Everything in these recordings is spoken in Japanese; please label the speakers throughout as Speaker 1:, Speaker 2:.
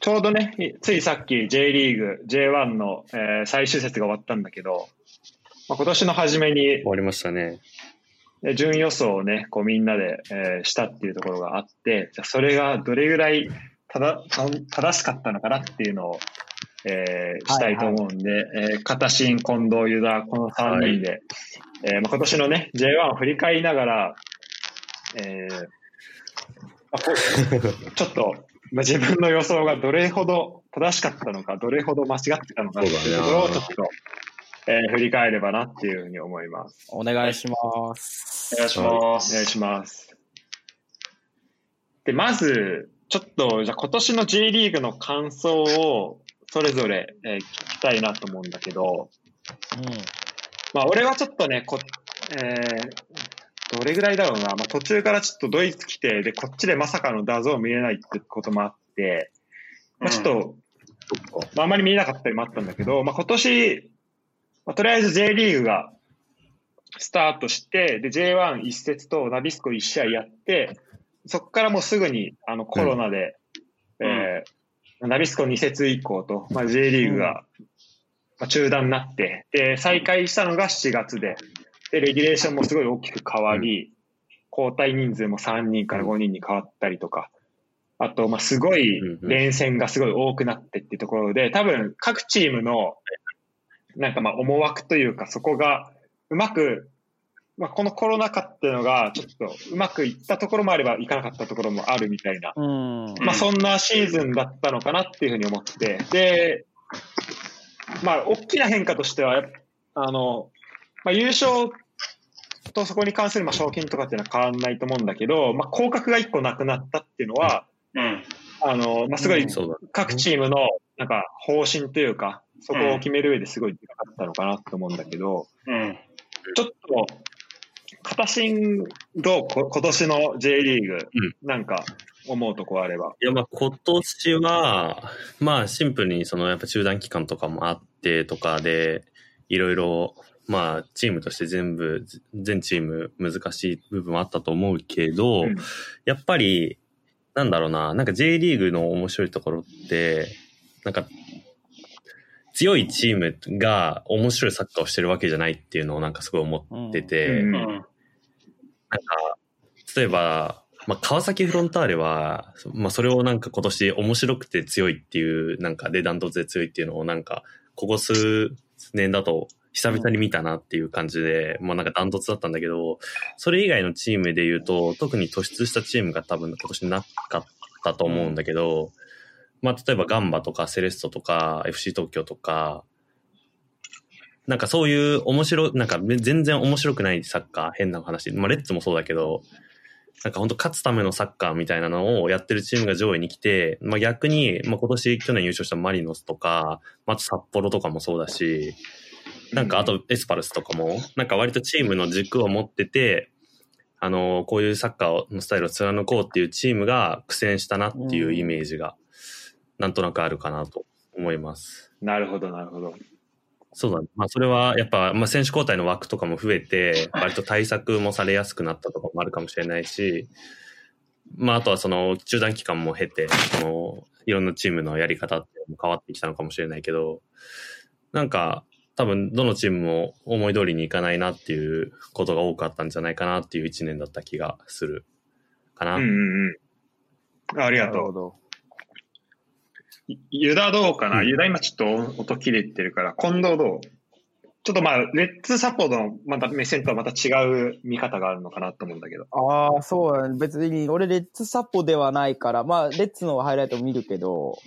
Speaker 1: ちょうどね、ついさっき J リーグ、J1 の、えー最終節が終わったんだけど、まあ、今年の初めに
Speaker 2: 終わりましたね。
Speaker 1: え順予想をね、こうみんなで、えーしたっていうところがあって、じゃあそれがどれぐらいただた正しかったのかなっていうのを、えーしたいと思うんで、えー片新、近藤、湯田、この3人で、えーまあ、今年のね、J1 を振り返りながら、えーまあこうちょっと、まあ、自分の予想がどれほど正しかったのか、どれほど間違ってたのかっていうところをちょっと、えー振り返ればなっていうふうに思います。
Speaker 3: お願いします。
Speaker 1: お願いします。お願いします。で、まず、ちょっと、じゃあ今年の J リーグの感想を、それぞれ、えー聞きたいなと思うんだけど、まあ、俺はちょっとね、こ、えーどれぐらいだろうな、まあ、途中からちょっとドイツ来て、で、こっちでまさかのダゾーン見れないってこともあって、まあ、ちょっと、まあ、あまり見えなかったりもあったんだけど、まあ、今年、まあ、とりあえず J リーグがスタートして、で、J1 一節とナビスコ一試合やって、そこからもうすぐにあのコロナで、
Speaker 4: うん
Speaker 1: えーナビスコ二節以降と、まあ、J リーグが、まあ、中断になって、で、再開したのが7月で、で、レギュレーションもすごい大きく変わり、交代人数も3人から5人に変わったりとか、あと、まあ、すごい
Speaker 2: うんうん
Speaker 1: 連戦がすごい多くなってっていうところで、多分各チームの、なんかまあ思惑というか、そこがうまく、まあ、このコロナ禍っていうのが、ちょっとうまくいったところもあれば、いかなかったところもあるみたいな
Speaker 3: うん。うん。
Speaker 1: まあ、そんなシーズンだったのかなっていうふうに思って、で、まあ、大きな変化としては、やっぱあの、まあ、優勝とそこに関するまあ賞金とかっていうのは変わらないと思うんだけど、まあ、降格が一個なくなったっていうのは、
Speaker 4: うん。
Speaker 1: あの、まあ、すご
Speaker 3: う
Speaker 1: い
Speaker 3: ん
Speaker 2: そうだ。
Speaker 1: 各チームのなんか方針というか、そこを決める上ですごいでかかったのかなと思うんだけど、
Speaker 4: うん。
Speaker 1: ちょっと、片心どうこ今年の J リーグ、なんか思うとこあれば。
Speaker 2: いや、まあ今年は、まあシンプルにそのやっぱ中断期間とかもあってとかで、いろいろ、まあチームとして全部、全チーム難しい部分はあったと思うけど、
Speaker 1: うん
Speaker 2: やっぱり、なんだろうな、なんか J リーグの面白いところって、なんか、強いチームが面白いサッカーをしてるわけじゃないっていうのをなんかすごい思ってて、
Speaker 1: うん
Speaker 4: うん。うん。
Speaker 2: なんか、例えば、まあ、川崎フロンターレは、まあ、それをなんか今年面白くて強いっていう、なんかでダントツで強いっていうのをなんか、ここ数年だと久々に見たなっていう感じで、まあなんかダントツだったんだけど、それ以外のチームで言うと、特に突出したチームが多分今年なかったと思うんだけど、まあ例えばガンバとかセレストとか FC 東京とか、なんかそういう面白い、なんかめ全然面白くないサッカー、変な話。まあレッツもそうだけど、なんか本当勝つためのサッカーみたいなのをやってるチームが上位に来て、まあ逆に、まあ今年去年優勝したマリノスとか、まああと札幌とかもそうだし、なんかあとエスパルスとかも、なんか割とチームの軸を持ってて、あの、こういうサッカーのスタイルを貫こうっていうチームが苦戦したなっていうイメージが、なんとなくあるかなと思います。
Speaker 1: なるほど、なるほど。
Speaker 2: そうだね。まあ、それは、やっぱ、まあ、選手交代の枠とかも増えて、割と対策もされやすくなったとかもあるかもしれないし、まあ、あとは、その、中断期間も経て、その、いろんなチームのやり方っていうのも変わってきたのかもしれないけど、なんか、多分、どのチームも思い通りにいかないなっていうことが多かったんじゃないかなっていう一年だった気がするかな。
Speaker 1: うんうんうん。ありが
Speaker 3: なるほ
Speaker 1: と
Speaker 3: ど。
Speaker 1: う。ユダどうかな、
Speaker 2: うん
Speaker 1: ユダ今ちょっと音切れてるから、近藤どうちょっとまあ、レッツサポートのまた目線とはまた違う見方があるのかなと思うんだけど。
Speaker 3: ああ、そうだね。別に、俺、レッツサポではないから、まあ、レッツのハイライト見るけど、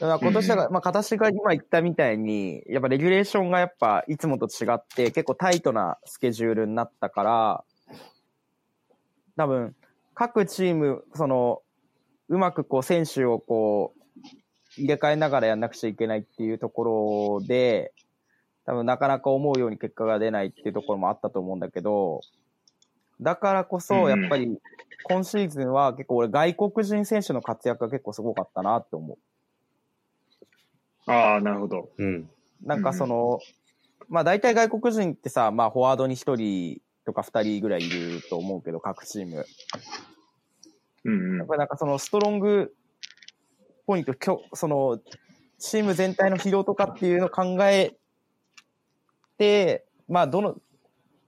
Speaker 3: だから今年だから、まあ、形が今言ったみたいに、やっぱレギュレーションがやっぱ、いつもと違って、結構タイトなスケジュールになったから、多分、各チーム、その、うまくこう、選手をこう、入れ替えながらやんなくちゃいけないっていうところで、多分なかなか思うように結果が出ないっていうところもあったと思うんだけど、だからこそ、やっぱり、今シーズンは結構俺、外国人選手の活躍が結構すごかったなって思う。
Speaker 1: ああ、なるほど。
Speaker 2: うん。
Speaker 3: なんかその、まあ大体外国人ってさ、まあフォワードに1人とか2人ぐらいいると思うけど、各チーム。
Speaker 1: うんうん
Speaker 3: やっ。ぱりなんかそのストロングポイント、きょその、チーム全体の疲労とかっていうのを考えて、まあ、どの、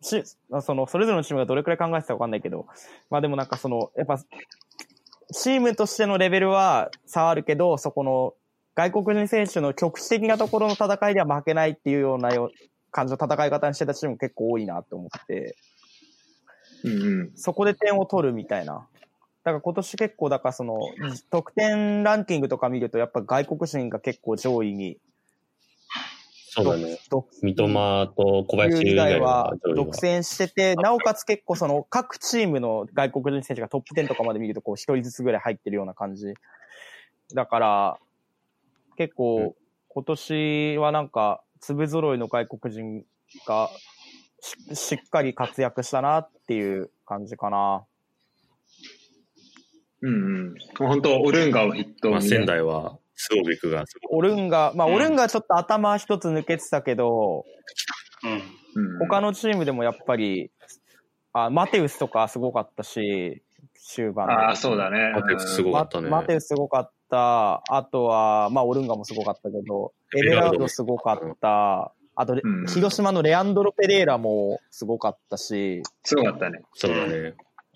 Speaker 3: チまあその、それぞれのチームがどれくらい考えてたかわかんないけど、まあでもなんかその、やっぱ、チームとしてのレベルは差はあるけど、そこの、外国人選手の局地的なところの戦いでは負けないっていうようなよ感じの戦い方にしてたチーム結構多いなと思って、
Speaker 1: うんうん。
Speaker 3: そこで点を取るみたいな。だから今年結構、だからその、得点ランキングとか見ると、やっぱ外国人が結構上位に、
Speaker 2: そうだね。
Speaker 3: 独
Speaker 2: 三笘と小林
Speaker 3: 以
Speaker 2: 以
Speaker 3: 外
Speaker 2: 外
Speaker 3: は
Speaker 2: は
Speaker 3: 独占してて、なおかつ結構その各チームの外国人選手がトップ10とかまで見るとこう一人ずつぐらい入ってるような感じ。だから、結
Speaker 2: う
Speaker 3: 構今年はなんか粒揃いの外国人がししっかり活躍したなっていう感じかな。
Speaker 1: うんうん。本当、オルンガを筆頭に、
Speaker 2: まあ、仙台は、スゴビクがすご
Speaker 3: オルンガ、まあ
Speaker 4: うん
Speaker 3: オルンガちょっと頭一つ抜けてたけど、
Speaker 4: う
Speaker 1: う
Speaker 4: ん。
Speaker 1: んうん、
Speaker 3: 他のチームでもやっぱり、あマテウスとかすごかったし、終盤で
Speaker 1: ああ、そうだね。
Speaker 2: マテウスすごい
Speaker 3: マ
Speaker 2: かったね
Speaker 3: マテウスすごかった。あとは、まあ、オルンガもすごかったけど、エメラルドすごかった。あとレ、
Speaker 1: うん
Speaker 3: 広島のレアンドロ・ペレイラもすごかったし、
Speaker 1: すごかったね。
Speaker 2: そうだね。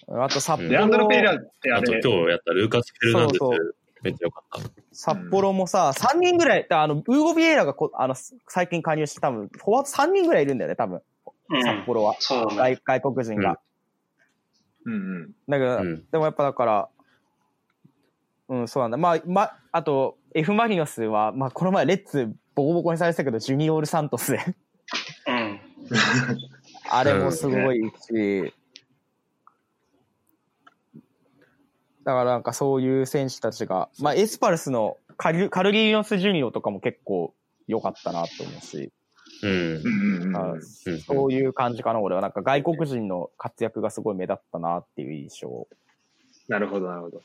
Speaker 3: あと札幌、
Speaker 1: レアンドロ・ペイラってあ
Speaker 2: あと
Speaker 1: れ、
Speaker 2: 今日やったルーカス・フェルナンデス
Speaker 3: そうそう、
Speaker 2: めっちゃ良かった。
Speaker 3: 札幌もさ、3人ぐらい、あの、ウーゴ・ビエイラがこあの最近加入して多分、フォワード3人ぐらいいるんだよね、多分、
Speaker 4: うん
Speaker 3: 札幌は。
Speaker 4: そうだね。
Speaker 3: 外外国人が。
Speaker 1: うんうん。
Speaker 3: だけど、
Speaker 2: うん。
Speaker 3: でもやっぱだから、うん、そうなんだ。まあ、ま、あと、F ・マリノスは、まあ、この前、レッツボコボコにされてたけど、ジュニオール・サントスで。
Speaker 4: うん。
Speaker 3: あれもすごいし、だからなんかそういう選手たちが、まあエスパルスのカルカルリーノス・ジュニオとかも結構良かったなと思うし、
Speaker 2: うん
Speaker 1: う。んうん
Speaker 3: あ
Speaker 1: うん
Speaker 2: うん
Speaker 3: そういう感じかな、俺は。なんか外国人の活躍がすごい目立ったなっていう印象。
Speaker 1: なるほど、なるほど。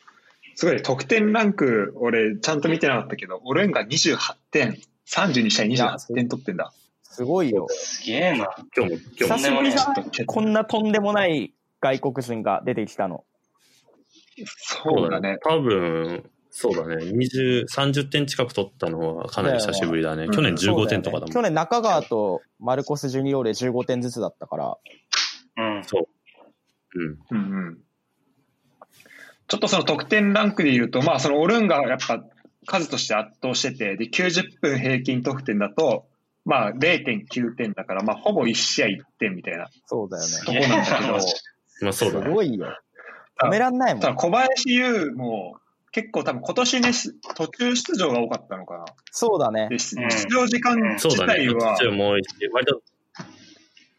Speaker 1: すごい、得点ランク、俺、ちゃんと見てなかったけど、オルンガ28点、32試合28点取ってんだ。
Speaker 3: すごいよ。
Speaker 4: すげえな。
Speaker 2: 今日も、今日
Speaker 3: 久
Speaker 2: も、
Speaker 3: しぶりじゃ
Speaker 1: ち
Speaker 3: な
Speaker 1: ょっ
Speaker 3: い
Speaker 1: と
Speaker 3: こんなとんでもない外国人が出てきたの。
Speaker 1: そうだね。。
Speaker 2: 多分、そうだね。20、30点近く取ったのはかなり久しぶりだね。
Speaker 1: うん
Speaker 2: 去年15点と
Speaker 3: そう
Speaker 2: かだ
Speaker 3: だよね
Speaker 2: も
Speaker 3: 去
Speaker 2: ん。
Speaker 3: 年中川とマルコス・ジュニオーレ15点ずつだったから、
Speaker 4: うん。
Speaker 2: うん。
Speaker 1: うんうん。ちょっとその得点ランクで言うと、まあ、そのオルンガがやっぱ数として圧倒してて、で、90分平均得点だと、まあ、0.9点だから、まあ、ほぼ1試合1点みたいな
Speaker 3: そうだよね。
Speaker 1: ところなんだけど、
Speaker 2: まあそうだ
Speaker 3: す
Speaker 2: ね。
Speaker 3: ごいよ。ためらんないもん
Speaker 1: た。だ小林優も結構多分今年ね、し途中出場が多かったのかな。
Speaker 3: そうだね
Speaker 1: で、。出
Speaker 4: うん
Speaker 1: 出場時間
Speaker 2: そう
Speaker 1: 自
Speaker 2: だね。
Speaker 1: 体は、
Speaker 2: 途中も多いし、割と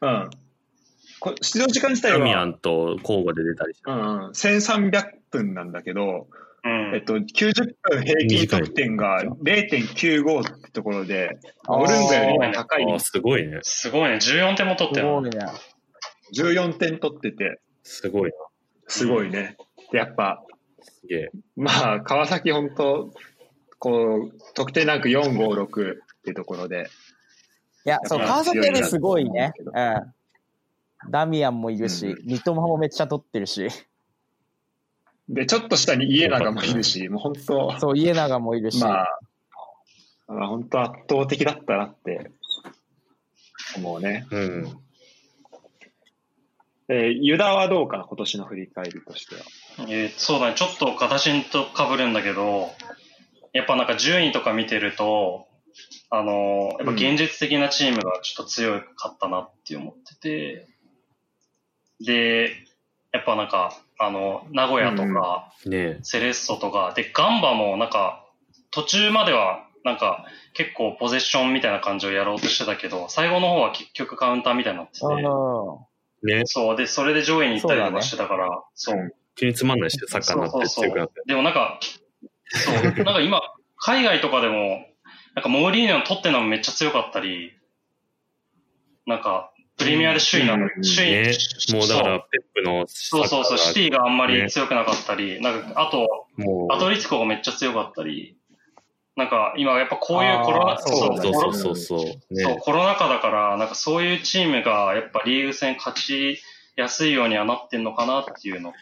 Speaker 1: うん。こ出場時間自体
Speaker 2: ダミア
Speaker 1: は、
Speaker 2: ンと交互で出たりして。
Speaker 1: うん、うん、1300分なんだけど、
Speaker 4: うん。
Speaker 1: えっと、90分平均得点が0.95ってところで、
Speaker 3: あー
Speaker 1: オルンガよりも高い
Speaker 2: ああ、すごいね。
Speaker 4: すごいね。14点も取っ
Speaker 3: す
Speaker 4: たよ
Speaker 3: ごい。ね。
Speaker 1: 14点取ってて、
Speaker 2: すごいな。
Speaker 1: すごいね。でやっぱ、
Speaker 2: すげえ。
Speaker 1: まあ、川崎本当、こう、得点ランク4、5、6ってところで、
Speaker 3: いや、そう、
Speaker 1: やっ
Speaker 3: 川
Speaker 1: ぱ
Speaker 3: 崎
Speaker 1: 強いな
Speaker 3: はね、すごいね。
Speaker 1: と思
Speaker 3: うん。ダミアンもいるし、
Speaker 1: う
Speaker 3: 三笘もめっちゃ取ってるし、
Speaker 1: で、ちょっと下に家長もいるし、もう本当、
Speaker 3: そう、家長もいるし、
Speaker 1: まあ、まあ、本当圧倒的だったなって思うね。
Speaker 2: うん。
Speaker 1: えーユダはどうかな、今年の振り返りとしては。
Speaker 4: えーそうだね。ちょっと形にと被るんだけど、やっぱなんか順位とか見てると、あのーやっぱ現実的なチームがちょっと強かったなって思ってて、で、やっぱなんか、あの、名古屋とか、
Speaker 2: ね
Speaker 4: セレッソとか、で、ガンバもなんか、途中まではなんか結構ポゼッションみたいな感じをやろうとしてたけど、最後の方は結局カウンターみたいになってて、
Speaker 3: う
Speaker 2: え。ねえ。
Speaker 4: そう、で、それで上位に行ったりとかしてたから、そう,、
Speaker 2: 急につまんないし、サッカーになって
Speaker 4: そうそうそう
Speaker 2: 強くなって。
Speaker 4: でもなんか、そう、 なんか今、海外とかでも、なんかモーリーニョの取ってのもめっちゃ強かったり、なんか、プレミアで首位なの、
Speaker 1: うん
Speaker 4: 首位、
Speaker 2: ね
Speaker 4: し
Speaker 2: もうだから、ペップのサ
Speaker 4: そう
Speaker 2: ッカー
Speaker 4: そうそうそう、シティがあんまり強くなかったり、なんか、あと、
Speaker 2: も、
Speaker 4: アトリツコがめっちゃ強かったり、なんか今やっぱこういうコロ
Speaker 3: あ
Speaker 4: ナ、
Speaker 3: ー
Speaker 4: そうう
Speaker 2: そう
Speaker 4: コ
Speaker 2: そ
Speaker 4: ロ
Speaker 2: うそうそう。
Speaker 4: そう
Speaker 2: ね
Speaker 4: コロナ禍だから、なんかそういうチームがやっぱリーグ戦勝ちやすいようにはなってんのかなっていうの。
Speaker 3: ん。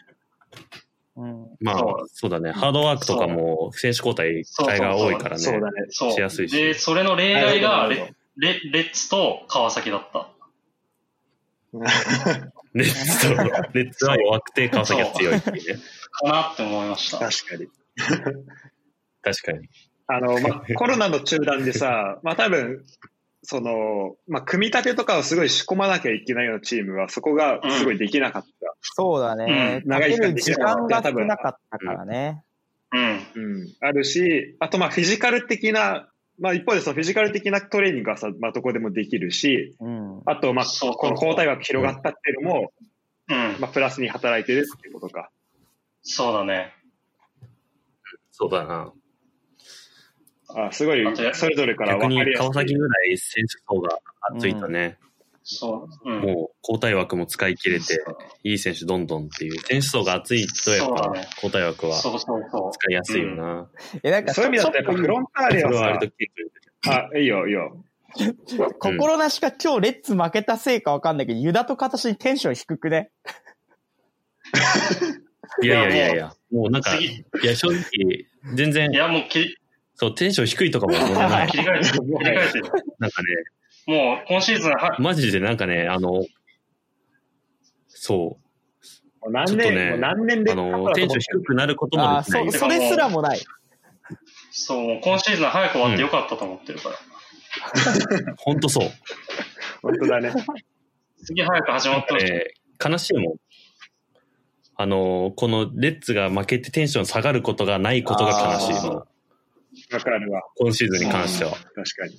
Speaker 3: うん。
Speaker 2: まあ、
Speaker 4: そう
Speaker 2: そうだね。ハードワークとかも選手交代会が多いからね。
Speaker 1: そうだね。
Speaker 4: そう。
Speaker 2: しやすいし
Speaker 4: で、それの例
Speaker 1: な
Speaker 4: 外
Speaker 1: るほど
Speaker 4: が
Speaker 1: なるほ
Speaker 4: レ、レレッツと川崎だった。
Speaker 2: レッツと、レッツは弱くて川崎は強いっていうね。
Speaker 4: かなって思いまし
Speaker 1: ど
Speaker 4: た。
Speaker 1: 確かに。
Speaker 2: 確かに。
Speaker 1: あの、ま あ、コロナの中断でさ、まあ、多分、その、まあ、組み立てとかをすごい仕込まなきゃいけないようなチームは、そこがすごいできなかっ
Speaker 3: そうだね。
Speaker 1: うん
Speaker 3: か
Speaker 1: 長い
Speaker 3: け
Speaker 1: 時間
Speaker 3: る時間が少なかったからね。
Speaker 4: うん。
Speaker 1: た。うん。あるし、あと、まあ、フィジカル的な、まあ、一方でそのフィジカル的なトレーニングはさ、まあ、どこでもできるし、
Speaker 3: うん。
Speaker 1: あと、まあ、
Speaker 4: そう
Speaker 1: この交代枠広がったっていうのも、
Speaker 4: うん。
Speaker 1: まあ、プラスに働いてるっていうことか。
Speaker 4: そうだね。
Speaker 2: そうだな。
Speaker 1: あすごい
Speaker 4: あと、や
Speaker 1: それぞれから
Speaker 2: 逆
Speaker 1: 分かり
Speaker 2: に
Speaker 1: やす
Speaker 2: 川崎
Speaker 1: い。
Speaker 2: ぐらい選手層が厚いとね、
Speaker 4: そう。うん。
Speaker 2: もう交代枠も使い切れて、いい選手どんどんっていう。選手層が厚いと、やっ
Speaker 4: そう
Speaker 2: ぱ
Speaker 4: だね
Speaker 2: 交代枠は
Speaker 4: そうそうそ
Speaker 2: 使いやすいよな。
Speaker 3: え、なんか
Speaker 1: そういう意味だと、やっぱフロンターレ
Speaker 2: そ
Speaker 1: は
Speaker 2: れは割
Speaker 1: さ
Speaker 2: と、聞いてる。
Speaker 1: あ、いいよ、いいよ。
Speaker 3: 心なしか今日レッツ負けたせいかわかんないけど、ユダと形にテンション低くね。
Speaker 2: いやいやいやいや、もうなん
Speaker 4: う。
Speaker 2: か、い
Speaker 4: 次。
Speaker 2: や正直、全然
Speaker 4: い、や、もう切り
Speaker 2: そう、テンション低いとかも全然 ない。
Speaker 4: 切り替え てる。切り替えてる。
Speaker 2: なんかね、
Speaker 4: もう今シーズン、は
Speaker 2: マジでなんかね、あの、そう、
Speaker 1: もう何
Speaker 2: ちょっと
Speaker 1: 年、
Speaker 2: ね
Speaker 1: もう何年で
Speaker 2: あの、テンション低くなること
Speaker 3: あ
Speaker 2: も
Speaker 3: あ、
Speaker 2: できな
Speaker 3: そ、。
Speaker 2: いう
Speaker 3: それすらもない。
Speaker 4: そう、もう今シーズン早く終わってよかったと思ってるから。
Speaker 2: 本当そう。
Speaker 1: 本当だね。
Speaker 4: 次早く始まってほしい。
Speaker 2: えー悲しいもん。あの、このレッツが負けてテンション下がることがないことが悲しい
Speaker 4: あ
Speaker 2: も
Speaker 4: ー
Speaker 2: ん。
Speaker 1: わかるわ。
Speaker 2: 今シーズンに関しては。
Speaker 1: 確かに。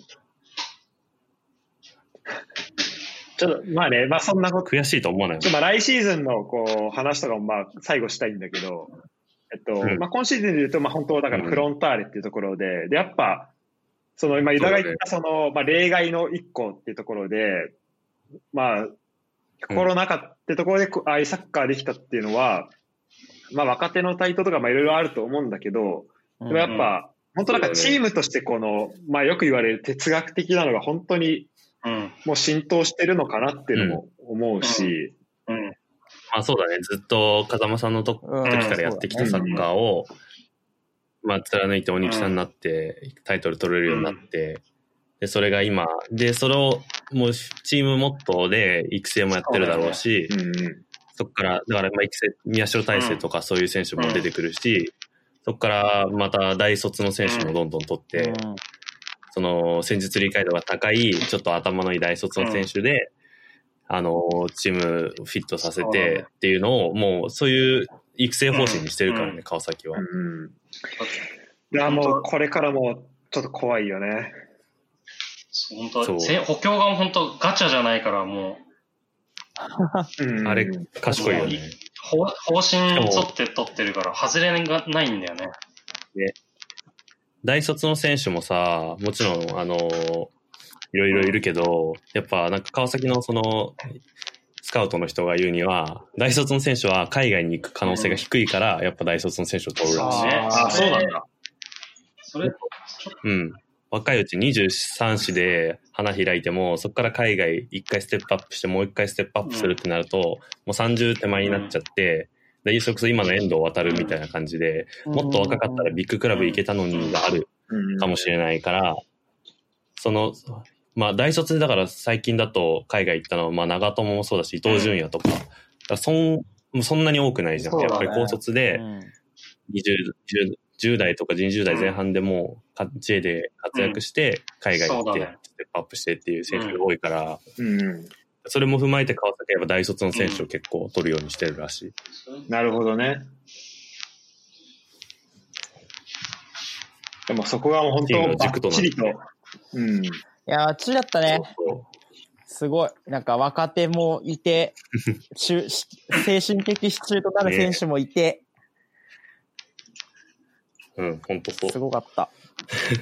Speaker 1: ちょっと、まあね、まあそんなこと。
Speaker 2: 悔しいと思わないも
Speaker 1: ちょ
Speaker 2: ん
Speaker 1: まあ来シーズンのこう話とかもまあ最後したいんだけど、えっと、
Speaker 2: うん
Speaker 1: まあ今シーズンで言うと、まあ本当だからフロンターレっていうところで、で、やっぱ、その今、ユダが言ったその、まあ例外の一個っていうところで、まあ、コロナ禍ってところでこうああいうサッカーできたっていうのは、まあ若手の台頭とかまあいろいろあると思うんだけど、
Speaker 3: う
Speaker 1: でもやっ
Speaker 3: ん
Speaker 1: ぱ、本当なんかチームとしてこの、まあよく言われる哲学的なのが本当に
Speaker 4: うん。
Speaker 1: もう浸透してるのかなっていうのも思うし、
Speaker 4: うん。
Speaker 2: まあそうだね。ずっと風間さんのと
Speaker 3: うん
Speaker 2: 時からやってきたサッカーを、まあ貫いて鬼木さんになって、タイトル取れるようになって、で、それが今、で、それを、もうチームモットーで育成もやってるだろうし、
Speaker 1: うんうん
Speaker 2: そこから、だから、まあ、育成、宮代大成とかそういう選手も出てくるし、そこからまた大卒の選手もどんどん取って、
Speaker 3: うん
Speaker 2: その戦術理解度が高い、ちょっと頭のいい大卒の選手で、あの、チームフィットさせ
Speaker 4: そうだね
Speaker 2: てっていうのを、もうそういう育成方針にしてるからね、
Speaker 4: うん
Speaker 2: 川崎は。
Speaker 1: うんいや、もうこれからもちょっと怖いよね。
Speaker 4: そう本
Speaker 2: そう
Speaker 4: 当せ補強が本当ガチャじゃないから、もう、
Speaker 1: うん
Speaker 2: あれ、賢いよね。
Speaker 4: 方方針に沿って取ってるから、外れがないんだよね。
Speaker 2: 大卒の選手もさ、もちろん、あの、いろいろいるけど、やっぱなんか川崎のその、スカウトの人が言うには、大卒の選手は海外に行く可能性が低いから、やっぱ大卒の選手を取るらしい。
Speaker 4: ね
Speaker 1: あーそうなん
Speaker 4: だ。それ、ちょっ
Speaker 2: うん。若いうち23歳で花開いても、そこから海外一回ステップアップして、もう一回ステップアップするってなると、もう30手前になっちゃって、で、それこそ今の遠藤渡るみたいな感じで、もっと若かったらビッグクラブ行けたのにがあるかもしれないから、その、まあ大卒でだから最近だと海外行ったのは、まあ長友もそうだし、伊東純也とか、だからそんそんなに多くないじゃん。
Speaker 1: そうだ
Speaker 2: やっ
Speaker 1: ね
Speaker 2: ぱり高卒で、
Speaker 3: うん
Speaker 2: 20 10 10代とか20代前半でもうか J で活躍して海外行っ
Speaker 4: そう
Speaker 2: て
Speaker 4: だね
Speaker 2: ステップアップしてっていう選手が多いから、
Speaker 1: うんうん
Speaker 2: それも踏まえて川崎はやっぱ大卒の選手を結構取るようにしてるらしい。
Speaker 4: と
Speaker 1: なるほどね。でもそこがもう本
Speaker 2: チームの
Speaker 1: 当、ば
Speaker 2: 軸と
Speaker 1: っ
Speaker 2: なって
Speaker 1: ちりと。うん。
Speaker 3: いやー、チだったね。
Speaker 2: そう
Speaker 3: すごい。なんか若手もい て、しゅし精神的支柱となる選手もいて、
Speaker 2: そううん、本当
Speaker 3: す
Speaker 2: そう。
Speaker 3: ごか った。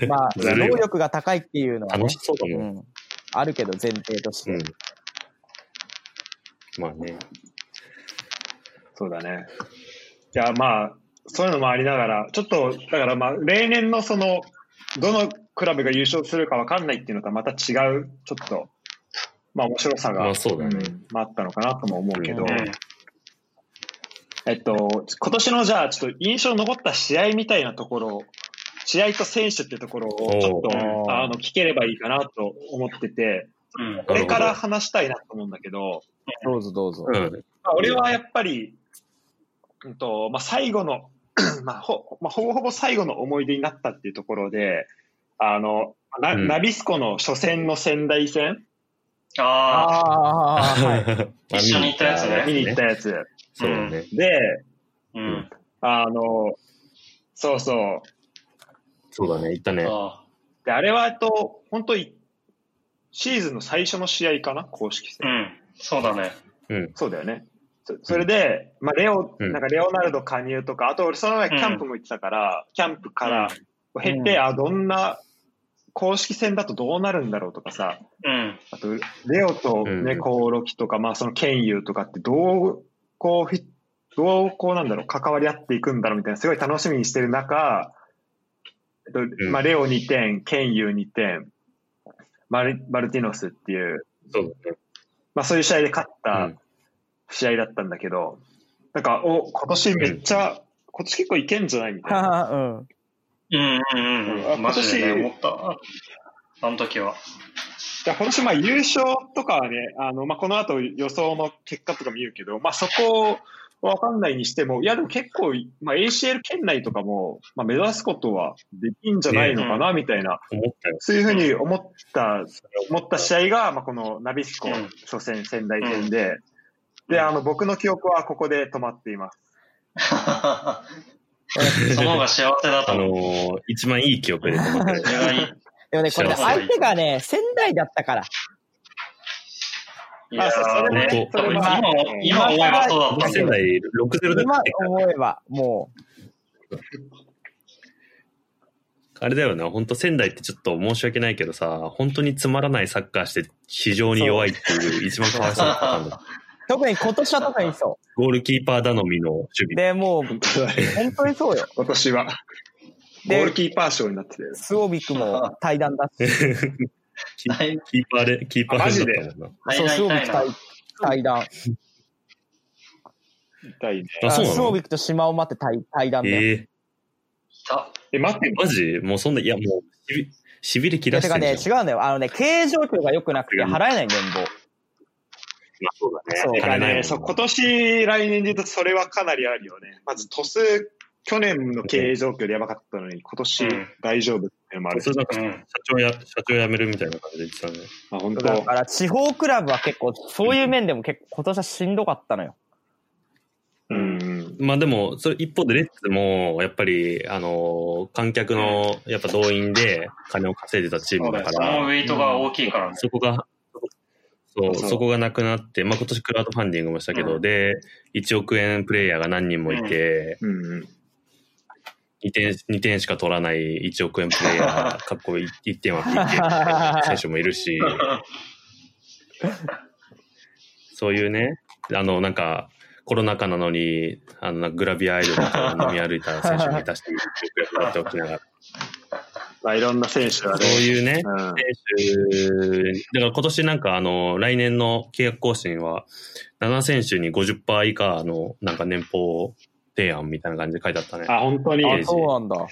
Speaker 3: まあ、
Speaker 2: ずるいわ
Speaker 3: 能力が高いっていうのは、ね
Speaker 2: 楽し、そうだも
Speaker 3: う
Speaker 2: ん。
Speaker 3: ん、あるけど前提とし
Speaker 2: う
Speaker 3: て。
Speaker 2: ん。まあね。
Speaker 1: そうだね。いや、まあ、そういうのもありながら、ちょっと、だからまあ、例年のその、どのクラブが優勝するかわかんないっていうのとはまた違う、ちょっと、まあ面白さが、
Speaker 2: まあそうだね
Speaker 1: んまああったのかなとも思うけど、
Speaker 4: うん
Speaker 1: いえっと、今年のじゃあ、ちょっと印象に残った試合みたいなところを、試合と選手ってところをちょっ
Speaker 3: お
Speaker 1: と
Speaker 3: ー
Speaker 1: あの聞ければいいかなと思ってて、
Speaker 4: うん。
Speaker 1: これから話したいなと思うんだけど、
Speaker 3: どうぞどうぞ。
Speaker 2: うん。
Speaker 1: まあ、俺はやっぱり、うんとまあ、最後の、 まあほまあ、ほぼほぼ最後の思い出になったっていうところで、あのな
Speaker 2: うん
Speaker 1: ナビスコの初戦の仙台戦、
Speaker 4: あ
Speaker 3: ああー、 は
Speaker 2: い
Speaker 3: い。
Speaker 4: 一緒に行ったやつね
Speaker 1: 見に行ったやつ。
Speaker 2: そうだね。
Speaker 1: で、
Speaker 4: あ、うん。
Speaker 1: あの、そうそう。
Speaker 2: そうだね、行ったね。
Speaker 4: あ
Speaker 1: で、あれは、えっと、本当に、シーズンの最初の試合かな、公式
Speaker 4: ーう
Speaker 1: 戦。
Speaker 4: ん。そうだね。
Speaker 2: うん。
Speaker 1: そうだよね。そそれで、まあ、レオ、
Speaker 2: うん
Speaker 1: なんかレオナルド加入とか、あと俺その前キャンプも行ってたから、キャンプから経て、
Speaker 3: うん
Speaker 1: あ、どんな、公式戦だとどうなるんだろうとかさ、
Speaker 4: うん。
Speaker 1: あと、レオと
Speaker 2: う
Speaker 1: ね、
Speaker 2: ん
Speaker 1: コオロキとか、まあ、その、ケンユーとかって、どう、こうフィ、どう、こうなんだろう、関わり合っていくんだろうみたいな、すごい楽しみにしてる中、えっと
Speaker 2: ん
Speaker 1: まあ、レオ2点、ケンユー2点、マルマルティノスっていう、
Speaker 2: そうだね。
Speaker 1: まあ、そういう試合で勝っ
Speaker 2: う
Speaker 1: た
Speaker 2: ん
Speaker 1: 試合だったんだけど、なんか、お、今年めっちゃ、今年結構いけんじゃないみたいな。
Speaker 3: うん。
Speaker 4: うんうんうん
Speaker 1: あ
Speaker 4: うん。マジでね、
Speaker 1: 今
Speaker 4: 思った。あの時は。
Speaker 1: だから今年、まあ、優勝とかはね、あの、まあ、この後予想の結果とか見るけど、まあ、そこはわかんないにしても、いや、でも結構、まあ、ACL 圏内とかも、まあ、目指すことはできんじゃないのかな、みたいな、
Speaker 2: 思ったよ。
Speaker 1: そういうふうに思った、思った試合が、まあ、このナビスコ
Speaker 4: うん
Speaker 1: 初戦仙台戦で、で、あの、僕の記憶はここで止まっています。
Speaker 4: その方が幸せだと
Speaker 2: あの
Speaker 4: 思う。
Speaker 2: ー、一番いい記憶で止ま ってる。
Speaker 4: それがいい
Speaker 3: でもね、これね
Speaker 4: 幸せ
Speaker 3: 相手がね、仙台だったから。
Speaker 4: い
Speaker 1: ま
Speaker 4: や
Speaker 1: あ、そそ
Speaker 4: ー
Speaker 1: れ
Speaker 4: ね
Speaker 1: ね、
Speaker 2: 本当
Speaker 1: それ
Speaker 4: 今
Speaker 1: は、
Speaker 4: 思今思えばそうだった
Speaker 2: 僕
Speaker 4: んだ
Speaker 2: 仙
Speaker 4: よ。
Speaker 2: 台6-0だっ
Speaker 3: 今
Speaker 2: たけど
Speaker 3: 思えば、も
Speaker 2: あれだよな、本当仙台ってちょっと申し訳ないけどさ、本当につまらないサッカーして非常に弱いっていう一番かわいそうなパターン だ。
Speaker 3: う、特に今年は特にそ
Speaker 2: ゴールキーパー頼みの守
Speaker 3: う。
Speaker 2: 備。
Speaker 3: で、もう、
Speaker 1: 本当だね
Speaker 3: 本当にそうよ。
Speaker 1: 今年は、ゴ
Speaker 3: で
Speaker 1: ールキーパー賞になってたよ。
Speaker 3: スオビクも対談だし、
Speaker 2: キーキーパーで、キーパーでだったもん
Speaker 3: そう、スオビ
Speaker 4: 大
Speaker 3: ク
Speaker 4: 体
Speaker 3: 対対談。
Speaker 1: 痛いね。
Speaker 2: な。あ、そう
Speaker 3: ス
Speaker 2: な
Speaker 3: オ
Speaker 2: の
Speaker 3: ビクと島を待って対対談ね。
Speaker 2: ええ
Speaker 4: 痛
Speaker 1: え、待って、
Speaker 2: マジもうそんな、いやもう、しび、しびれ切
Speaker 3: いや
Speaker 2: らし
Speaker 3: て
Speaker 2: て
Speaker 3: か
Speaker 2: んじゃ
Speaker 3: ね、
Speaker 2: ん。
Speaker 3: 違うんだよ。あのね、経営状況が良くなくて払えない年俸。
Speaker 2: そうだね。
Speaker 3: そう
Speaker 1: てか
Speaker 2: 金ないもん
Speaker 1: ね、
Speaker 2: ね
Speaker 1: そう、今年、来年で言うと、それはかなりあるよね。まず、トス、去年の経営状況でやばかったのに、今年
Speaker 4: うん
Speaker 1: 大丈夫っていうのもある
Speaker 2: それなんか、
Speaker 4: う
Speaker 2: 社
Speaker 4: ん。
Speaker 2: 長や、社長辞めるみたいな感じで言ってたね。
Speaker 1: まあ、本当、
Speaker 3: だから、地方クラブは結構、そういう面でも結構、今年はしんどかったのよ。
Speaker 1: うん。
Speaker 2: まあでも、それ一方でレッツも、やっぱり、あのー観客の、やっぱ動員で金を稼いでたチー
Speaker 4: そう
Speaker 2: ム
Speaker 4: だ
Speaker 2: だ
Speaker 4: よ
Speaker 2: か
Speaker 4: そのウ
Speaker 2: ら、
Speaker 4: ェイトが大きいからね。
Speaker 2: そこが、そう、そこがなくなって、まあ今年クラウドファンディングもしたけど、
Speaker 4: うん
Speaker 2: で、1億円プレイヤーが何人もいて、
Speaker 1: うん。
Speaker 2: 2点、二点しか取らない1億円プレイヤー、かっこいい、1点は PK 選手もいるし、そういうね、あの、なんか、コロナ禍なのに、あの、なんかグラビアアイドルとか飲み歩いた選手もいたし、やっておきながら、
Speaker 1: まあ、いろんな選手が
Speaker 2: そう
Speaker 1: ね、
Speaker 2: いうね、
Speaker 1: うん。
Speaker 2: 選手、だから今年なんかあの、来年の契約更新は、7選手に50%以下の、なんか年俸提案みたいな感じで書いてあったね。
Speaker 1: あ、本当に。
Speaker 2: いい
Speaker 3: あ、
Speaker 2: です
Speaker 3: そうなんだ。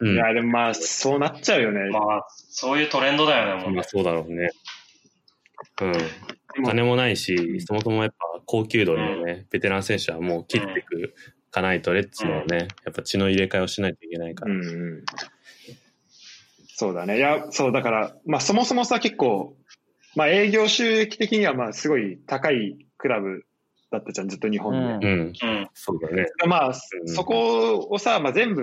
Speaker 2: う
Speaker 1: い
Speaker 2: ん。
Speaker 1: や、でもまあ、そうなっちゃうよね。
Speaker 4: まあ、そういうトレンドだよね、
Speaker 2: ま
Speaker 4: もう
Speaker 2: あ
Speaker 4: ね。
Speaker 2: そうだろうね。うん。金もないし、そもそもやっぱ高級度のね、ベテラン選手はもう切っていくかないと、レッツのね、やっぱ血の入れ替えをしないといけないか
Speaker 1: う
Speaker 2: ら。
Speaker 1: んうん。そうだね。いや、そう、だから、まあ、そもそもさ、結構、まあ、営業収益的には、まあ、すごい高いクラブだったじゃん、ずっと日本で。
Speaker 3: うん
Speaker 2: うん。
Speaker 4: うん。
Speaker 2: そうだね。
Speaker 1: まあ、そ
Speaker 2: うん
Speaker 1: そこをさ、まあ、全部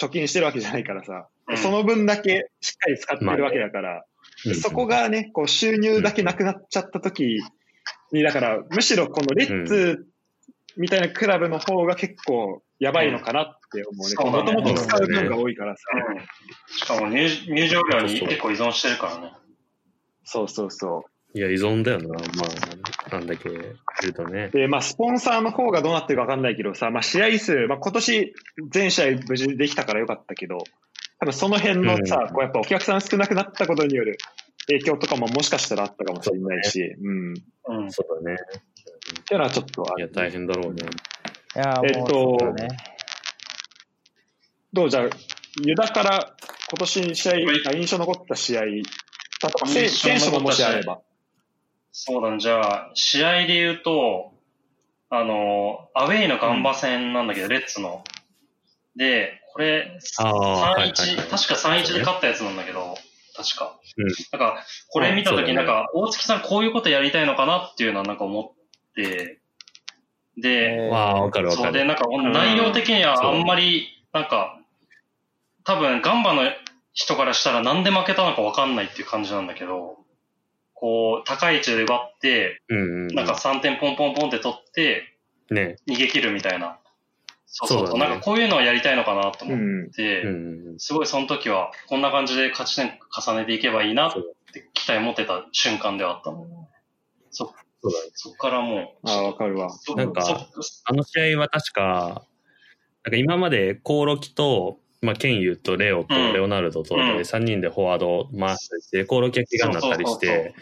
Speaker 1: 貯金してるわけじゃないからさ、
Speaker 4: うん
Speaker 1: その分だけしっかり使ってるわけだから、
Speaker 2: うん
Speaker 1: そこがね、こう収入だけなくなっちゃった時に、だから、むしろこのレッツみたいなクラブの方が結構やばいのかなって思
Speaker 4: う
Speaker 1: う
Speaker 4: ん
Speaker 1: ね。もともと使う分が多いからさ、
Speaker 4: しかも入入場料に結構依存してるからね。
Speaker 1: そうそうそ
Speaker 2: いや、依存だよな。まあ、なんだっけ、いるとね
Speaker 1: う。。で、まあ、スポンサーの方がどうなってるかわかんないけどさ、まあ、試合数、まあ、今年全試合無事できたからよかったけど、多分その辺のさ、
Speaker 2: うん
Speaker 1: こうやっぱお客さん少なくなったことによる影響とかももしかしたらあったかもしれないし、うん。っ
Speaker 4: うん。
Speaker 2: そうだね。
Speaker 1: ていうのはちょっとあ
Speaker 2: いや、
Speaker 1: る。
Speaker 2: 大変だろうね。
Speaker 3: いやー、
Speaker 1: えっと
Speaker 3: もうそうだね。
Speaker 1: どうじゃあ、湯田から今年試合、あ印象残った試合、例えば選
Speaker 4: 印
Speaker 1: 選
Speaker 4: 象残った試合
Speaker 1: 手ももしあれば。
Speaker 4: そうだね。じゃあ、試合で言うと、あの、アウェイのガンバ戦なんだけど、レッツの。で、これ、3-1、
Speaker 2: ああはいはいはい
Speaker 4: 確か3-1で勝ったやつなんだけど、確か。
Speaker 2: うん
Speaker 4: なんか、これ見たとき、
Speaker 2: うん
Speaker 4: なんか、大月さんこういうことやりたいのかなっていうのはなんか思って、で、
Speaker 3: えー
Speaker 2: わあ、わかるわ
Speaker 4: そ
Speaker 2: か
Speaker 4: うで、
Speaker 2: る。
Speaker 4: なんか、内容的にはあんまり、なんか、多分、ガンバの人からしたらなんで負けたのかわかんないっていう感じなんだけど、こう、高い位置で奪って、
Speaker 2: うんうん
Speaker 4: なんか3点ポンポンポンって取って、
Speaker 2: ね。
Speaker 4: 逃げ切るみたいな。そうそう
Speaker 2: そうだね
Speaker 4: なんかこういうのをやりたいのかなと
Speaker 1: う
Speaker 4: 思っ
Speaker 1: ん。
Speaker 4: て、
Speaker 2: うんうん
Speaker 4: すごいその時は、こんな感じで勝ち点重ねていけばいいなって期待持ってた瞬間ではあったの。そ、
Speaker 2: そうだね
Speaker 4: そっからもう、
Speaker 1: ああ、わかるわ。
Speaker 4: そ
Speaker 2: なんか
Speaker 4: そ
Speaker 2: あの試合は確か、なんか今までコオロキと、まあ、ケンユとレオと
Speaker 4: うん
Speaker 2: レオナルドと
Speaker 4: うん
Speaker 2: で3人でフォワードを回したりして、コオロキが怪我になったりし
Speaker 4: そうそうそう
Speaker 2: て、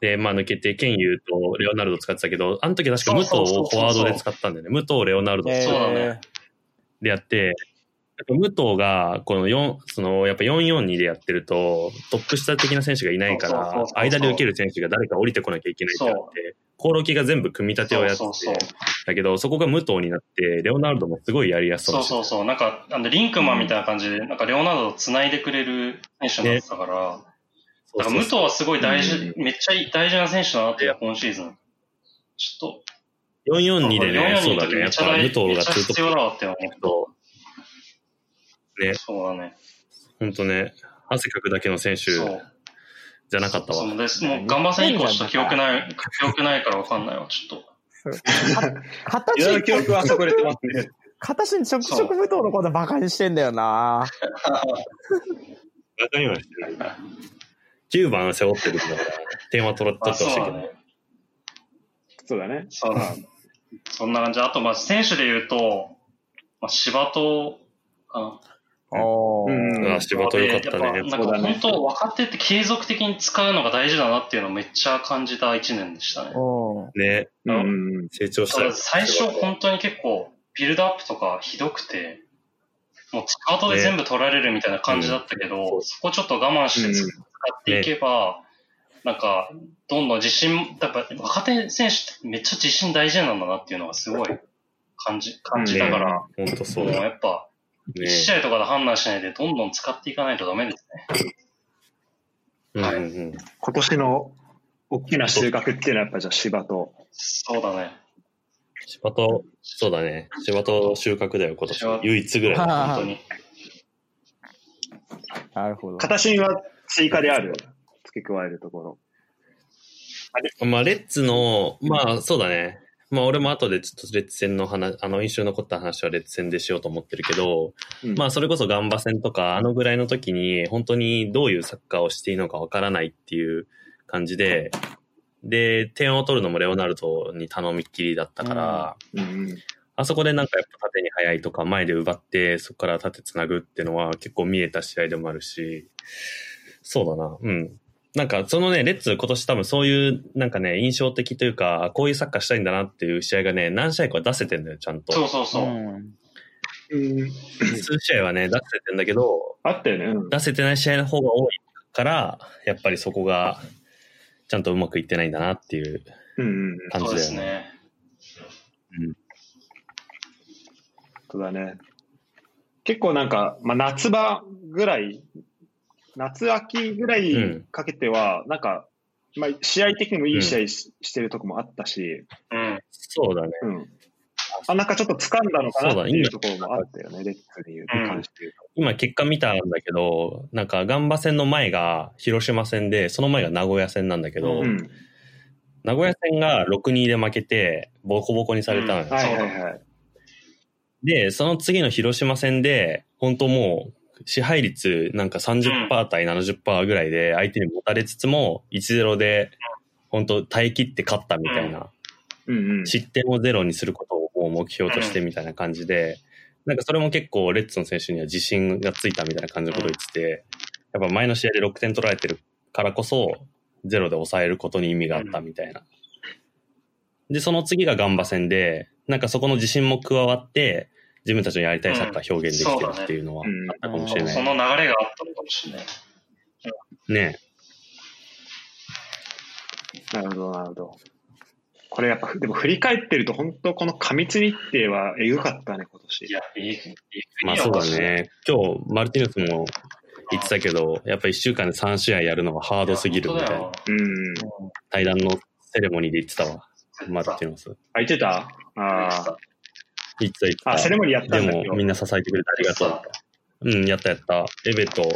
Speaker 2: で、まあ抜けて、ケンユとレオナルド使ってたけど、あの時確か武藤
Speaker 4: そうそうそう
Speaker 2: を
Speaker 4: そ
Speaker 2: フ
Speaker 4: う
Speaker 2: ォワードで使ったんだよね。武藤、レオナルド
Speaker 3: えー
Speaker 4: そうだね
Speaker 2: でやって、やっぱ武藤が、この4、その、やっぱ442でやってると、トップ下的な選手がいないか
Speaker 4: そうそうそう
Speaker 2: ら
Speaker 4: そ、う
Speaker 2: 間で受ける選手が誰か降りてこなきゃいけないってなって、コオロキが全部組み立てをやって
Speaker 4: そうそうそう。
Speaker 2: だけど、そこが武藤になって、レオナルドもすごいやりやすそう
Speaker 4: そう
Speaker 2: にして
Speaker 4: そうそう。なんか、あの、リンクマンみたいな感じで、なんか、レオナルドを繋いでくれる選手になってたから、だから武藤はすごい大事、めっちゃいい大事な選手だなって、今シーズン。ちょっと、
Speaker 2: 442でね、
Speaker 4: 442
Speaker 2: そう
Speaker 4: の
Speaker 2: だ
Speaker 4: 時
Speaker 2: ね。
Speaker 4: め
Speaker 2: や
Speaker 4: っ
Speaker 2: っ
Speaker 4: ちゃ
Speaker 2: ぱ武
Speaker 4: 大
Speaker 2: 藤
Speaker 4: めっ
Speaker 2: が
Speaker 4: ちゃ
Speaker 2: ツート
Speaker 4: 必要
Speaker 2: ッ
Speaker 4: だわって思
Speaker 2: プと、ね
Speaker 4: う。、そうだね。
Speaker 2: ほんとね、汗かくだけの選手
Speaker 4: そう。
Speaker 2: じゃなかった
Speaker 4: そ
Speaker 2: わ。
Speaker 4: うです。もう、ガンバ戦以降ちょっと記憶ない、記憶ないからわかんないわ、ちょっと。
Speaker 3: 形
Speaker 1: 湯田の
Speaker 3: に、
Speaker 1: 記憶はそこでてますね。
Speaker 3: 形にちょくちょく武藤のことバカにしてんだよな。
Speaker 2: わかりましたね。10番背負ってるんだから、点は取ら取
Speaker 4: あ
Speaker 2: ってほ
Speaker 4: そう
Speaker 2: しいけ
Speaker 4: だ
Speaker 2: ど。
Speaker 4: ね。
Speaker 1: そうだね。
Speaker 4: そうだ。そんな感じ。あと、まあ、選手で言うと、まあ、芝と、かな。
Speaker 3: おー
Speaker 1: うん
Speaker 2: ああ、仕事良かった
Speaker 4: や
Speaker 2: ね
Speaker 4: っ。ぱなんか
Speaker 1: そうだね
Speaker 4: 本当、若手って継続的に使うのが大事だなっていうのをめっちゃ感じた1年でしたね。
Speaker 3: うん。
Speaker 2: ね、
Speaker 1: うんうん。
Speaker 2: 成長し
Speaker 4: だ
Speaker 2: た
Speaker 4: か
Speaker 2: よ
Speaker 4: ら。最初本当に結構、ビルドアップとかひどくて、もうチカートで全部取られるみたいな感じだったけど、
Speaker 2: うん
Speaker 4: そこちょっと我慢して使っていけば、なんか、どんどん自信、やっぱ若手選手ってめっちゃ自信大事なんだなっていうのがすごい感じ、感じたから、
Speaker 2: ほんとそ
Speaker 4: も
Speaker 2: う
Speaker 4: う
Speaker 2: だね
Speaker 4: や。っぱ、1試合とかで判断しないでどんどん使っていかないとダメですね。
Speaker 2: うんうんうん。
Speaker 1: 今年の大きな収穫っていうのはやっぱじゃあ芝と。
Speaker 4: そうだね。
Speaker 2: 仕事、そうだね。仕事収穫だよ、今年。唯一ぐらいだね。
Speaker 4: 本当に。
Speaker 3: なるほど。
Speaker 1: 形には追加である。付け加えるところ。
Speaker 2: まあ、レッツの、まあ、そうだね。まあ、俺も後でちょっとレッツ戦の話、あの、印象に残った話はレッツ戦でしようと思ってるけど、
Speaker 1: うん
Speaker 2: まあ、それこそガンバ戦とか、あのぐらいの時に、本当にどういうサッカーをしていいのかわからないっていう感じで、で、点を取るのもレオナルドに頼みっきりだったから、
Speaker 1: うんうん
Speaker 2: あそこでなんかやっぱ縦に速いとか、前で奪って、そこから縦つなぐっていうのは結構見えた試合でもあるし、そうだな、うん。なんかそのね、レッツ今年多分そういうなんかね、印象的というか、こういうサッカーしたいんだなっていう試合がね、何試合かは出せてんのよ、ちゃんと。
Speaker 4: そうそうそう。
Speaker 3: うん
Speaker 1: うん。
Speaker 2: 数試合はね、出せてんだけど、
Speaker 1: あったよね。うん
Speaker 2: 出せてない試合の方が多いから、やっぱりそこが、ちゃんとうまくいってないんだなっていう
Speaker 1: うんうん。
Speaker 2: 感
Speaker 4: そ
Speaker 2: じ
Speaker 4: うで
Speaker 2: だよ
Speaker 4: す
Speaker 2: ね。
Speaker 4: ね。
Speaker 1: そうだね。結構なんか、まあ、夏場ぐらい、夏秋ぐらいかけては、なんか、まあ、試合的にもいい試合し,、してるとこもあったし、
Speaker 4: うん。
Speaker 2: そうだね。
Speaker 1: うん。あ、なんかちょっと掴んだのかなっていうところもあったよね、レッツでいう
Speaker 4: うん
Speaker 1: 関して言う
Speaker 2: 今結果見たんだけど、なんかガンバ戦の前が広島戦で、その前が名古屋戦なんだけど、
Speaker 1: と。うん。
Speaker 2: 名古屋戦が6-2で負けて、ボコボコにされたのよ、
Speaker 4: うん
Speaker 1: はいはいはい。
Speaker 2: で、その次の広島戦で、本当もう、支配率なんか30%対70%ぐらいで相手に持たれつつも、1-0で、本当耐え切って勝ったみたいな。
Speaker 1: うんうん。
Speaker 2: 失点をゼロにすることをもう目標としてみたいな感じで、なんかそれも結構レッツの選手には自信がついたみたいな感じのことを言ってて、やっぱ前の試合で6点取られてるからこそ、ゼロで抑えることに意味があったみたいな。で、その次がガンバ戦で、なんかそこの自信も加わって、自分たちのやりたいサッカー表現できてるっていうのは
Speaker 1: うん
Speaker 2: あったかもしれ
Speaker 4: そ
Speaker 2: ない。
Speaker 4: の流れがあったのかもしれない。
Speaker 2: ね
Speaker 1: なるほど、なるほど。これやっぱ、でも振り返ってると、本当この過密日程はえぐかったね、今年。
Speaker 4: いや、いい、いい
Speaker 2: まあそうだ。ね。今日、マルティネスも言ってたけど、やっぱ1週間で3試合やるのはハードすぎるみたいな。
Speaker 1: うん。
Speaker 2: 対談のセレモニーで言ってたわ。マル
Speaker 4: だ
Speaker 2: ティネス。
Speaker 1: あ、言ってたあ
Speaker 2: 言ってた言って
Speaker 1: あ。あ、セレ
Speaker 2: た。
Speaker 1: モニーやったんだ
Speaker 2: で
Speaker 1: け
Speaker 2: もみんな支えてくれてありがとう。うん、やったやった。エベと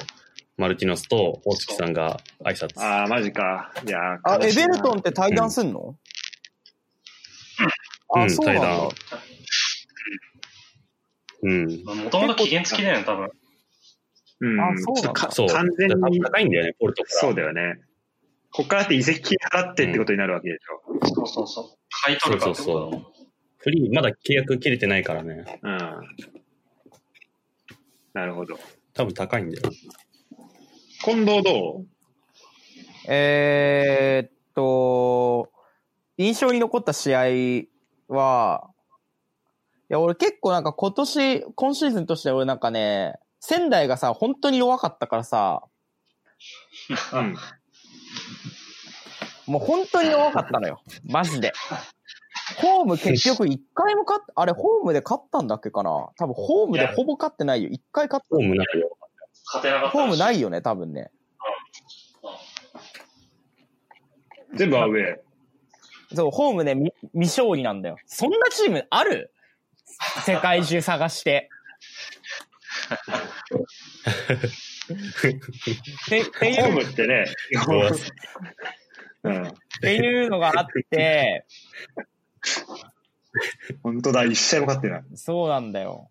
Speaker 2: マルティネスと大月さんが挨拶。
Speaker 1: ああ、マジか。いやー
Speaker 3: あ、エ
Speaker 1: 悲しい
Speaker 3: ベ
Speaker 1: な
Speaker 3: ルトンって対談すんの、
Speaker 2: うん
Speaker 3: あ、そうな
Speaker 2: 対
Speaker 3: んだ
Speaker 2: 談。うん。
Speaker 4: もともと期限付きだよね、多分。
Speaker 1: うん。
Speaker 3: あそうなんだ
Speaker 1: ちょっとか
Speaker 2: そう。
Speaker 1: 完全
Speaker 2: だから
Speaker 1: に、
Speaker 2: 高いんだよね、ポルトから。
Speaker 1: そうだよね。こっからって移籍金払ってってことになるわけでしょ。
Speaker 4: そうそうそう。買い取るかってことだもん
Speaker 2: そうフリー、まだ契約切れてないからね。
Speaker 1: うん。なるほど。
Speaker 2: 多分高いんだよ。
Speaker 1: 近藤どう
Speaker 3: えーっと、印象に残った試合は、いや、俺結構なんか今年、今シーズンとして俺なんかね、仙台がさ、本当に弱かったからさ、
Speaker 1: うん。
Speaker 3: もう本当に弱かったのよ。マジで。ホーム結局一回も勝っ、あれホームで勝ったんだっけかな多分ホームでほぼ勝ってないよ。一回勝った
Speaker 2: ホームない よ。
Speaker 4: 勝てなかった。
Speaker 3: ホームないよね、多分ね。
Speaker 1: 全部アウェイ。
Speaker 3: そう、ホームで未未勝利なんだよ。そんなチームある世界中探して。ってって
Speaker 1: ホー
Speaker 3: いう
Speaker 1: ム
Speaker 3: っ
Speaker 1: ってね、
Speaker 2: 弱
Speaker 1: うん。
Speaker 3: ていうのがあって、
Speaker 1: 本当だ、一試合も勝ってない。
Speaker 3: そうなんだよ。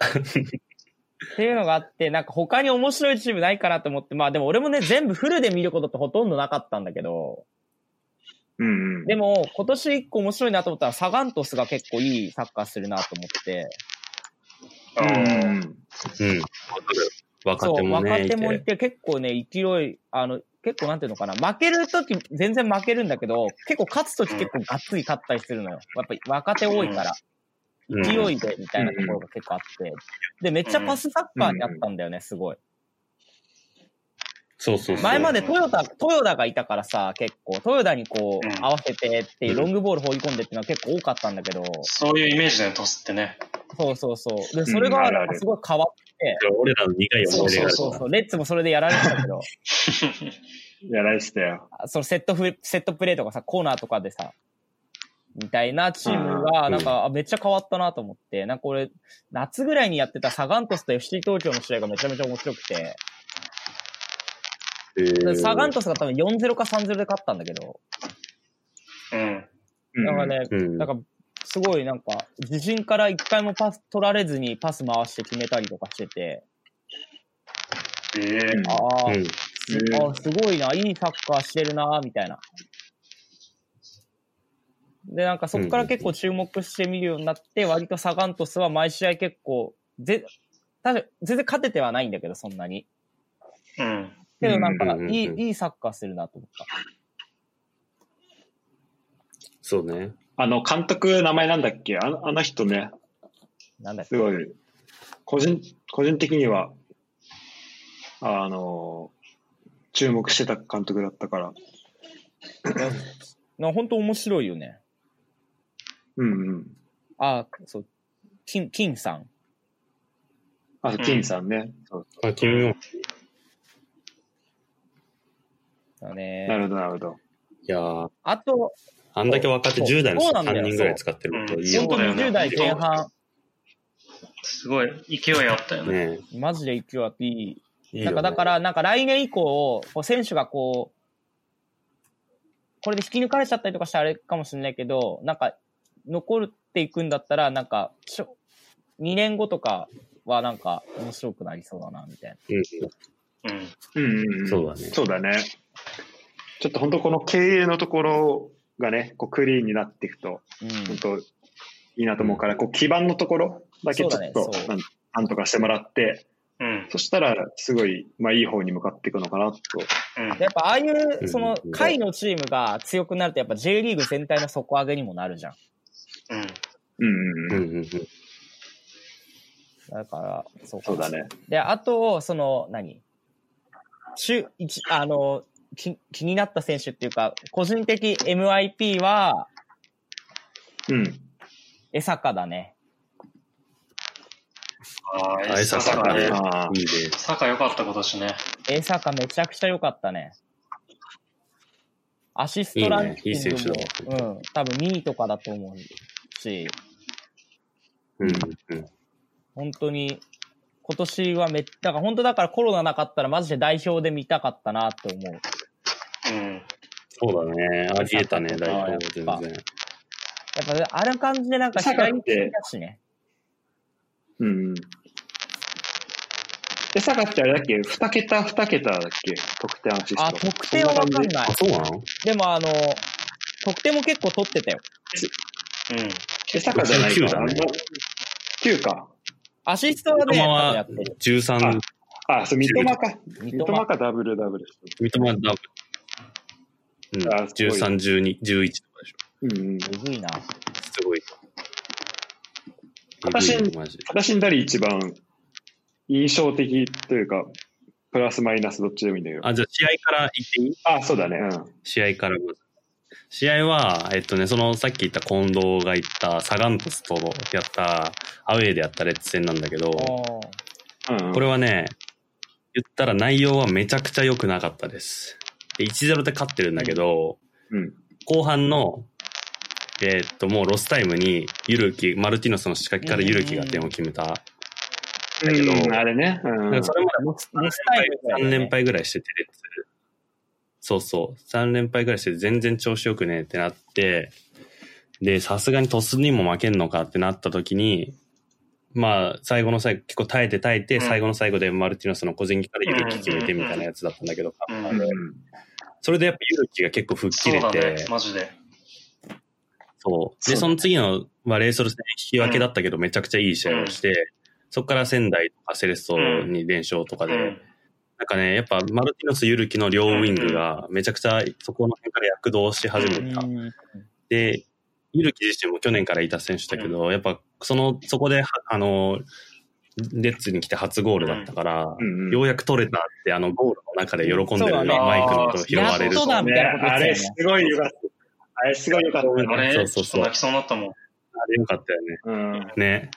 Speaker 3: っていうのがあって、なんか他に面白いチームないかなと思って、まあでも俺もね、全部フルで見ることってほとんどなかったんだけど、
Speaker 1: うんうん。
Speaker 3: でも今年一個面白いなと思ったらサガントスが結構いいサッカーするなと思って、
Speaker 1: うんうん
Speaker 4: う。
Speaker 1: うんん。
Speaker 2: うん。若
Speaker 3: そう
Speaker 2: 手もね。
Speaker 3: 若手もい
Speaker 2: いて
Speaker 3: て、結構ね、勢い、あの、結構なんていうのかな、負けるとき全然負けるんだけど、結構勝つとき結構がっつり勝ったりするのよ。やっぱり若手多いから、
Speaker 2: うん
Speaker 3: 勢いでみたいなところが結構あって。で、めっちゃパスサッカーにあったんだよね、すごい。
Speaker 2: そうそうそう。
Speaker 3: 前までトヨタ、トヨタがいたからさ、結構、トヨタにこ
Speaker 4: うん
Speaker 3: う、合わせてっていうう、
Speaker 2: ん
Speaker 3: ロングボール放り込んでっていうのは結構多かったんだけど、
Speaker 4: そういうイメージだよね、トスってね。
Speaker 3: そうそうそう。で、それ
Speaker 1: うんあ
Speaker 3: が
Speaker 1: るある
Speaker 3: すごい変わって、
Speaker 2: 俺らの苦い
Speaker 4: そ
Speaker 2: 思
Speaker 4: う
Speaker 2: い出がある
Speaker 3: そうそう、レッツもそれでやられてたけど、
Speaker 1: いやられてたよ。
Speaker 3: そのセットフ、セットプレーとかさ、コーナーとかでさ、みたいなチームが、
Speaker 2: うん
Speaker 3: なんか、あめっちゃ変わったなと思って、なんか俺、夏ぐらいにやってたサガントスと FC 東京の試合がめちゃめちゃ面白くて、
Speaker 2: へー
Speaker 3: でサガントスが多分4-0か3-0で勝ったんだけど、
Speaker 4: うん。
Speaker 1: うん
Speaker 3: だからね、
Speaker 2: うん。
Speaker 3: なんか、すごいなんか、自陣から一回もパス取られずにパス回して決めたりとかしてて、
Speaker 4: ええ
Speaker 1: うん
Speaker 3: ああ、
Speaker 2: うん
Speaker 3: すあすごいな、いいサッカーしてるな、みたいな。で、なんかそこから結構注目して見るようになって、割とサガントスは毎試合結構、ぜ確か全然勝ててはないんだけど、そんなに。
Speaker 4: うん。
Speaker 3: けどなんか、
Speaker 2: うんうんうんうん
Speaker 3: いい、いいサッカーするなと思った。
Speaker 2: そうね。
Speaker 1: あの、監督、名前なんだっけあのあの人ね、
Speaker 3: なんだっけ
Speaker 1: すごい、個人、個人的には、あの、注目してた監督だったから。
Speaker 3: な本当面白いよね。
Speaker 1: うんうん。
Speaker 3: あ、そう、金、金さん。
Speaker 1: あと、金さんね。そう
Speaker 2: あ、君も。
Speaker 3: だね。
Speaker 1: なるほど、なるほど。
Speaker 2: いやー
Speaker 3: あと、
Speaker 2: あんだけ若手
Speaker 3: そう
Speaker 2: 10代の人
Speaker 3: そうなんだ
Speaker 2: 3
Speaker 3: よ
Speaker 2: 人ぐらい使ってることいいよ
Speaker 3: 本
Speaker 4: そう
Speaker 3: 当
Speaker 4: だよね
Speaker 3: 20代前半、
Speaker 4: すごい、勢いあったよね。
Speaker 2: ね。
Speaker 3: マジで勢いあっていい
Speaker 2: いい
Speaker 3: な
Speaker 2: よ
Speaker 3: んか
Speaker 2: ね
Speaker 3: だから、なんか来年以降、こう選手がこう、これで引き抜かれちゃったりとかしたらあれかもしれないけど、なんか残っていくんだったら、なんかしょ2年後とかはなんか面白くなりそうだな、みたいな。
Speaker 4: うん。
Speaker 1: うんうん、うん。
Speaker 2: そうだね
Speaker 1: そうだね。ちょっと本当この経営のところがね、こうクリーンになっていくと、
Speaker 3: うん
Speaker 1: 本。当いいなと思うから、こう基盤のところだけちょっ
Speaker 3: そうだね
Speaker 1: と
Speaker 3: そう
Speaker 1: なんなんとかしてもらって、
Speaker 4: うん。
Speaker 1: そしたらすごい、まあいい方に向かっていくのかなと。
Speaker 4: うん。
Speaker 3: でやっぱああい
Speaker 2: うん
Speaker 3: う、その、下位のチームが強くなると、やっぱ J リーグ全体の底上げにもなるじゃん。
Speaker 4: うん。
Speaker 1: うんうん
Speaker 2: う
Speaker 1: うんん。
Speaker 2: うんうん。
Speaker 3: だから、そうか
Speaker 1: そうだね。
Speaker 3: で、あと、その、何週、一、あの、気気になった選手っていうか、個人的 MIP は、
Speaker 1: うん。
Speaker 3: 江坂だね。
Speaker 4: ああ、
Speaker 2: あ
Speaker 4: え
Speaker 2: 江坂
Speaker 4: 坂ね。
Speaker 1: ああ
Speaker 2: いいね。
Speaker 4: 坂良かった今年ね。
Speaker 3: 江坂めちゃくちゃ良かったね。アシストランキ
Speaker 2: いいねい
Speaker 3: ングも、
Speaker 2: い選手だ
Speaker 3: うん、多分2位とかだと思うし、
Speaker 2: うんうん。
Speaker 3: 本当に、今年はめっだから本当だからコロナなかったらマジで代表で見たかったなって思う。
Speaker 4: うん。
Speaker 2: そうだね。ありえたね、
Speaker 3: 坂
Speaker 2: 代
Speaker 3: とかはやっ
Speaker 2: 表
Speaker 3: ぱ
Speaker 2: 全然。
Speaker 3: やっぱある感じでなんか
Speaker 1: 江坂って
Speaker 3: 左利きだしね。
Speaker 1: うんうん。え、坂ってあれだっけ ?2 桁、2桁だっけ得点アシスト。
Speaker 3: あ、得点はわかんない
Speaker 2: あ、。そうなの
Speaker 3: でもあの、得点も結構取ってたよ。
Speaker 4: うん。
Speaker 1: え、坂じゃないから。
Speaker 2: 9だね
Speaker 1: 9か。
Speaker 3: アシストは
Speaker 2: 三
Speaker 3: ね、
Speaker 2: 笘
Speaker 3: 多分や
Speaker 2: は
Speaker 3: ってる。
Speaker 2: 13、
Speaker 1: あ、そう、三笘か。
Speaker 3: 三
Speaker 1: 三
Speaker 3: 笘
Speaker 1: 笘。かダブルダブルして
Speaker 2: 三笘ダブル。うん、
Speaker 1: あすごい
Speaker 2: 13、12、11とかでしょ。
Speaker 1: る。うんうん。
Speaker 3: えぐいな。
Speaker 2: すごい。
Speaker 1: 私
Speaker 2: えぐいよマジで
Speaker 1: 私に誰一番印象的というか、プラスマイナスどっちでもいいんだけど。
Speaker 2: あ、じゃあ試合から言っていい
Speaker 1: あ、そうだね。うん。
Speaker 2: 試合からまず。試合は、えっとね、そのさっき言った近藤が言ったサガン鳥栖とやった、アウェーでやったレッツ戦なんだけど、こ
Speaker 3: おー
Speaker 1: うん、
Speaker 2: れ
Speaker 1: は、
Speaker 2: はね、言ったら内容はめちゃくちゃ良くなかったです。で1-0で勝ってるんだけど、
Speaker 1: うん。
Speaker 2: 後半の、えーっと、もうロスタイムに、ゆるき、マルティノスの仕掛けからゆるきが点を決めた。
Speaker 1: だ
Speaker 2: けど
Speaker 1: あれね。うん。
Speaker 2: なんかそれまで
Speaker 3: ロスタイムだよね
Speaker 2: 3連敗ぐらいしてて、レッツそうそう、3連敗ぐらいして全然調子よくねえってなって、で、さすがにトスにも負けんのかってなった時に、まあ、最後の最後、結構耐えて耐え
Speaker 4: う
Speaker 2: て、
Speaker 4: ん
Speaker 2: 最後の最後でマルティノスの個人技からゆるき決めてみたいなやつだったんだけど、
Speaker 4: うん
Speaker 1: うん
Speaker 2: それでやっぱゆるきが結構吹っ切
Speaker 4: そう
Speaker 2: れ
Speaker 4: だ
Speaker 2: て、
Speaker 4: ね、マジで。
Speaker 2: そう。
Speaker 1: そうだ
Speaker 2: で、
Speaker 1: ね
Speaker 2: その次の、まあ、レイソル戦引き分けだったけど、めちゃくちゃいい試合をして、そこから仙台とかセレッソに連勝とか
Speaker 4: う
Speaker 2: で、
Speaker 4: ん。
Speaker 2: なんかね、やっぱマルティノス・ユルキの両ウィングが、めちゃくちゃそこの辺から躍動し始めた。
Speaker 3: うん
Speaker 2: で、ユルキ自身も去年からいた選手だけど、やっぱその、そこでは、あの、レッツに来て初ゴールだったから、
Speaker 1: うんうん
Speaker 2: ようやく取れたって、あのゴールの中で喜んで
Speaker 3: そうだ
Speaker 2: る、
Speaker 3: ね
Speaker 2: マイクの音拾われる
Speaker 3: やっとだみ
Speaker 1: ね、
Speaker 3: たいなこと
Speaker 1: あれ
Speaker 3: です
Speaker 1: す
Speaker 3: よね。
Speaker 1: ごいよかった。あれすごいよかった
Speaker 4: あ
Speaker 1: ね。
Speaker 4: れ、
Speaker 2: そうそうそう
Speaker 4: ちょっと泣きそうになったもん。
Speaker 2: あれよかったよね。
Speaker 1: うん。
Speaker 2: ね。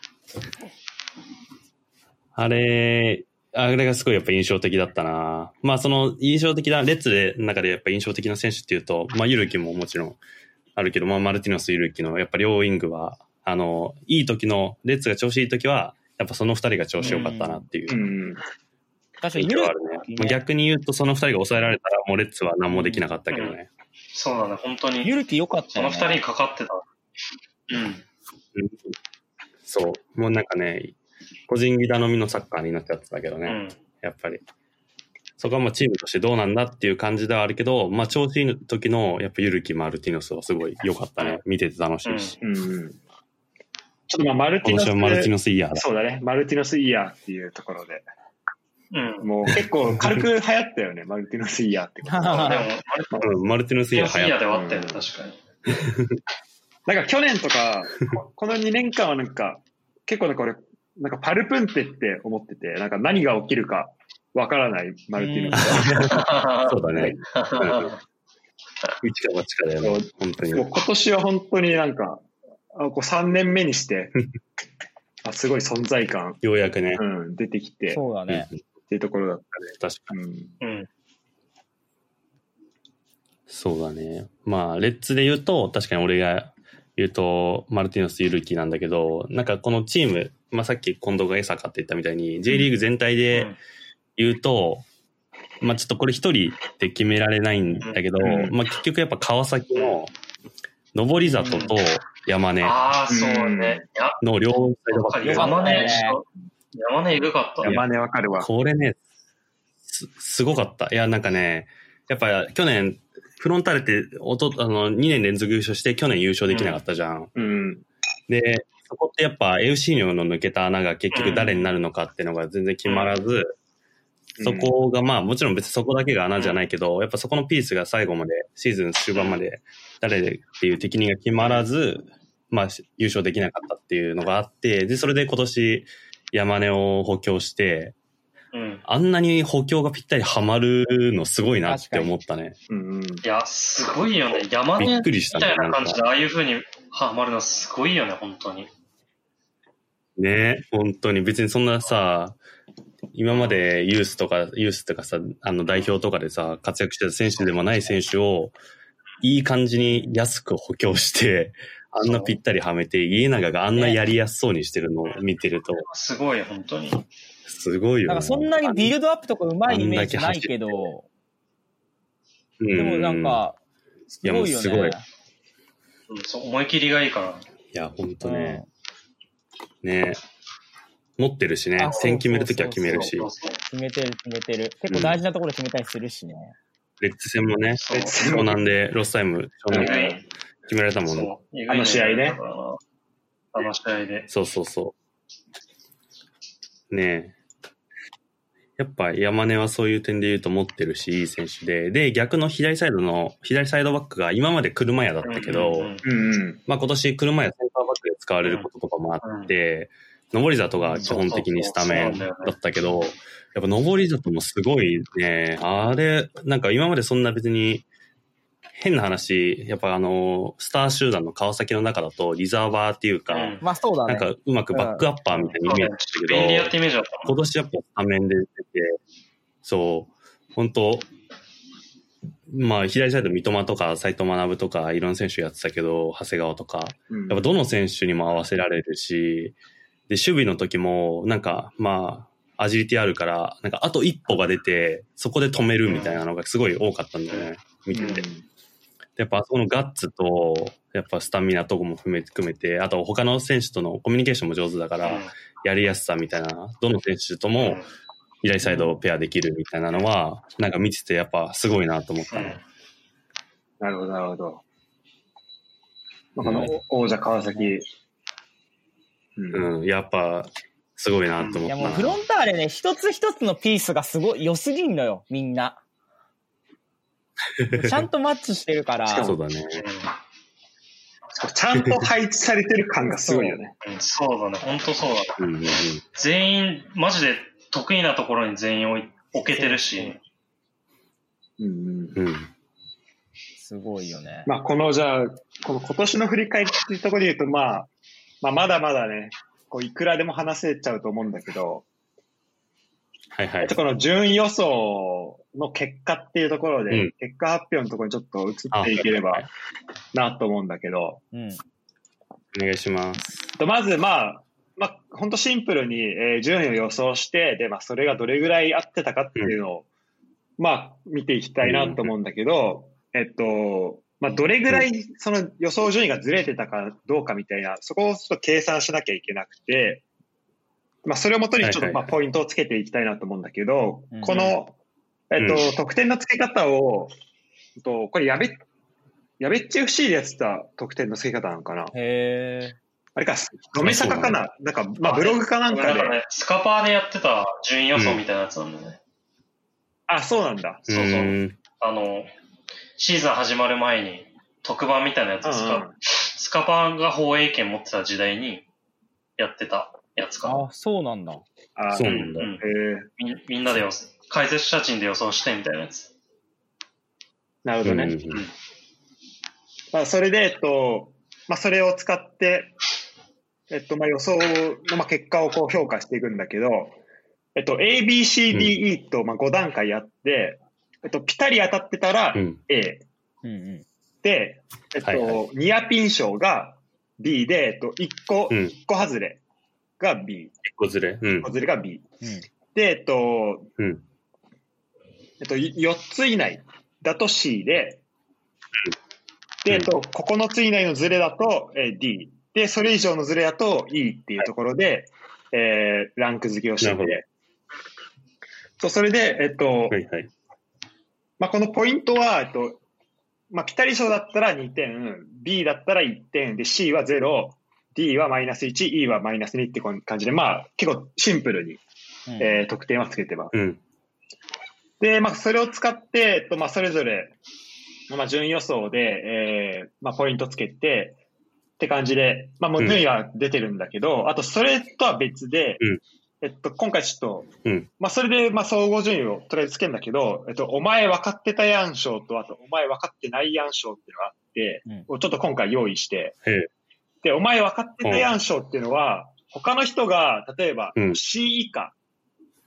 Speaker 2: あれ、あれがすごいやっぱ印象的だったな。まあその印象的な、レッツで中でやっぱ印象的な選手っていうと、まあゆるきももちろんあるけど、まあマルティノスゆるきのやっぱ両ウィングは、あの、いい時の、レッツが調子いい時は、やっぱその二人が調子良かったなっていうう。
Speaker 1: ん。
Speaker 3: 確か
Speaker 2: 印
Speaker 3: に、
Speaker 2: 象はあるね
Speaker 3: ゆるきね
Speaker 2: まあ逆に言うと、その二人が抑えられたら、もうレッツは何もできなかったけどね。
Speaker 4: そうだね、本当
Speaker 3: ゆ
Speaker 4: に。
Speaker 3: るき良かった
Speaker 4: そ
Speaker 3: よ、
Speaker 4: の
Speaker 3: ね。
Speaker 4: 二人にかかってた。うん。
Speaker 2: うんそう。もうなんかね、個人技頼みのサッカーになっちゃってたけどね。
Speaker 4: うん。
Speaker 2: やっぱり。そこはもうチームとしてどうなんだっていう感じではあるけど、まあ調子いい時の、やっぱゆるきマルティノスはすごい良かったね。見てて楽しいし。
Speaker 1: うん。うん。ちょっとまあ、マルティ
Speaker 2: 今
Speaker 1: ノ
Speaker 2: 年
Speaker 1: ス
Speaker 2: はマルティノスイヤーだ。
Speaker 1: そうだね。マルティノスイヤーっていうところで。
Speaker 4: うん。でも、
Speaker 1: もう結構軽く流行ったよね。マルティノスイヤーって こと。
Speaker 4: あ れ、
Speaker 2: うん、マルティノスイ
Speaker 4: ピ
Speaker 2: ヤ
Speaker 4: アス
Speaker 2: ー
Speaker 4: イ
Speaker 2: 流行
Speaker 4: ヤ
Speaker 2: っ
Speaker 4: ー
Speaker 2: た。
Speaker 4: ではあったよね、確かに。
Speaker 1: なんか去年とか、ここの2年間はなんか、結構なんか俺、なんかパルプンテって思ってて、なんか何が起きるかわからないマルティノス。
Speaker 2: そうだね。一か八かだよね。本当
Speaker 1: もう
Speaker 2: に。
Speaker 1: 今年は本当になんか、あこう3年目にして、 あすごい存在感、
Speaker 2: ようやくね。
Speaker 1: うん、出てきてっ
Speaker 3: そうだね。
Speaker 2: うん
Speaker 1: ていうところだっ
Speaker 2: 確か
Speaker 1: たね。うん
Speaker 4: うん。
Speaker 2: そうだね。まあ、レッツで言うと、確かに俺が言うと、マルティノス・ユルキなんだけど、なんかこのチーム、まあさっき近藤が江坂って言ったみたいに、J リーグ全体で、言うと、まあちょっとこれ一人で決められないんだけど、
Speaker 1: うん
Speaker 2: まあ結局やっぱ川崎の上り里と山根
Speaker 4: ああ、そうね。いや、
Speaker 2: の両サイドバック
Speaker 3: よかった
Speaker 4: 山根
Speaker 3: ね、
Speaker 4: 山根えぐかった。
Speaker 1: 山根わかるわ。
Speaker 2: これね、す、すごかった。いや、なんかね、やっぱ去年、フロンターレって、おと、あの、2年連続優勝して去年優勝できなかったじゃん。
Speaker 1: うん。
Speaker 2: で、そこってやっぱ、エウシーニョの抜けた穴が結局誰になるのかっていうのが全然決まらず、そこがまあもちろん別にそこだけが穴じゃないけど、やっぱそこのピースが最後まで、シーズン終盤まで誰っていう適任が決まらず、まあ、優勝できなかったっていうのがあって、で、それで今年山根を補強して、
Speaker 4: うん。
Speaker 2: あんなに補強がぴったりはまるのすごいなって思ったね。
Speaker 1: うんうん。
Speaker 4: いや、すごいよね。山根
Speaker 2: びっ
Speaker 4: み
Speaker 2: くりした
Speaker 4: た
Speaker 2: ね
Speaker 4: い。
Speaker 2: な
Speaker 4: なん感じで、
Speaker 2: か
Speaker 4: ああいう風にハマるのはすごいよね、本当に。
Speaker 2: ね、本当に別にそんなさ、今までユースとか、ユースとかさ、あの代表とかでさ、活躍してた選手でもない選手を、いい感じに安く補強して、あんなぴったりはめて、家長があんなやりやすそうにしてるのを見てると、
Speaker 4: すごいよ、本当に。
Speaker 2: すごいよ
Speaker 5: なんかそんなにビルドアップとかうまいイメージないけど、で
Speaker 2: で
Speaker 5: もなん、か、すごいよね。
Speaker 2: いやもうすごい
Speaker 4: うんそう思い切りがいいから。
Speaker 2: いや、ほんと
Speaker 5: うん
Speaker 2: ね、ね、持ってるしね
Speaker 5: あ、
Speaker 2: 点決めるときは決めるし
Speaker 4: そ、うそう
Speaker 5: 決めてる、決めてる。結構大事なところで決めたりするしね。
Speaker 2: レッツ戦もね、
Speaker 4: そう
Speaker 1: 別
Speaker 2: 湘
Speaker 1: に
Speaker 2: 南でロスタイム、湘南
Speaker 4: うん
Speaker 2: で決められたもんね。
Speaker 4: そう
Speaker 1: あの試合ね。
Speaker 4: あの試合で。
Speaker 2: そうそうそう。ねえ。やっぱ山根はそういう点で言うと持ってるし、いい選手で。で、逆の左サイドの、左サイドバックが今まで車屋だったけど、
Speaker 4: うんう
Speaker 1: うん
Speaker 4: んうん
Speaker 1: うん。
Speaker 2: まあ今年車屋センターバックで使われることとかもあって、上り里が基本的にスタメンだったけど、やっぱ上り里もすごいね、あれ、なんか今までそんな別に、変な話、やっぱあの、スター集団の川崎の中だとリザーバーっていうか、
Speaker 4: うん
Speaker 3: まあそうだ
Speaker 2: なん
Speaker 3: ね。
Speaker 2: かうまくバックアッパーみたいなイメージだったけど、
Speaker 4: 便利屋ってイメージだったもん
Speaker 2: 今年やっぱスタメンで出てて、そう、本当まあ左サイド三笘とか斎藤学とかいろんな選手やってたけど、長谷川とか、
Speaker 1: うん
Speaker 2: やっぱどの選手にも合わせられるし、で、守備の時も、なんか、まあ、アジリティあるから、なんか、あと一歩が出て、そこで止めるみたいなのがすごい多かったんだよね、見てて。でやっぱ、あそこのガッツと、やっぱ、スタミナとかも含め含めて、あと、他の選手とのコミュニケーションも上手だから、やりやすさみたいな、どの選手と
Speaker 4: うん
Speaker 2: も左サイドをペアできるみたいなのは、なんか見てて、やっぱ、すごいなと思った
Speaker 4: うん
Speaker 2: ね。
Speaker 1: なるほど、なるほど。まあ、この
Speaker 2: うん
Speaker 1: 王者川崎。うん
Speaker 2: うん、やっぱ、すごいなと思
Speaker 5: い
Speaker 2: っ
Speaker 5: や
Speaker 2: た
Speaker 5: もう
Speaker 2: な。
Speaker 5: フロンターレね、一つ一つのピースがすごい良すぎんのよ、みんな。ちゃんとマッチしてるから。
Speaker 2: そうだね。
Speaker 1: しかもちゃんと配置されてる感がすごいよね。
Speaker 4: うんそうだね、本当そうだね。
Speaker 2: うんうんうん
Speaker 4: 全員、マジで得意なところに全員置い置けてるし、
Speaker 1: うんうん
Speaker 2: うん。
Speaker 5: すごいよね。
Speaker 1: まあ、この、じゃあ、この今年の振り返りっていうところで言うと、まあ、まあ、まだまだね、こういくらでも話せちゃうと思うんだけど、
Speaker 2: はいは
Speaker 1: ちょ
Speaker 2: い
Speaker 1: っと。この順位予想の結果っていうところで、
Speaker 2: うん
Speaker 1: 結果発表のところにちょっと移っていければなと思うんだけど、
Speaker 5: うん。
Speaker 2: お願いします。
Speaker 1: とまず、まあ、まあ、本当シンプルに、えー順位を予想して、で、まあ、それがどれぐらい合ってたかっていうのを、まあ、見ていきたいなと思うんだけど、えっと、まあ、どれぐらい、その予想順位がずれてたかどうかみたいな、そこをちょっと計算しなきゃいけなくて、まあ、それをもとにちょっ
Speaker 2: は
Speaker 1: と、
Speaker 2: いは
Speaker 1: ま
Speaker 2: い
Speaker 1: あ、
Speaker 2: はい
Speaker 1: ポイントをつけていきたいなと思うんだけど
Speaker 5: うん、
Speaker 1: この、えっと
Speaker 2: う、
Speaker 1: 得点の付け方を、えっと、これ、やべ、やべっち FC でやってた得点の付け方なのかな
Speaker 5: へ
Speaker 1: あれか、飲め坂かななんか、まあ、ブログかなん
Speaker 4: な
Speaker 1: か
Speaker 4: んか
Speaker 1: で。
Speaker 4: ね、スカパーでやってた順位予想みたいなやつなんだよね。
Speaker 1: あ、そうなんだ。
Speaker 4: そうそう
Speaker 2: ーん。
Speaker 4: あの、シーズン始まる前に特番みたいなやつ
Speaker 1: うん
Speaker 4: スカ、
Speaker 1: うん
Speaker 4: スカパーが放映権持ってた時代にやってたやつ
Speaker 5: え。
Speaker 4: かな。
Speaker 5: あ、そうなんだ。
Speaker 1: あ
Speaker 2: そうなんだ
Speaker 4: う。
Speaker 1: え
Speaker 4: ん、
Speaker 1: ー、
Speaker 4: みみんなで予想解説者陣で予想してみたいなやつ。
Speaker 1: なるほどね。
Speaker 2: うんうんうん
Speaker 1: まあ、それで、えっと、まあ、それを使って、えっと、まあ、予想の、まあ、結果をこう評価していくんだけど、えっと、A, B, C, D, E と、まあ、5段階やって、えっと、ピタリ当たってたら
Speaker 2: うん
Speaker 1: A
Speaker 5: うんうん。
Speaker 1: で、えっと、
Speaker 2: はいは
Speaker 1: ニアピン賞が B で、えっと、1個、
Speaker 2: うん
Speaker 1: 一個外れが B、
Speaker 2: 一個ずれ。うん
Speaker 1: 1個。外れが B。
Speaker 5: うん
Speaker 1: で、えっと、
Speaker 2: うん。
Speaker 1: えっと、い4つ以内だと C で、で、えっと、9つ以内のズレだとえー D、で、それ以上のズレだと E っていうところで、えーランク付けをして
Speaker 2: なる
Speaker 1: て、そうそれで、えっと、
Speaker 2: はいはい。
Speaker 1: まあ、このポイントは、えっと、まあ、ピタリ賞だったら2点、B だったら1点、で、C は0、D はマイナス1、E はマイナス2ってこん感じで、まあ、結構シンプルに、
Speaker 5: うん
Speaker 1: えー得点はつけてます。
Speaker 2: うん。
Speaker 1: で、まあ、それを使って、えっとまあ、それぞれ、まあ、順位予想で、えーまあ、ポイントつけて、って感じで、まあもう順位は出てるんだけど、あとそれとは別で、
Speaker 2: うん
Speaker 1: えっと、今回ちょっと、
Speaker 2: うん
Speaker 1: まあそれで、まあ総合順位をとりあえずつけるんだけど、えっと、お前分かってたやん賞と、あと、お前分かってないやん賞っていうのがあって、をちょっと今回用意して
Speaker 2: へえ、
Speaker 1: で、お前分かってたやん賞っていうのは、他の人が、例えば
Speaker 2: う、ん
Speaker 1: C 以下、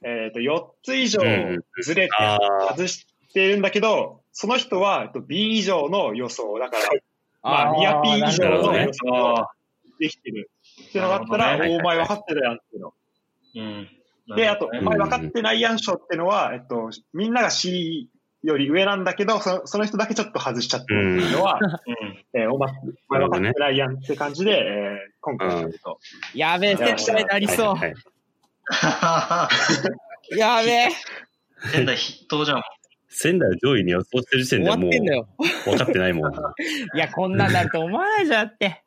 Speaker 1: えっと、4つ以上
Speaker 2: うんうん
Speaker 1: ずれて
Speaker 2: ああ、
Speaker 1: 外してるんだけど、その人はえっと B 以上の予想、だから、まあ、
Speaker 5: ー
Speaker 1: ニアピー以上
Speaker 2: なるほど
Speaker 1: の
Speaker 2: ね
Speaker 1: 予想ができてるっていうのがあった
Speaker 4: な
Speaker 1: ら、
Speaker 4: るほ
Speaker 2: どね
Speaker 1: お前分かってたやんっていうの。
Speaker 4: うん。
Speaker 1: で、あと、
Speaker 4: な
Speaker 1: お
Speaker 4: るほど
Speaker 1: 前
Speaker 4: ね
Speaker 1: 分かってないやん賞ってのは、えっと、みんなが C より上なんだけど、そのその人だけちょっと外しちゃってるっていうのは、
Speaker 4: うん。
Speaker 1: えーお前お前分かってないやんって感じで、えー今回ちょっと、
Speaker 5: やべえ、絶対なりそう。
Speaker 2: はいはいはい
Speaker 5: やべえ、
Speaker 4: 仙台筆頭じゃん。
Speaker 2: 仙台を上位に予想してる時
Speaker 5: 終
Speaker 2: 点で
Speaker 5: わっ
Speaker 2: もう
Speaker 5: てんだよ。
Speaker 2: 分かってないもん。
Speaker 5: いや、こんなんなると思わないじゃんって。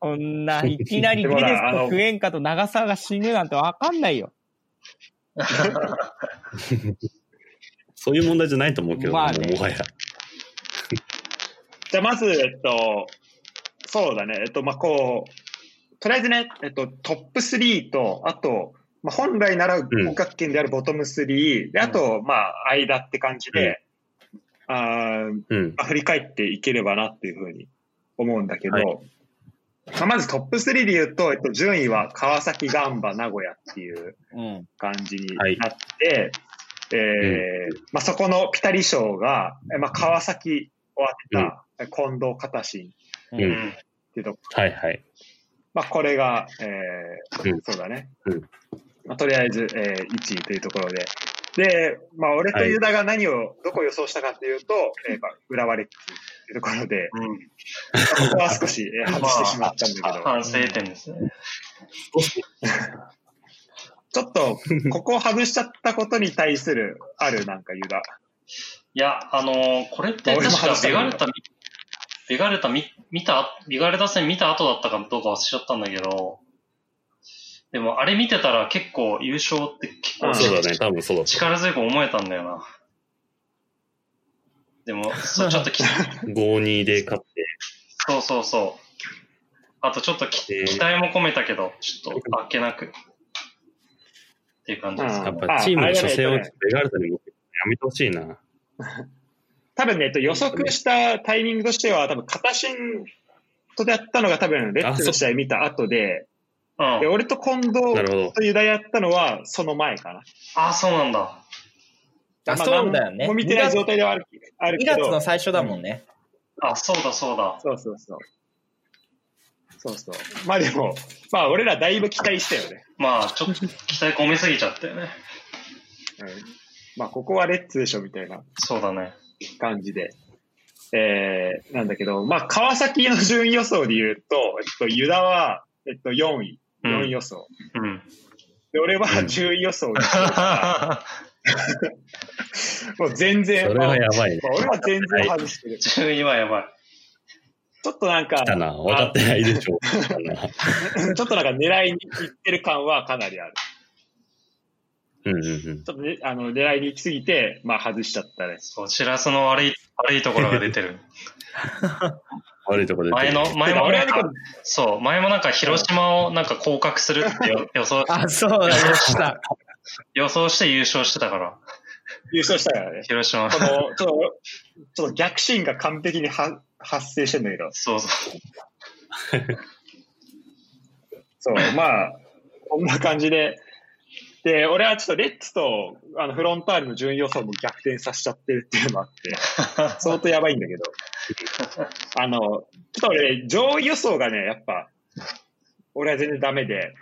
Speaker 5: こんな、いきなりテレスとクエンカと長沢が死ぬなんてわかんないよ。
Speaker 2: そういう問題じゃないと思うけどな、
Speaker 5: まあね
Speaker 2: もうもはや。
Speaker 1: じゃあまず、えっと、そうだね、えっと、まあ、こう、とりあえずね、えっと、トップ3と、あと、まあ、本来なら合格圏であるボトム3、で、あと、まあ、間って感じで、あー
Speaker 2: うん。
Speaker 1: まあ振り返っていければなっていうふうに思うんだけど、
Speaker 2: はい
Speaker 1: まあ、まずトップ3で言うと、えっと、順位は川崎、ガンバ、名古屋っていう
Speaker 5: うん。
Speaker 1: 感じにな
Speaker 2: はい
Speaker 1: って、えーまあ、そこのピタリ賞が、えまあ、川崎を当てた近藤片信
Speaker 5: うん
Speaker 2: う
Speaker 4: うんん。
Speaker 1: っていうとこ
Speaker 2: はいはい。
Speaker 1: まあ、これが、えー
Speaker 2: うん
Speaker 1: そうだね、
Speaker 2: うん
Speaker 1: まあ、とりあえず、えー1位というところで。で、まあ、俺とユダが何を、どこを予想したかっていうと、えーまあ、浦和レッズというところで、
Speaker 4: うん。
Speaker 1: まあここは少し、え ー外してしまったんだけど、
Speaker 4: 反省点ですね。
Speaker 1: ちょっと、ここを外しちゃったことに対する、あるなんかユダ。
Speaker 4: いや、あのーこれって確かベガルタ見、ベガルタ見見た、ベガルタ戦見た後だったかどうか忘れちゃったんだけど、でもあれ見てたら結構優勝って結
Speaker 1: う
Speaker 4: 構
Speaker 1: ん
Speaker 2: そうだね、多分そうだった。
Speaker 4: 力強く思えたんだよな。でも、そうちょっとき、
Speaker 2: 5-2で勝って、
Speaker 4: そうそうそう。あとちょっとき
Speaker 2: えー
Speaker 4: 期待も込めたけど、ちょっとあっけなく。っていう感じで
Speaker 1: う
Speaker 4: す
Speaker 1: ん
Speaker 4: か。
Speaker 2: やっぱチームの初戦をベガルタに持ってくのやめてほしいな。
Speaker 1: 多分ね、えっと、予測したタイミングとしては、多分、片心とでやったのが多分、レッズの試合見た後で、
Speaker 4: うん。
Speaker 1: で俺と近藤
Speaker 2: なるほど。
Speaker 1: とユダやったのは、その前かな。
Speaker 4: ああ、そうなんだ。
Speaker 5: あ、
Speaker 1: ま
Speaker 5: そうだよ
Speaker 1: 何
Speaker 5: ね。
Speaker 1: もう見てない状態ではあるある
Speaker 5: 2
Speaker 1: け
Speaker 5: 月の
Speaker 1: ど。
Speaker 5: 最初だもんね。
Speaker 4: あ、そうだそうだ。
Speaker 1: そうそうそう。そうそう。まあでも、まあ俺らだいぶ期待したよね。
Speaker 4: まあ、ちょっと期待込めすぎちゃったよね。
Speaker 1: うん、まあここはレッツでしょみたいな
Speaker 4: そうだね。
Speaker 1: 感じで。えー、なんだけど、まあ川崎の順位予想で言うと、えっと、ユダは、えっと、4位、
Speaker 4: うん
Speaker 1: 4位予想。
Speaker 4: うん。
Speaker 1: で俺は
Speaker 2: うん
Speaker 1: 10位予想 で、もう全然、
Speaker 2: それはやばいね。
Speaker 1: まあ俺は全然外してる。
Speaker 4: 順位はやばい。
Speaker 1: ちょっとなんか
Speaker 2: 来、たな。分かってないでしょ。来たな
Speaker 1: ちょっとなんか狙いにいってる感はかなりある。
Speaker 2: うんうんうん。
Speaker 1: ちょっとね、あの、狙いに行きすぎて、まあ外しちゃったね。
Speaker 4: そう、しらすの悪い、悪いところが出 てる。
Speaker 2: 悪いとこ出て
Speaker 4: 前
Speaker 2: る。
Speaker 4: の、前
Speaker 1: てか
Speaker 4: も
Speaker 1: 俺
Speaker 4: な
Speaker 1: は
Speaker 4: ん
Speaker 1: ね、これ
Speaker 4: か、そう、前もなんか広島をなんか降格するってよ予想、
Speaker 5: あ、そうだ、そうした。
Speaker 4: 予想して優勝してたから、
Speaker 1: 優勝した からね。
Speaker 4: 広島。
Speaker 1: この、ちょっと、ちょっと逆進が完璧には発生してんだけど。
Speaker 4: そうそう。
Speaker 1: そう、まあ、こんな感じで。で、俺はちょっとレッツとあのフロンターレの順位予想も逆転させちゃってるっていうのもあって、相当やばいんだけど。あの、ちょっと俺、上位予想がね、やっぱ、俺は全然ダメで、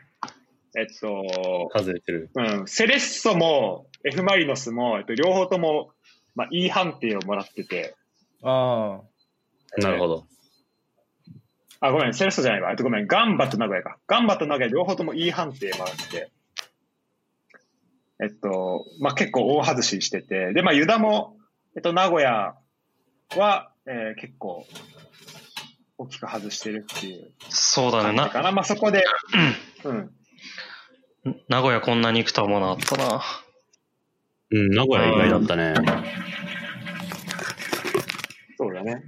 Speaker 1: えっと、
Speaker 2: 外れてる。
Speaker 1: うん、セレッソも F ・マリノスも、えっと、両方とも、まあ、いい判定をもらってて、
Speaker 5: あ
Speaker 2: なるほど。
Speaker 1: あ、ごめん、セレッソじゃないわ。えっとごめん、ガンバと名古屋か。ガンバと名古屋両方ともいい判定もらって、えっと、まあ、結構大外ししてて、で、まあ、ユダも、えっと、名古屋は、えー結構、大きく外してるっていう
Speaker 4: そうだ
Speaker 1: 感
Speaker 4: ね。
Speaker 1: じか
Speaker 4: な、
Speaker 1: な。まあ、そこで、うん。
Speaker 4: 名古屋こんなに行くとは思わなかったな。
Speaker 2: うん、名古屋以外だったね。
Speaker 1: そうだね。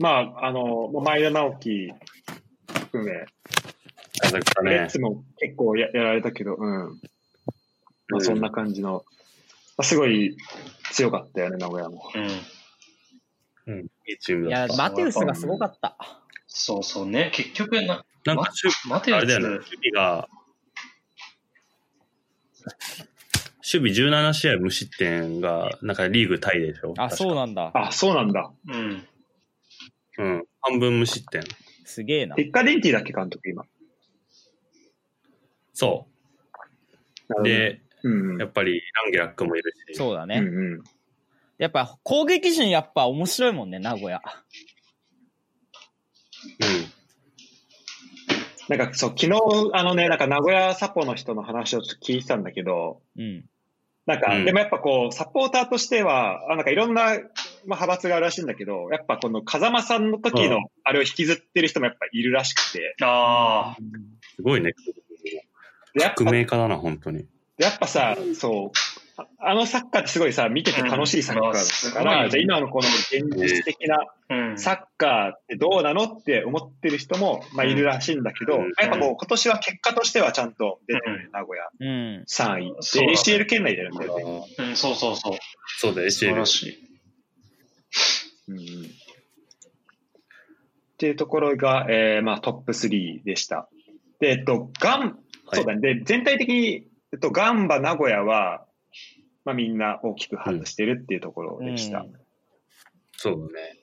Speaker 1: まあ、あの、まあ前田直樹含め、
Speaker 2: 家族だ
Speaker 1: レッ
Speaker 2: ね。
Speaker 1: ツも結構ややられたけど、うん。ま
Speaker 2: うん
Speaker 1: あ、そんな感じの、まあ、すごい強かったよね、名古屋も。
Speaker 4: うん。
Speaker 2: うん。いいチーム
Speaker 5: い
Speaker 2: だ
Speaker 5: や
Speaker 2: った。、
Speaker 5: マテウスがすごかった。
Speaker 4: そうそうね。結局な、
Speaker 2: なんか、シュ
Speaker 4: マテ
Speaker 2: あ
Speaker 4: ウ
Speaker 2: れだよね、守
Speaker 4: ス、
Speaker 2: 備が、守備17試合無失点が、なんかリーグタイでしょ
Speaker 5: あ、そう
Speaker 2: だ。
Speaker 5: なんだ。
Speaker 1: あ、そうなんだ。
Speaker 4: うん。
Speaker 2: うん。半分無失点。
Speaker 5: すげえな。
Speaker 1: 結果電気だっけ、監督、今。
Speaker 2: そ
Speaker 1: なるほ
Speaker 2: う。
Speaker 1: ど、
Speaker 2: で、
Speaker 1: うんうん。
Speaker 2: やっぱりランゲラックもいるし、
Speaker 5: そうだ
Speaker 1: う
Speaker 5: ね。
Speaker 1: んうん。
Speaker 5: やっぱ攻撃陣やっぱ面白いもんね、名古屋。
Speaker 2: う
Speaker 1: なんか、そう、昨日、あのね、なんか名古屋サポの人の話をちょっと聞いてたんだけど、
Speaker 5: うん。
Speaker 1: なんか、
Speaker 2: うん
Speaker 1: でもやっぱこう、サポーターとしては、あなんかいろんな、まあ、派閥があるらしいんだけど、やっぱこの風間さんの時
Speaker 2: う
Speaker 1: の、あれを引きずってる人もやっぱいるらしくて、
Speaker 4: ああ、
Speaker 2: ん。すごいね。
Speaker 1: でやっぱ
Speaker 2: 革命家だな、本当に。
Speaker 1: やっぱさ、そう、ああのサッカーってすごいさ、見てて楽しいサッカーだから、
Speaker 4: うん
Speaker 1: じゃあ今のこの現実的な
Speaker 4: うん。
Speaker 1: サッカーってどうなのって思ってる人も、まあ、いるらしいんだけど、
Speaker 2: うん
Speaker 1: まあやっぱもう今年は結果としてはちゃんと出てるね、名古屋
Speaker 5: うん。
Speaker 1: 3位。
Speaker 4: そうだね
Speaker 1: で、ACL 圏内でやるんだよね。
Speaker 4: うん、そうそうそう。
Speaker 2: そうだ、
Speaker 4: 素晴
Speaker 2: HL
Speaker 4: ら。しい。
Speaker 1: うんうんっていうところが、えーまあ、トップ3でした。で、えっと、ガン、
Speaker 2: い
Speaker 1: そうだね。で、全体的に、えっと、ガンバ、名古屋は、まあ、みんな大きく外してるっていうところでした。
Speaker 5: うん
Speaker 2: そうだね。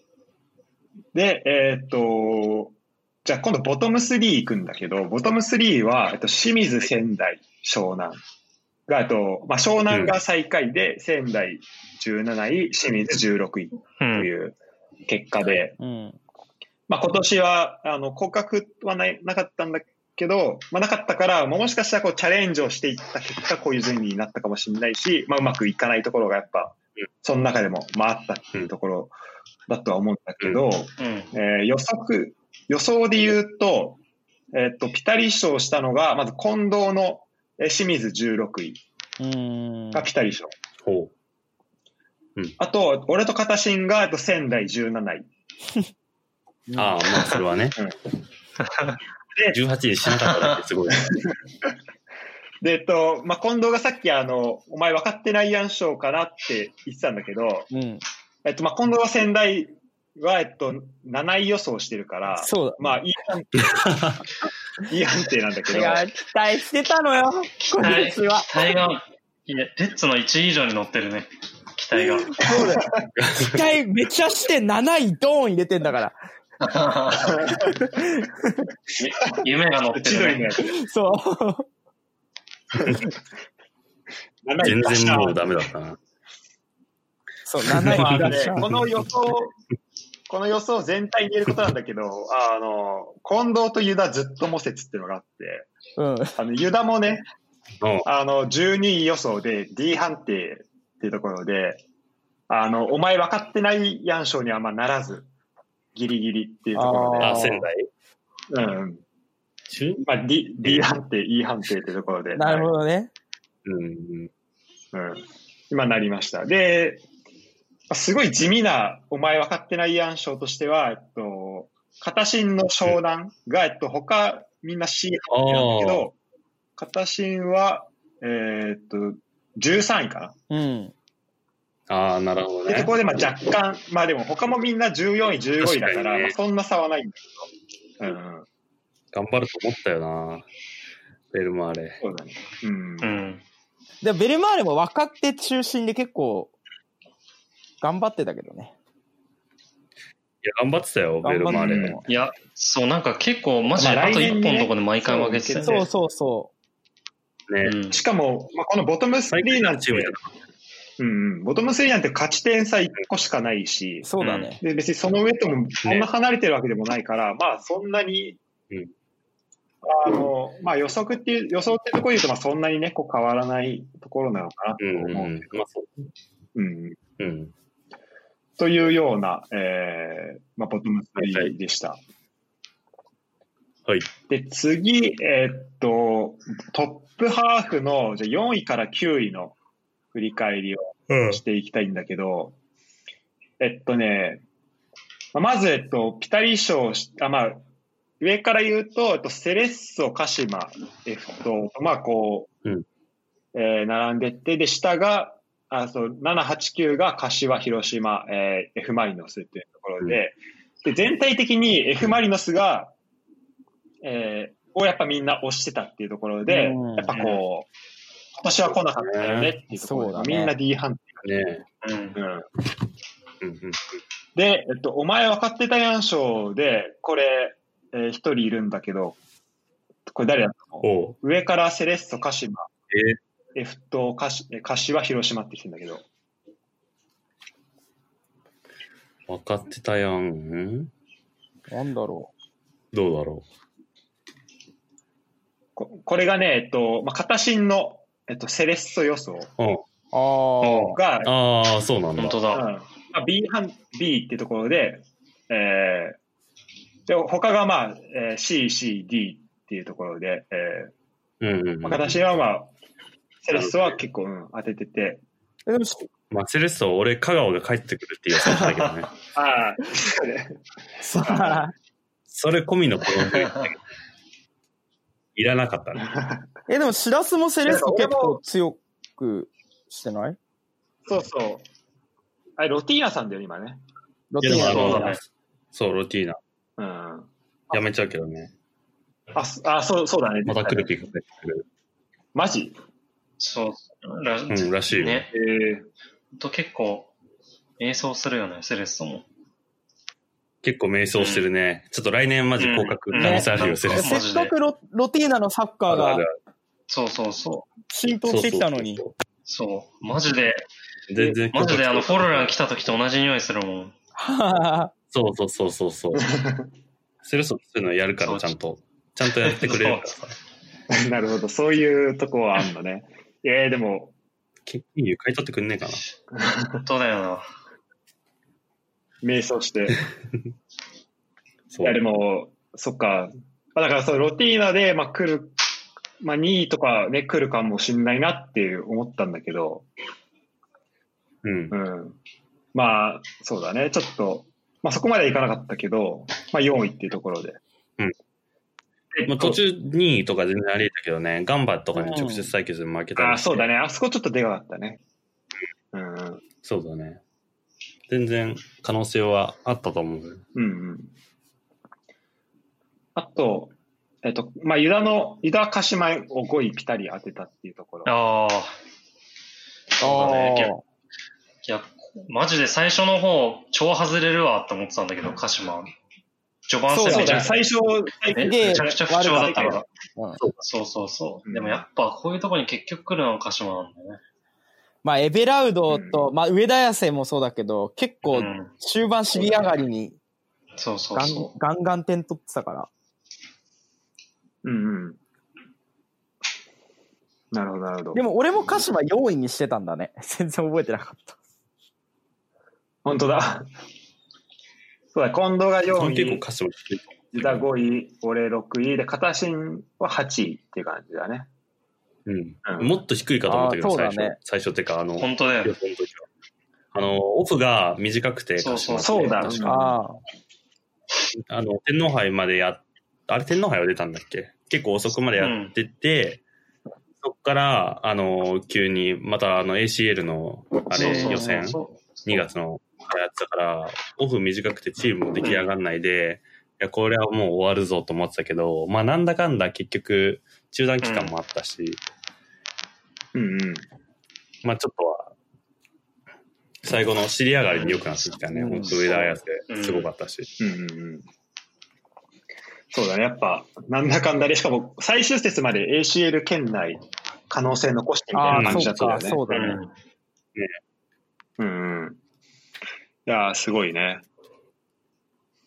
Speaker 1: で、えーっと、じゃあ今度ボトム3行くんだけど、ボトム3は、えっと、清水、仙台、湘南が、えっと、まあ、湘南が最下位で、仙台17位、清水16位
Speaker 4: う
Speaker 1: と
Speaker 4: ん。
Speaker 1: いう結果で、
Speaker 5: うん。
Speaker 1: まあ、今年は、あの、降格はないなかったんだけど、まあ、なかったから、まあもしかしたらこうチャレンジをしていった結果、こういう順位になったかもしれないし、まあ、うまくいかないところがやっぱ
Speaker 2: うん、
Speaker 1: その中でも、まあ、あったっていうところだとは思うんだけど、
Speaker 4: うん。
Speaker 1: えー予測、予想で言うと、えーっと、ピタリ賞したのが、まず近藤のえー清水16位
Speaker 5: うん。
Speaker 1: がピタリ賞。
Speaker 2: ほ
Speaker 1: あと、俺と片新がえっと仙台17位。
Speaker 2: う。ああ、まあ、それはね。18にしなかっただってすごい。
Speaker 1: で、えっと、まあ、近藤がさっきあの、お前分かってないやん賞かなって言ってたんだけど、
Speaker 5: うん。
Speaker 1: えっと、まあ、近藤は仙台は、えっと、7位予想してるから、
Speaker 5: そう
Speaker 1: まあ、いい判定、いい判定なんだけ
Speaker 5: だ。
Speaker 1: ど
Speaker 5: い、や、期待してたのよ、
Speaker 4: 期
Speaker 5: 今
Speaker 4: 待、
Speaker 5: 年
Speaker 4: 期
Speaker 5: は。
Speaker 4: 待が、いや、レッツの1位以上に乗ってるね。期待 が。
Speaker 5: 期待めちゃして7位ドーン入れてんだから。
Speaker 4: 夢が乗って
Speaker 1: 千
Speaker 4: る
Speaker 1: 鳥の
Speaker 4: ね
Speaker 1: や。つ。
Speaker 5: そう。
Speaker 2: 全然もうダメだったな。
Speaker 5: そう、
Speaker 1: まあ
Speaker 5: 7位
Speaker 1: ね
Speaker 5: 出した
Speaker 1: この予想、この予想全体に言えることなんだけど、あの、近藤と湯田ずっとも説っていうのがあって、
Speaker 5: うん。
Speaker 1: あの、湯田もね、
Speaker 2: うん
Speaker 1: あの、12位予想で D 判定っていうところで、あの、お前分かってないやん賞にはまあならず、ギリギリっていうとこ
Speaker 5: あ
Speaker 2: あ、
Speaker 5: ー
Speaker 2: 仙台
Speaker 1: ろで、うん。
Speaker 2: 中
Speaker 1: まあ、D, D 判定、E 判定っていうところで、
Speaker 5: なるほどね。
Speaker 2: うん。
Speaker 1: うん、今なりました。で、すごい地味な、お前分かってないやん賞としては、えっと、片新の湘南が、えっと、他、みんな C 判定なんだけど、片新は、えーっと、13位かな。
Speaker 5: うん。
Speaker 2: ああ、なるほど
Speaker 1: で、
Speaker 2: ね。
Speaker 1: ここでまあ若干、まあでも他もみんな14位、15位だか、
Speaker 2: 確からにね
Speaker 1: まあそんな差はないんだけど。うん、うん、
Speaker 2: 頑張ると思ったよな。ベルマーレ。
Speaker 1: そうだね。うん
Speaker 4: う。ん。
Speaker 5: で、ベルマーレも若手中心で結構、頑張ってたけどね。
Speaker 2: いや、頑張ってたよ、
Speaker 5: 頑
Speaker 2: ベル
Speaker 5: 張
Speaker 2: マ
Speaker 5: っ
Speaker 2: ー
Speaker 5: て
Speaker 2: レ
Speaker 5: た。よ
Speaker 4: いや、そう、なんか結構、マジで
Speaker 1: まあ
Speaker 4: あと
Speaker 1: 来年
Speaker 4: 1
Speaker 1: ね
Speaker 4: 本とかで毎回負けてたよ
Speaker 5: そう
Speaker 4: ね。
Speaker 5: そうそ
Speaker 2: ね。
Speaker 4: うん
Speaker 1: しかも、まあ、このボトム
Speaker 2: 最
Speaker 1: 3
Speaker 2: 近
Speaker 1: なん
Speaker 2: の
Speaker 1: て
Speaker 2: チームじゃな、
Speaker 1: うんうん、ボトム3なんて勝ち点差1個しかないし
Speaker 5: う。、そうだね。
Speaker 1: で別にその上ともそんな離れてるわけでもないから、まあそんなに、
Speaker 2: うん
Speaker 1: あのまあ予測っていう予想ってところで言うとまあそんなにねこう変わらないところなのかなと
Speaker 2: うん、
Speaker 1: 思う、
Speaker 2: うん。まあ、そう。
Speaker 1: うん
Speaker 2: うん。
Speaker 1: というような、えーまあ、ボトム3でした。
Speaker 2: はい。
Speaker 1: で次、えーっとトップハーフのじゃあ4位から9位の振り返りを
Speaker 2: うん
Speaker 1: していきたいんだけど、えっとね、まあまず、えっと、ピタリ賞し、あ、まあ、上から言うと、えっと、セレッソ、鹿島、えっと、まあ、こう、
Speaker 2: うん
Speaker 1: えー並んでって、で、下が、あ、そう、789が柏、広島、えー F マリノスっていうところで、で、全体的に F マリノスが、えーをやっぱみんな推してたっていうところで、
Speaker 3: うん
Speaker 1: やっぱこう、今年は来なかったよねっていうところで、
Speaker 3: そうだね
Speaker 1: みんな D 判
Speaker 2: ね
Speaker 4: うん
Speaker 1: 定。うん
Speaker 2: うんうん。
Speaker 1: で、えっと、お前分かってたやん賞で、これ、えー一人いるんだけど、これ誰だったの
Speaker 2: おう
Speaker 1: 上からセレッソ、鹿島、
Speaker 2: えー
Speaker 1: エフト、カシえ柏、広島って来てんだけど、
Speaker 2: 分かってたやんん。
Speaker 3: なんだろ
Speaker 2: どうだろ
Speaker 1: ここれがね、えっと、まあ、片新の、えっと、セレッソ予想
Speaker 2: う。うん。
Speaker 3: う。あ
Speaker 1: が、うん
Speaker 2: ああ、そうなんだ。
Speaker 4: 本当だ。
Speaker 1: まあ、B 半、B ってところで、えー、で、他がまあ、えー、C、C、D っていうところで、え
Speaker 2: うんうん
Speaker 1: ー、まあ、片新はまあ、セレッソは結構、うん、当ててて、
Speaker 3: あ。えでもし
Speaker 2: まあ、セレッソ、俺、香川が帰ってくるっていう予想したけ どね。
Speaker 1: ああ、
Speaker 3: そう
Speaker 2: それ込みのこの、いらなかったね。
Speaker 3: え、でも、しらすもセレッソ結構強くしてない
Speaker 1: そうそう。あれ、ロティーナさんだよ、今ね。
Speaker 3: ロッ
Speaker 2: い
Speaker 3: テ
Speaker 2: や、
Speaker 3: ィ
Speaker 2: でもあ
Speaker 1: そう
Speaker 2: の
Speaker 1: だね、
Speaker 2: そう、ロティーナ。
Speaker 1: うん。
Speaker 2: やめちゃうけどね。
Speaker 1: あ、そあそう、そうだね。
Speaker 2: また来る気がする。
Speaker 1: マジ
Speaker 4: そう。ら
Speaker 2: うん、らしいよ。
Speaker 4: ね。
Speaker 1: ええ
Speaker 4: と結構、迷走するよね、セレッソも。
Speaker 2: 結構迷走してるね。ちょっと来年マジ降格可能性あるよ、セレッ
Speaker 4: マ
Speaker 2: ソ。
Speaker 4: ジ
Speaker 3: せ
Speaker 4: で
Speaker 3: っかくロロティーナのサッカー
Speaker 2: あるあ
Speaker 3: が
Speaker 2: る
Speaker 4: そうそうそう。
Speaker 5: 浸透してきたのに。
Speaker 2: そうそう
Speaker 4: そう。マジで、
Speaker 2: そう全然降
Speaker 4: マ
Speaker 2: 格
Speaker 4: ジであの、フォロラン来た時と同じ匂いするもん。
Speaker 2: そうそうそうそ うそう。セレッソそういうのやるから、ちゃんと。ちゃんとやってくれるから。
Speaker 4: そう
Speaker 1: なるほど。そういうとこはあんのね。 ええでも、
Speaker 2: 結局、買い取ってくんねえかな。
Speaker 4: 本当だよな。
Speaker 1: 迷走して。い
Speaker 2: そう
Speaker 1: や、でも、そっか。まあ、だから、そう、ロティーナで、まあ、来る、まあ、2位とかね、来るかもしんないなっていう思ったんだけど、
Speaker 2: うん
Speaker 1: う。ん。まあ、そうだね。ちょっと、まあ、そこまではいかなかったけど、まあ、4位っていうところで。
Speaker 2: うん
Speaker 1: えっと。
Speaker 2: まあ、途中2位とか全然ありえたけどね、ガンバとかに直接対決で負けたりして、
Speaker 1: ああ、そうだね。あそこちょっとでかかったね。うん。うん
Speaker 2: そうだね。全然可能性はあったと思う。
Speaker 1: うん。あと、えっと、まあ、ユダの、ユダ鹿島を5位ピタリ当てたっていうところ。
Speaker 4: ああ。そうだね
Speaker 3: あ
Speaker 4: いやいや、マジで最初の方、超外れるわって思ってたんだけど、鹿島。序盤
Speaker 3: そう
Speaker 4: 戦
Speaker 3: だ
Speaker 1: ね
Speaker 3: ね
Speaker 4: めちゃくちゃ
Speaker 1: 最初、最
Speaker 4: め
Speaker 1: 近
Speaker 3: で
Speaker 4: めちゃくちゃ不調だったか
Speaker 1: 悪かっ
Speaker 4: ら。
Speaker 3: うん
Speaker 4: そうそうそうう。
Speaker 1: ん
Speaker 4: でもやっぱこういうとこに結局来るのが鹿島なんだよね。
Speaker 3: まあ、エベラウドと、
Speaker 1: う
Speaker 3: まあ、上田綺世もそうだけど、結構
Speaker 4: う、ん。
Speaker 3: 終盤尻上がりに
Speaker 4: そうそ
Speaker 3: ガ
Speaker 4: う
Speaker 3: ン
Speaker 4: そ
Speaker 3: ガンガン点取ってたから。
Speaker 1: うんうん。なるほど、なるほど。
Speaker 3: でも、俺も鹿島4位にしてたんだね。 全然覚えてなかった。
Speaker 1: 本当だ。 そうだ、近藤が4
Speaker 2: 結構
Speaker 1: 位、
Speaker 2: 歌詞も低い
Speaker 1: ユダ5位、俺6位、で、片新は8位っていう感じだね。
Speaker 2: うん
Speaker 1: うん
Speaker 2: もっと低いかと思ったけ
Speaker 3: あー
Speaker 2: ど、
Speaker 3: そうだ
Speaker 2: 最
Speaker 3: ね
Speaker 2: 初。最初っていうか、あの、
Speaker 4: う。
Speaker 2: 予
Speaker 4: 本当だよ。
Speaker 2: 想の時は。あの、オフが短くて、
Speaker 4: そうそう
Speaker 2: 鹿島っ
Speaker 1: そ
Speaker 2: て
Speaker 1: うだ
Speaker 2: 確か
Speaker 3: あ
Speaker 2: あの、天皇杯までやっ、あれ天皇杯は出たんだっけ結構遅くまでやってて、そっから、あの、急に、またあの ACL の、あ
Speaker 4: そう
Speaker 2: れ
Speaker 4: そう
Speaker 2: 予選、
Speaker 4: そう
Speaker 2: 2。月のやつだから、オフ短くてチームも出来上がんないで、いや、これはもう終わるぞと思ってたけど、まあなんだかんだ結局、中断期間もあったし、
Speaker 1: うんうん。
Speaker 2: まあちょっとは、最後の尻上がりに良くなってきたね。
Speaker 3: うん
Speaker 2: 本当上田綾
Speaker 4: う
Speaker 2: 瀬、
Speaker 4: ん
Speaker 2: すごかったし。
Speaker 1: うんうんうんそうだね、やっぱ、なんだかんだで、しかも最終節まで ACL 圏内、可能性残してみた
Speaker 3: あ、
Speaker 1: いな
Speaker 3: あ
Speaker 1: 感
Speaker 3: あ、
Speaker 1: じ
Speaker 3: そ
Speaker 1: だ
Speaker 3: う
Speaker 1: ったよ
Speaker 3: か、
Speaker 1: ね。
Speaker 3: そう
Speaker 4: う
Speaker 3: だね。
Speaker 4: ん。
Speaker 1: うんうん。いやー、すごいね。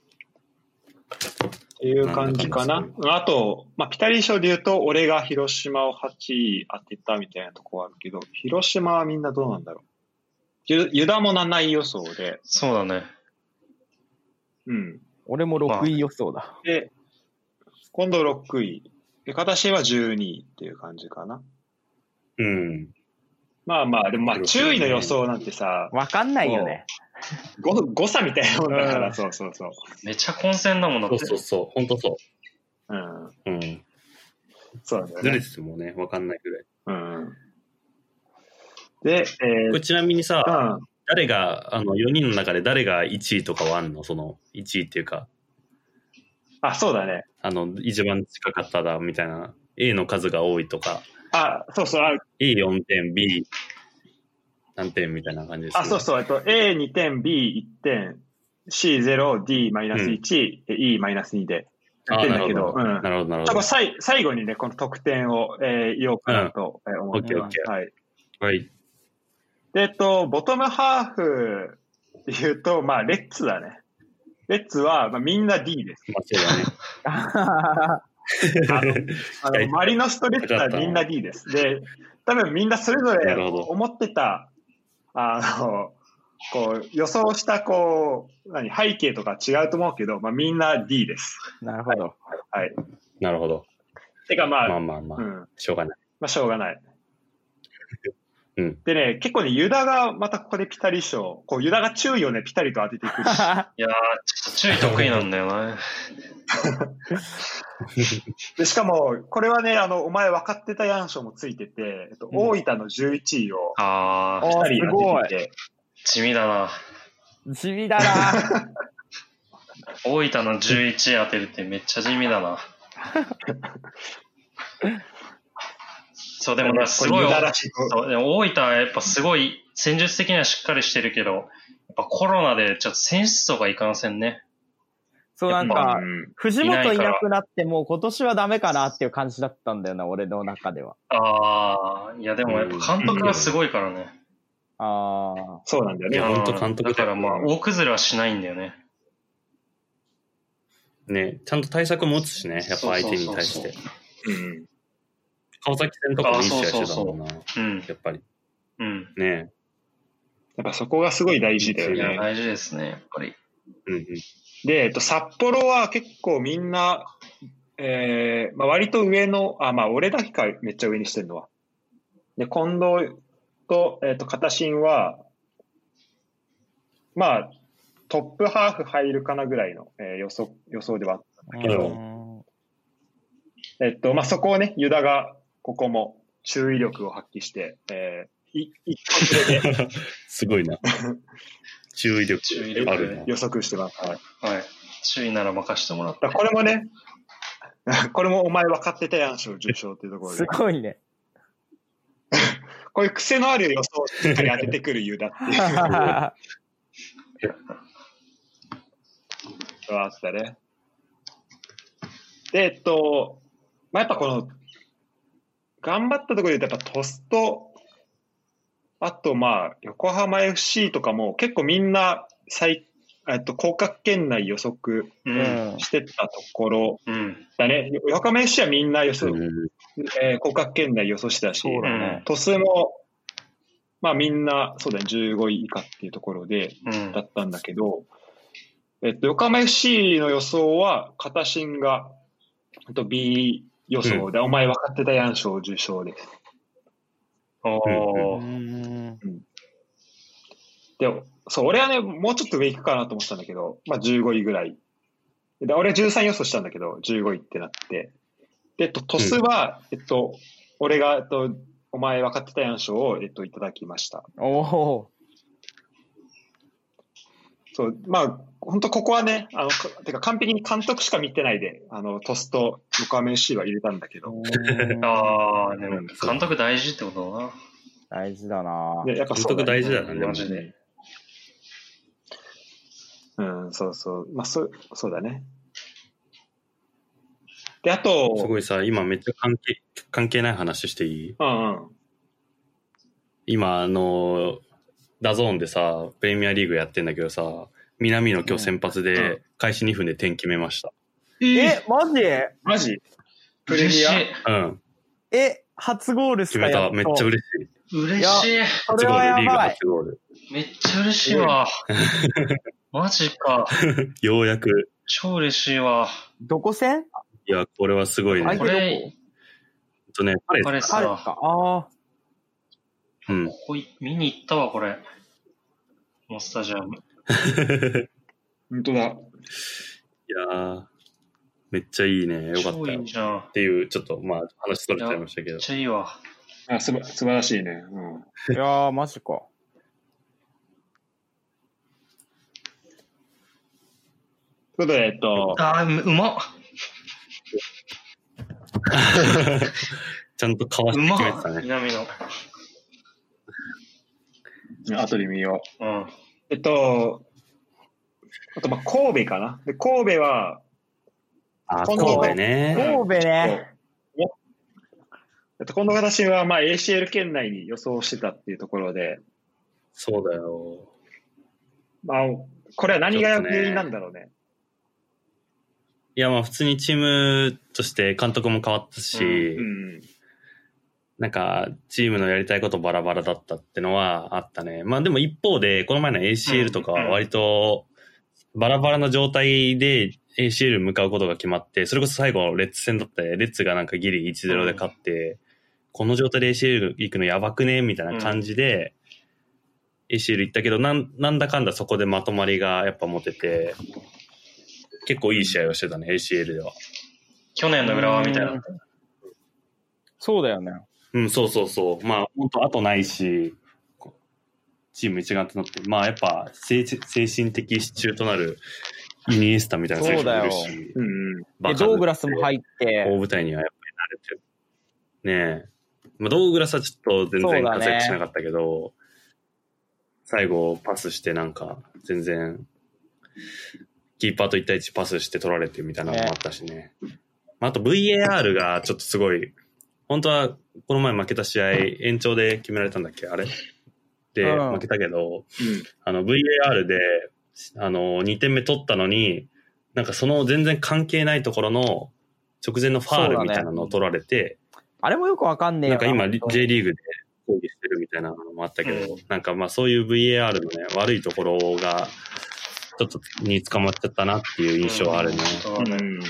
Speaker 1: っていう感じかな。
Speaker 2: なんだ
Speaker 1: あと、まあ、ピタリ賞で言うと、俺が広島を8位当てたみたいなとこはあるけど、広島はみんなどうなんだろう。ゆユダも7位予想で、
Speaker 4: そうだね。
Speaker 1: うん。
Speaker 3: 俺も6位予想だ。
Speaker 1: で、今度6位。で、形は12位っていう感じかな。
Speaker 2: うん。
Speaker 1: まあまあ、でもまあ、注意の予想なんてさ、
Speaker 3: わかんないよね。
Speaker 1: 誤誤差みたいなもんだから、
Speaker 5: うん
Speaker 1: そうそうそう。
Speaker 4: めちゃ混戦だもんだっ
Speaker 2: そ
Speaker 4: て。
Speaker 2: うそうそう、本当そ
Speaker 1: うん。
Speaker 2: う。うん。
Speaker 1: そうなんだよ
Speaker 2: ずれ
Speaker 1: ね。
Speaker 2: ててもね、わかんないぐらい。
Speaker 1: うん。で、え
Speaker 2: こ
Speaker 1: ー
Speaker 2: れちなみにさ、
Speaker 1: うん、
Speaker 2: 誰が、あの、4人の中で誰が1位とかはあんのその、1位っていうか、
Speaker 1: あ、そうだね。
Speaker 2: あの、一番近かっただ、みたいな。A の数が多いとか、
Speaker 1: あ、そうそう、あ、
Speaker 2: A4 点、B 何点みたいな感じですよ
Speaker 1: あそうそう、えっと、A2 点、B1 点、C0、D マイナス1、E マイナス2でやっ
Speaker 2: あ
Speaker 1: てん
Speaker 2: な
Speaker 1: だけ
Speaker 2: る
Speaker 1: ど、
Speaker 2: ほ
Speaker 1: う
Speaker 2: ど。
Speaker 1: ん。
Speaker 2: なるほど、なる
Speaker 1: ちょっ
Speaker 2: ほ
Speaker 1: とさい最後にね、この得点を、えー、言おうかなとえー思います。
Speaker 2: オッケーオッケー
Speaker 1: はい。
Speaker 2: ど。はい。
Speaker 1: で、えっと、ボトムハーフで言うと、まあ、レッツだね。レッツは、まあ、みんな D です。
Speaker 2: まあ、そうだね。
Speaker 1: あの、あのマリノスとレッツは
Speaker 2: よかっ
Speaker 1: み
Speaker 2: た
Speaker 1: んな D です。で、多分みんなそれぞれ
Speaker 2: なるほど
Speaker 1: 思ってた、あの、こう、予想した、こう、何、背景とか違うと思うけど、まあ、みんな D です。
Speaker 3: なるほど。
Speaker 1: はい。
Speaker 2: なるほど。
Speaker 1: てか、まあ、
Speaker 2: まあまあま
Speaker 1: う
Speaker 2: あ、
Speaker 1: ん。
Speaker 2: しょうがない。
Speaker 1: まあ、しょうがない。
Speaker 2: うん
Speaker 1: でね、結構ね、ユダがまたここでピタリ賞、こう、ユダが注意をね、ピタリと当てていく。
Speaker 4: いやー、ちょっと注意得意なんだよな。
Speaker 1: で、しかも、これはね、あの、お前分かってたやん賞もついてて、えっと、
Speaker 3: うん
Speaker 1: 大分の11位を
Speaker 4: あー、
Speaker 1: ピタリ当ててて、
Speaker 4: 地味だな。
Speaker 3: 地味だな。
Speaker 4: 大分の11当てるってめっちゃ地味だな。そう、でもな、すごい
Speaker 1: これユダらしい。
Speaker 4: そうでも大分はやっぱすごい戦術的にはしっかりしてるけど、やっぱコロナでちょっと選手層がいかんせんね。
Speaker 3: そうなんか
Speaker 1: う、ん
Speaker 3: 藤本いなくなってもう今年はダメかなっていう感じだったんだよな、俺の中では。
Speaker 4: ああ、いやでもやっぱ監督がすごいからね。
Speaker 3: ああ。
Speaker 1: そうなんだよ
Speaker 2: い
Speaker 1: ね
Speaker 2: や。
Speaker 4: うん
Speaker 2: ほんと監督だ
Speaker 4: だからまあ、大崩れはしないんだよね。
Speaker 2: ね、ちゃんと対策も打つしね、やっぱ相手に対
Speaker 4: そ
Speaker 2: し
Speaker 4: うそう
Speaker 2: て
Speaker 4: そ。
Speaker 1: うん
Speaker 2: 川崎戦とかもいい試合してたもんな、
Speaker 4: うん。
Speaker 2: やっぱり。
Speaker 4: うん。
Speaker 2: ね
Speaker 1: やっぱそこがすごい大事だよ
Speaker 4: いや、
Speaker 1: ね。
Speaker 4: 大事ですね、やっぱり。
Speaker 2: うんうん。
Speaker 1: で、えっと、札幌は結構みんな、えー、まあ割と上の、あ、まあ俺だけかめっちゃ上にしてるのは。で、近藤と、えっと、片新は、まあ、トップハーフ入るかなぐらいの、えー予想、予想ではあっ
Speaker 2: けど
Speaker 3: うん
Speaker 1: えっと、まあ、そこをね、ユダが、ここも注意力を発揮して、えー、い一発目で
Speaker 2: すごいな。注意力
Speaker 4: 注意力
Speaker 2: あるな。
Speaker 1: 予測してます。はい、だ
Speaker 4: はい。注意なら任してもらっ
Speaker 1: からこれもね、 これもお前分かってたやん賞受賞っていうところ
Speaker 3: す
Speaker 1: で、
Speaker 3: ごいね。
Speaker 1: こういう癖のある予想をしっかり当ててくるユダっていうのはあったね。で、えっと、まあ、やっぱこの、頑張ったところで言うと、やっぱトスと、あとまあ、横浜 FC とかも結構みんな最、えっと、広角圏内予測
Speaker 4: う。
Speaker 3: うんん
Speaker 1: してたところ
Speaker 4: うん。
Speaker 1: だね。横浜 FC はみんな予想、
Speaker 2: うん
Speaker 1: えー広角圏内予想してたし、
Speaker 3: そうだ
Speaker 4: うん
Speaker 3: ね。
Speaker 1: トスも、まあみんな、そうだね、15位以下っていうところで、
Speaker 4: うん
Speaker 1: だ。ったんだけど、えっと、横浜 FC の予想は、片新が、えっと、B 予想で、お前分かってたやん賞受賞で。
Speaker 4: お
Speaker 3: う
Speaker 4: ー。
Speaker 3: ん
Speaker 1: で、そう、俺はね、もうちょっと上行くかなと思ってたんだけど、まあ15位ぐらい。で俺は13予想したんだけど、15位ってなって。で、えっと、トスは、えっと、俺が、えっと、お前分かってたやん賞を、えっと、いただきました。
Speaker 3: おお。
Speaker 1: そう、まあ、本当ここはね、あの、かてか完璧に監督しか見てないで、あの、トスと横浜 FC は入れたんだけど、
Speaker 4: ああ、で
Speaker 1: う
Speaker 4: も
Speaker 1: ん
Speaker 4: 監督大事ってことだな。
Speaker 3: 大事だな。
Speaker 1: でやっぱ
Speaker 2: 監
Speaker 1: そう
Speaker 2: 督
Speaker 1: だね
Speaker 2: 大事だな、でも
Speaker 4: マ。ジで。
Speaker 1: うん、そうそう。まあ、そう、そうだね。で、あと、
Speaker 2: すごいさ、今めっちゃ関係、関係ない話していい
Speaker 1: うんうん。
Speaker 2: 今、あの、ダゾーンでさ、プレミアリーグやってんだけどさ、南野今日先発
Speaker 1: う
Speaker 2: で、開始2分で点決めました。
Speaker 3: え、マジ
Speaker 1: マジプレ
Speaker 4: 嬉
Speaker 1: ミ
Speaker 4: し
Speaker 1: ア
Speaker 4: い。
Speaker 2: うん、
Speaker 3: え、初ゴールっす
Speaker 2: 決
Speaker 3: か
Speaker 2: め
Speaker 3: や
Speaker 2: た。
Speaker 3: と
Speaker 2: めっちゃ嬉しい。
Speaker 4: 嬉しい。
Speaker 3: それはや
Speaker 2: リーグ
Speaker 3: ばい。
Speaker 2: 初ゴール。
Speaker 4: めっちゃ嬉しいわ。マジか。
Speaker 2: ようやく、
Speaker 4: 超嬉しいわ。
Speaker 3: どこ戦
Speaker 2: いや、これはすごいね。
Speaker 3: 相
Speaker 2: ほ
Speaker 3: 手
Speaker 2: ん
Speaker 3: どこ
Speaker 4: こ
Speaker 2: とね、パレ
Speaker 4: パレス
Speaker 3: 彼です
Speaker 4: だ。
Speaker 3: かああ。
Speaker 2: うん
Speaker 4: こ。こい見に行ったわ、これ。このスタジアム。
Speaker 1: 本当だ。
Speaker 2: やーめっちゃいいね。よかっ
Speaker 4: 超
Speaker 2: た
Speaker 4: いい
Speaker 2: よ。
Speaker 4: じゃん。
Speaker 2: っていう、ちょっと、まあ、話取れちゃいましたけ
Speaker 4: め
Speaker 2: ど
Speaker 4: っ。ちゃいいわ。
Speaker 1: あ、すば、素晴らしいね。うん。
Speaker 3: いやー、マジか。
Speaker 1: ということで、えっと、
Speaker 4: あーううまっ。
Speaker 2: ちゃんとかわし
Speaker 4: う
Speaker 2: て
Speaker 4: ま
Speaker 2: 決めてた
Speaker 4: っ。
Speaker 2: ね。
Speaker 4: 南の。
Speaker 1: 後で見よう。
Speaker 4: うん。
Speaker 1: えっと、あと、まあ、神戸かな。で、神戸は、
Speaker 2: あ、
Speaker 1: こ
Speaker 2: 神
Speaker 1: の
Speaker 2: 戸ね。
Speaker 3: 神戸ね。
Speaker 1: そうえっと、この私は、まあ、ACL 圏内に予想してたっていうところで、
Speaker 2: そうだよ。
Speaker 1: まあ、これは何が原因なんだろうね。
Speaker 2: いや、まあ、普通にチームとして監督も変わったし、
Speaker 1: うん。
Speaker 2: なんか、チームのやりたいことバラバラだったってのはあったね。まあでも一方で、この前の ACL とかは割と、バラバラな状態で ACL 向かうことが決まって、それこそ最後、レッツ戦だったね。レッツがなんかギリ1-0で勝って、この状態で ACL 行くのやばくねみたいな感じで、ACL 行ったけど、なん、なんだかんだそこでまとまりがやっぱ持てて、結構いい試合をしてたね、ACL では。
Speaker 4: 去年の浦和みたいな。
Speaker 3: そうだよね。
Speaker 2: うん、そうそうそう。まあ、本当後ないし、こチーム一丸となって、まあ、やっぱ精、精神的支柱となるイニエスタみたいな選手もいる
Speaker 3: そう
Speaker 2: し、
Speaker 1: うんうん。
Speaker 2: バ
Speaker 3: で、
Speaker 2: カな
Speaker 3: ドーグラスも入って、
Speaker 2: 大舞台にはやっぱり慣れてる。ねえ。まあ、ドーグラスはちょっと全然
Speaker 3: そうだね
Speaker 2: 活躍しなかったけど、最後パスしてなんか、全然、キーパーと1対1パスして取られてみたいなのもあったしね。まあ、あと VAR がちょっとすごい、本当はこの前負けた試合、延長で決められたんだっけあれで、
Speaker 3: うん
Speaker 2: 負けたけど、あの VAR で、あの、2点目取ったのに、なんかその全然関係ないところの直前のファールみたいなのを取られて、
Speaker 3: あれもよくわかんねえ
Speaker 2: な
Speaker 3: よ
Speaker 2: んか今 J リーグで抗議してるみたいなのもあったけど、
Speaker 4: うん
Speaker 2: なんかまあそういう VAR のね、悪いところが、ちょっとに捕まっちゃったなっていう印象はあるね。
Speaker 4: う。
Speaker 1: うんん。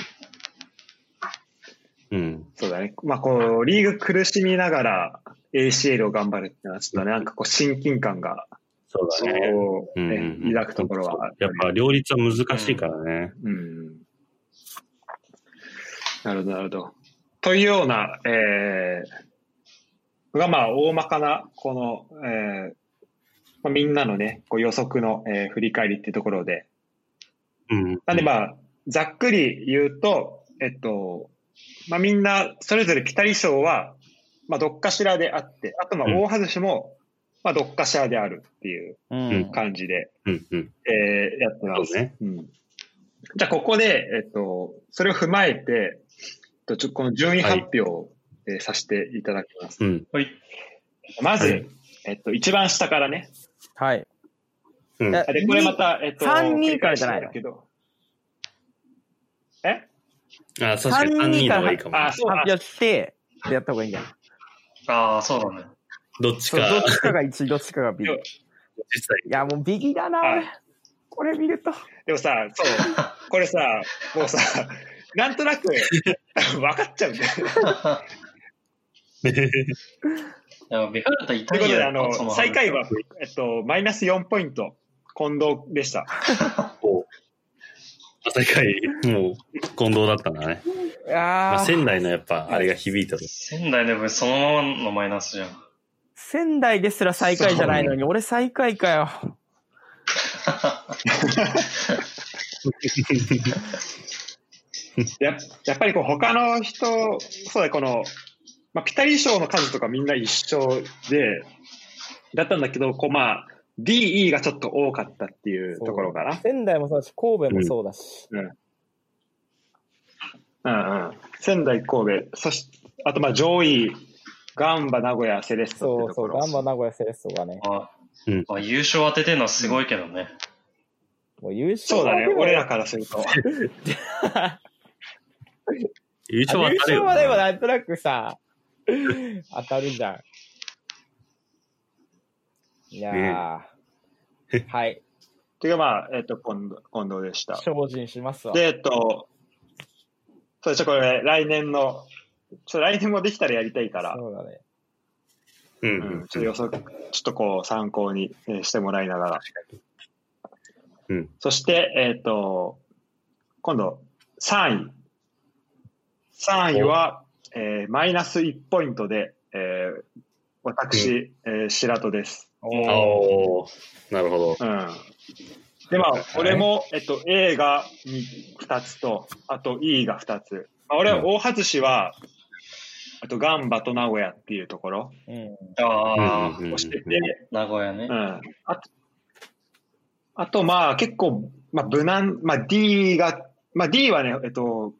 Speaker 2: うん。
Speaker 1: そうだね。まあ、こう、リーグ苦しみながら ACL を頑張るっていうのは、ちょっとね、なんかこう、親近感が、
Speaker 2: そうだね。
Speaker 1: こう、
Speaker 2: うん
Speaker 1: ね
Speaker 2: うんうん
Speaker 1: 抱くところはある
Speaker 2: や
Speaker 1: よ
Speaker 2: っ
Speaker 1: ね。
Speaker 2: ぱ両立は難しいからね。
Speaker 1: うん。なるほど、なるほど。というような、えー、がまあ、大まかな、この、えーまあ、みんなのね、こう予測の、えー振り返りっていうところで。
Speaker 2: うん。
Speaker 1: なんでまあ、ざっくり言うと、えっと、まあみんな、それぞれピタリ賞は、まあどっかしらであって、あとまあ
Speaker 2: うん
Speaker 1: 大外しも、まあどっかしらであるっていう
Speaker 3: うん。
Speaker 1: 感じで、
Speaker 2: うんうん。
Speaker 1: えーやってます。
Speaker 2: そうね
Speaker 1: んじゃあ、ここで、えっと、それを踏まえて、えっとちょこの順位発表を、えーさせていただきます。
Speaker 2: うん。
Speaker 4: はい。
Speaker 1: まず、
Speaker 2: はい
Speaker 1: えっと、一番下からね。
Speaker 3: はい。
Speaker 2: うん
Speaker 3: え
Speaker 1: あで、これまた、えっと、
Speaker 3: 三
Speaker 1: 繰
Speaker 3: 人
Speaker 1: り
Speaker 3: から
Speaker 1: 返し
Speaker 3: じゃな
Speaker 1: な
Speaker 3: いの
Speaker 1: んだけど。え
Speaker 2: あ、確かに3人の方がいいかもね。
Speaker 1: あ、そう
Speaker 3: 発
Speaker 1: だ。
Speaker 3: 表して、でやった方がいいんじゃない
Speaker 4: ああ、そうだね。
Speaker 2: どっち
Speaker 3: そう
Speaker 2: か、
Speaker 3: どっちかが1、どっちかが B。い
Speaker 1: で
Speaker 2: 実際。
Speaker 3: や、もうビギだな
Speaker 1: はい。
Speaker 3: これ見ると。
Speaker 1: でもさ、そう、これさ、もうさ、なんとなく、 分かっちゃうんだよ。
Speaker 4: でも、ビカルタ
Speaker 1: と
Speaker 4: イタ
Speaker 1: いうこと
Speaker 4: リ
Speaker 1: で、
Speaker 4: ア
Speaker 1: あの、最下位は、えっと、マイナス4ポイント、近藤でした。
Speaker 2: こう、最下位、もう、近藤だったんだね。
Speaker 3: いや
Speaker 2: まあ、
Speaker 3: ー、
Speaker 2: 仙台のやっぱ、あれが響いたと。
Speaker 4: 仙台の分そのままのマイナスじゃん。
Speaker 3: 仙台ですら最下位じゃないのに、俺最下位かよ。
Speaker 1: ややっぱりこう他の人、そうだ、この、まあ、ピタリ賞の数とかみんな一緒で、だったんだけど、こうまあ、D、E がちょっと多かったっていうところかな。
Speaker 3: 仙台もそうだし、神戸もそうだし。
Speaker 1: うんうん。仙台、神戸、そし、あとまあ上位、ガンバ、名古屋、セレッソって
Speaker 3: そ
Speaker 1: と
Speaker 3: うそ
Speaker 1: こ
Speaker 3: う、
Speaker 1: ろ。
Speaker 3: ガンバ名古屋セレッソがね。
Speaker 4: あ
Speaker 2: うん
Speaker 4: まあ、優勝当ててるのはすごいけどね。
Speaker 3: もう優勝
Speaker 1: そうだね、
Speaker 3: でも
Speaker 1: 俺らからすると。
Speaker 2: 優勝は
Speaker 3: 優
Speaker 2: 誰
Speaker 3: 勝
Speaker 2: よ
Speaker 3: はでもなんとなくさ、当たるじゃん。いやー。はい。
Speaker 1: ていうかまあ、えっ、と、近藤近藤でした。
Speaker 3: 精進しますわ。
Speaker 1: で、えっと、そうじゃこれ、来年の、ちょっと来年もできたらやりたいから、
Speaker 3: そうだね。
Speaker 2: うん
Speaker 1: うんちょっと
Speaker 2: うん
Speaker 1: 予測、ちょっとこう参考にえーしてもらいながら。
Speaker 2: うん
Speaker 1: そして、えっ、と、今度、3位。3位は、えーマイナス1ポイントで、えー私、えー白戸です。
Speaker 2: あおーなるほど。
Speaker 1: うん。で、まあ、俺も、えっと、A が 2, つと、あと E が2つ。まあ、俺は大外しは、あとガンバと名古屋っていうところ
Speaker 4: ああ、
Speaker 2: うんうんうん
Speaker 1: をしてて、
Speaker 4: 名古屋ね
Speaker 1: う。んあと、あとまあ結構、まあ無難、まあ D が、まあ D はね、えっと、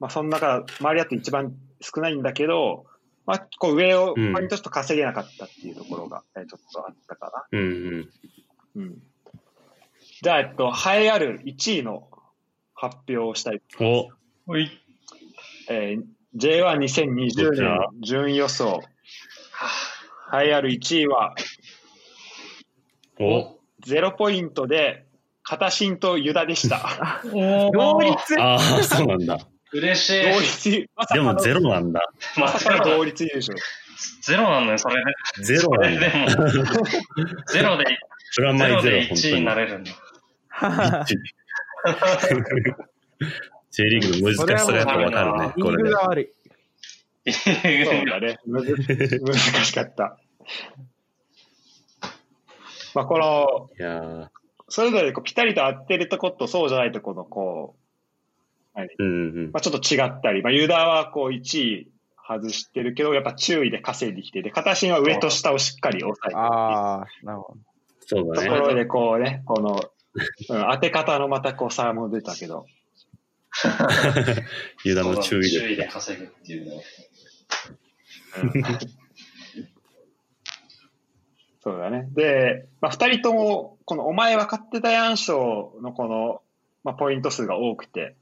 Speaker 1: まあその中、周りだと一番少ないんだけど、まあこう上を
Speaker 2: うん
Speaker 1: 割とちょっと稼げなかったっていうところが、えーちょっとあったか
Speaker 2: うんうん。
Speaker 1: な。うん。じゃあ、えっと、栄えある1位の発表をしたい。
Speaker 2: お、
Speaker 4: おい。
Speaker 1: えー J12020 年順位予想。栄えある1位は、
Speaker 2: お、
Speaker 1: ゼロポイントで、片新とユダでした。
Speaker 4: お
Speaker 5: 同率
Speaker 4: ー
Speaker 2: ああ、そうなんだ。
Speaker 4: 嬉しい。
Speaker 1: 同率、まさ
Speaker 2: で
Speaker 1: か
Speaker 2: も
Speaker 1: の
Speaker 2: ゼロなんだ。
Speaker 4: ま
Speaker 1: まさ
Speaker 4: あ、ゼ
Speaker 1: かの
Speaker 4: ロ
Speaker 1: 同率優勝。
Speaker 4: ゼロなのよ、それで。
Speaker 2: ゼロ
Speaker 4: そ
Speaker 2: な
Speaker 4: れ
Speaker 2: ん
Speaker 4: で
Speaker 2: だ。
Speaker 4: も、ゼロで、
Speaker 2: プラ
Speaker 4: ゼ
Speaker 2: マイ
Speaker 4: ロ
Speaker 2: ゼロ、
Speaker 4: で
Speaker 2: 本
Speaker 4: 1位になれるんだ。
Speaker 2: 当に。J リーグの難しさがやっぱわかるね、
Speaker 3: リ
Speaker 2: これ
Speaker 3: ーグ
Speaker 2: で。
Speaker 3: が悪い。
Speaker 1: そうだね。むず難しかった。まあ、この、
Speaker 2: いやー
Speaker 1: それぞれこうピタリと合ってるとことそうじゃないとこの、こ
Speaker 2: うんう
Speaker 1: う、
Speaker 2: ん
Speaker 1: ま。あ、ちょっと違ったり、まあ、ユダはこう1位外してるけど、やっぱ注意で稼いできて、で、片心は上と下をしっかり押さえて
Speaker 3: ああ、なるほど。
Speaker 2: そうだ
Speaker 1: と
Speaker 2: ね
Speaker 1: こ。ろで、こうね、この、うん、当て方のまたこう差も出たけど、
Speaker 2: ユダの注意
Speaker 4: 注意
Speaker 2: 力
Speaker 4: で
Speaker 2: が。
Speaker 4: 稼ぐっていうね。
Speaker 1: そうだね。で、まあ、2人とも、このお前分かってたやん賞のこの、まあ、ポイント数が多くて、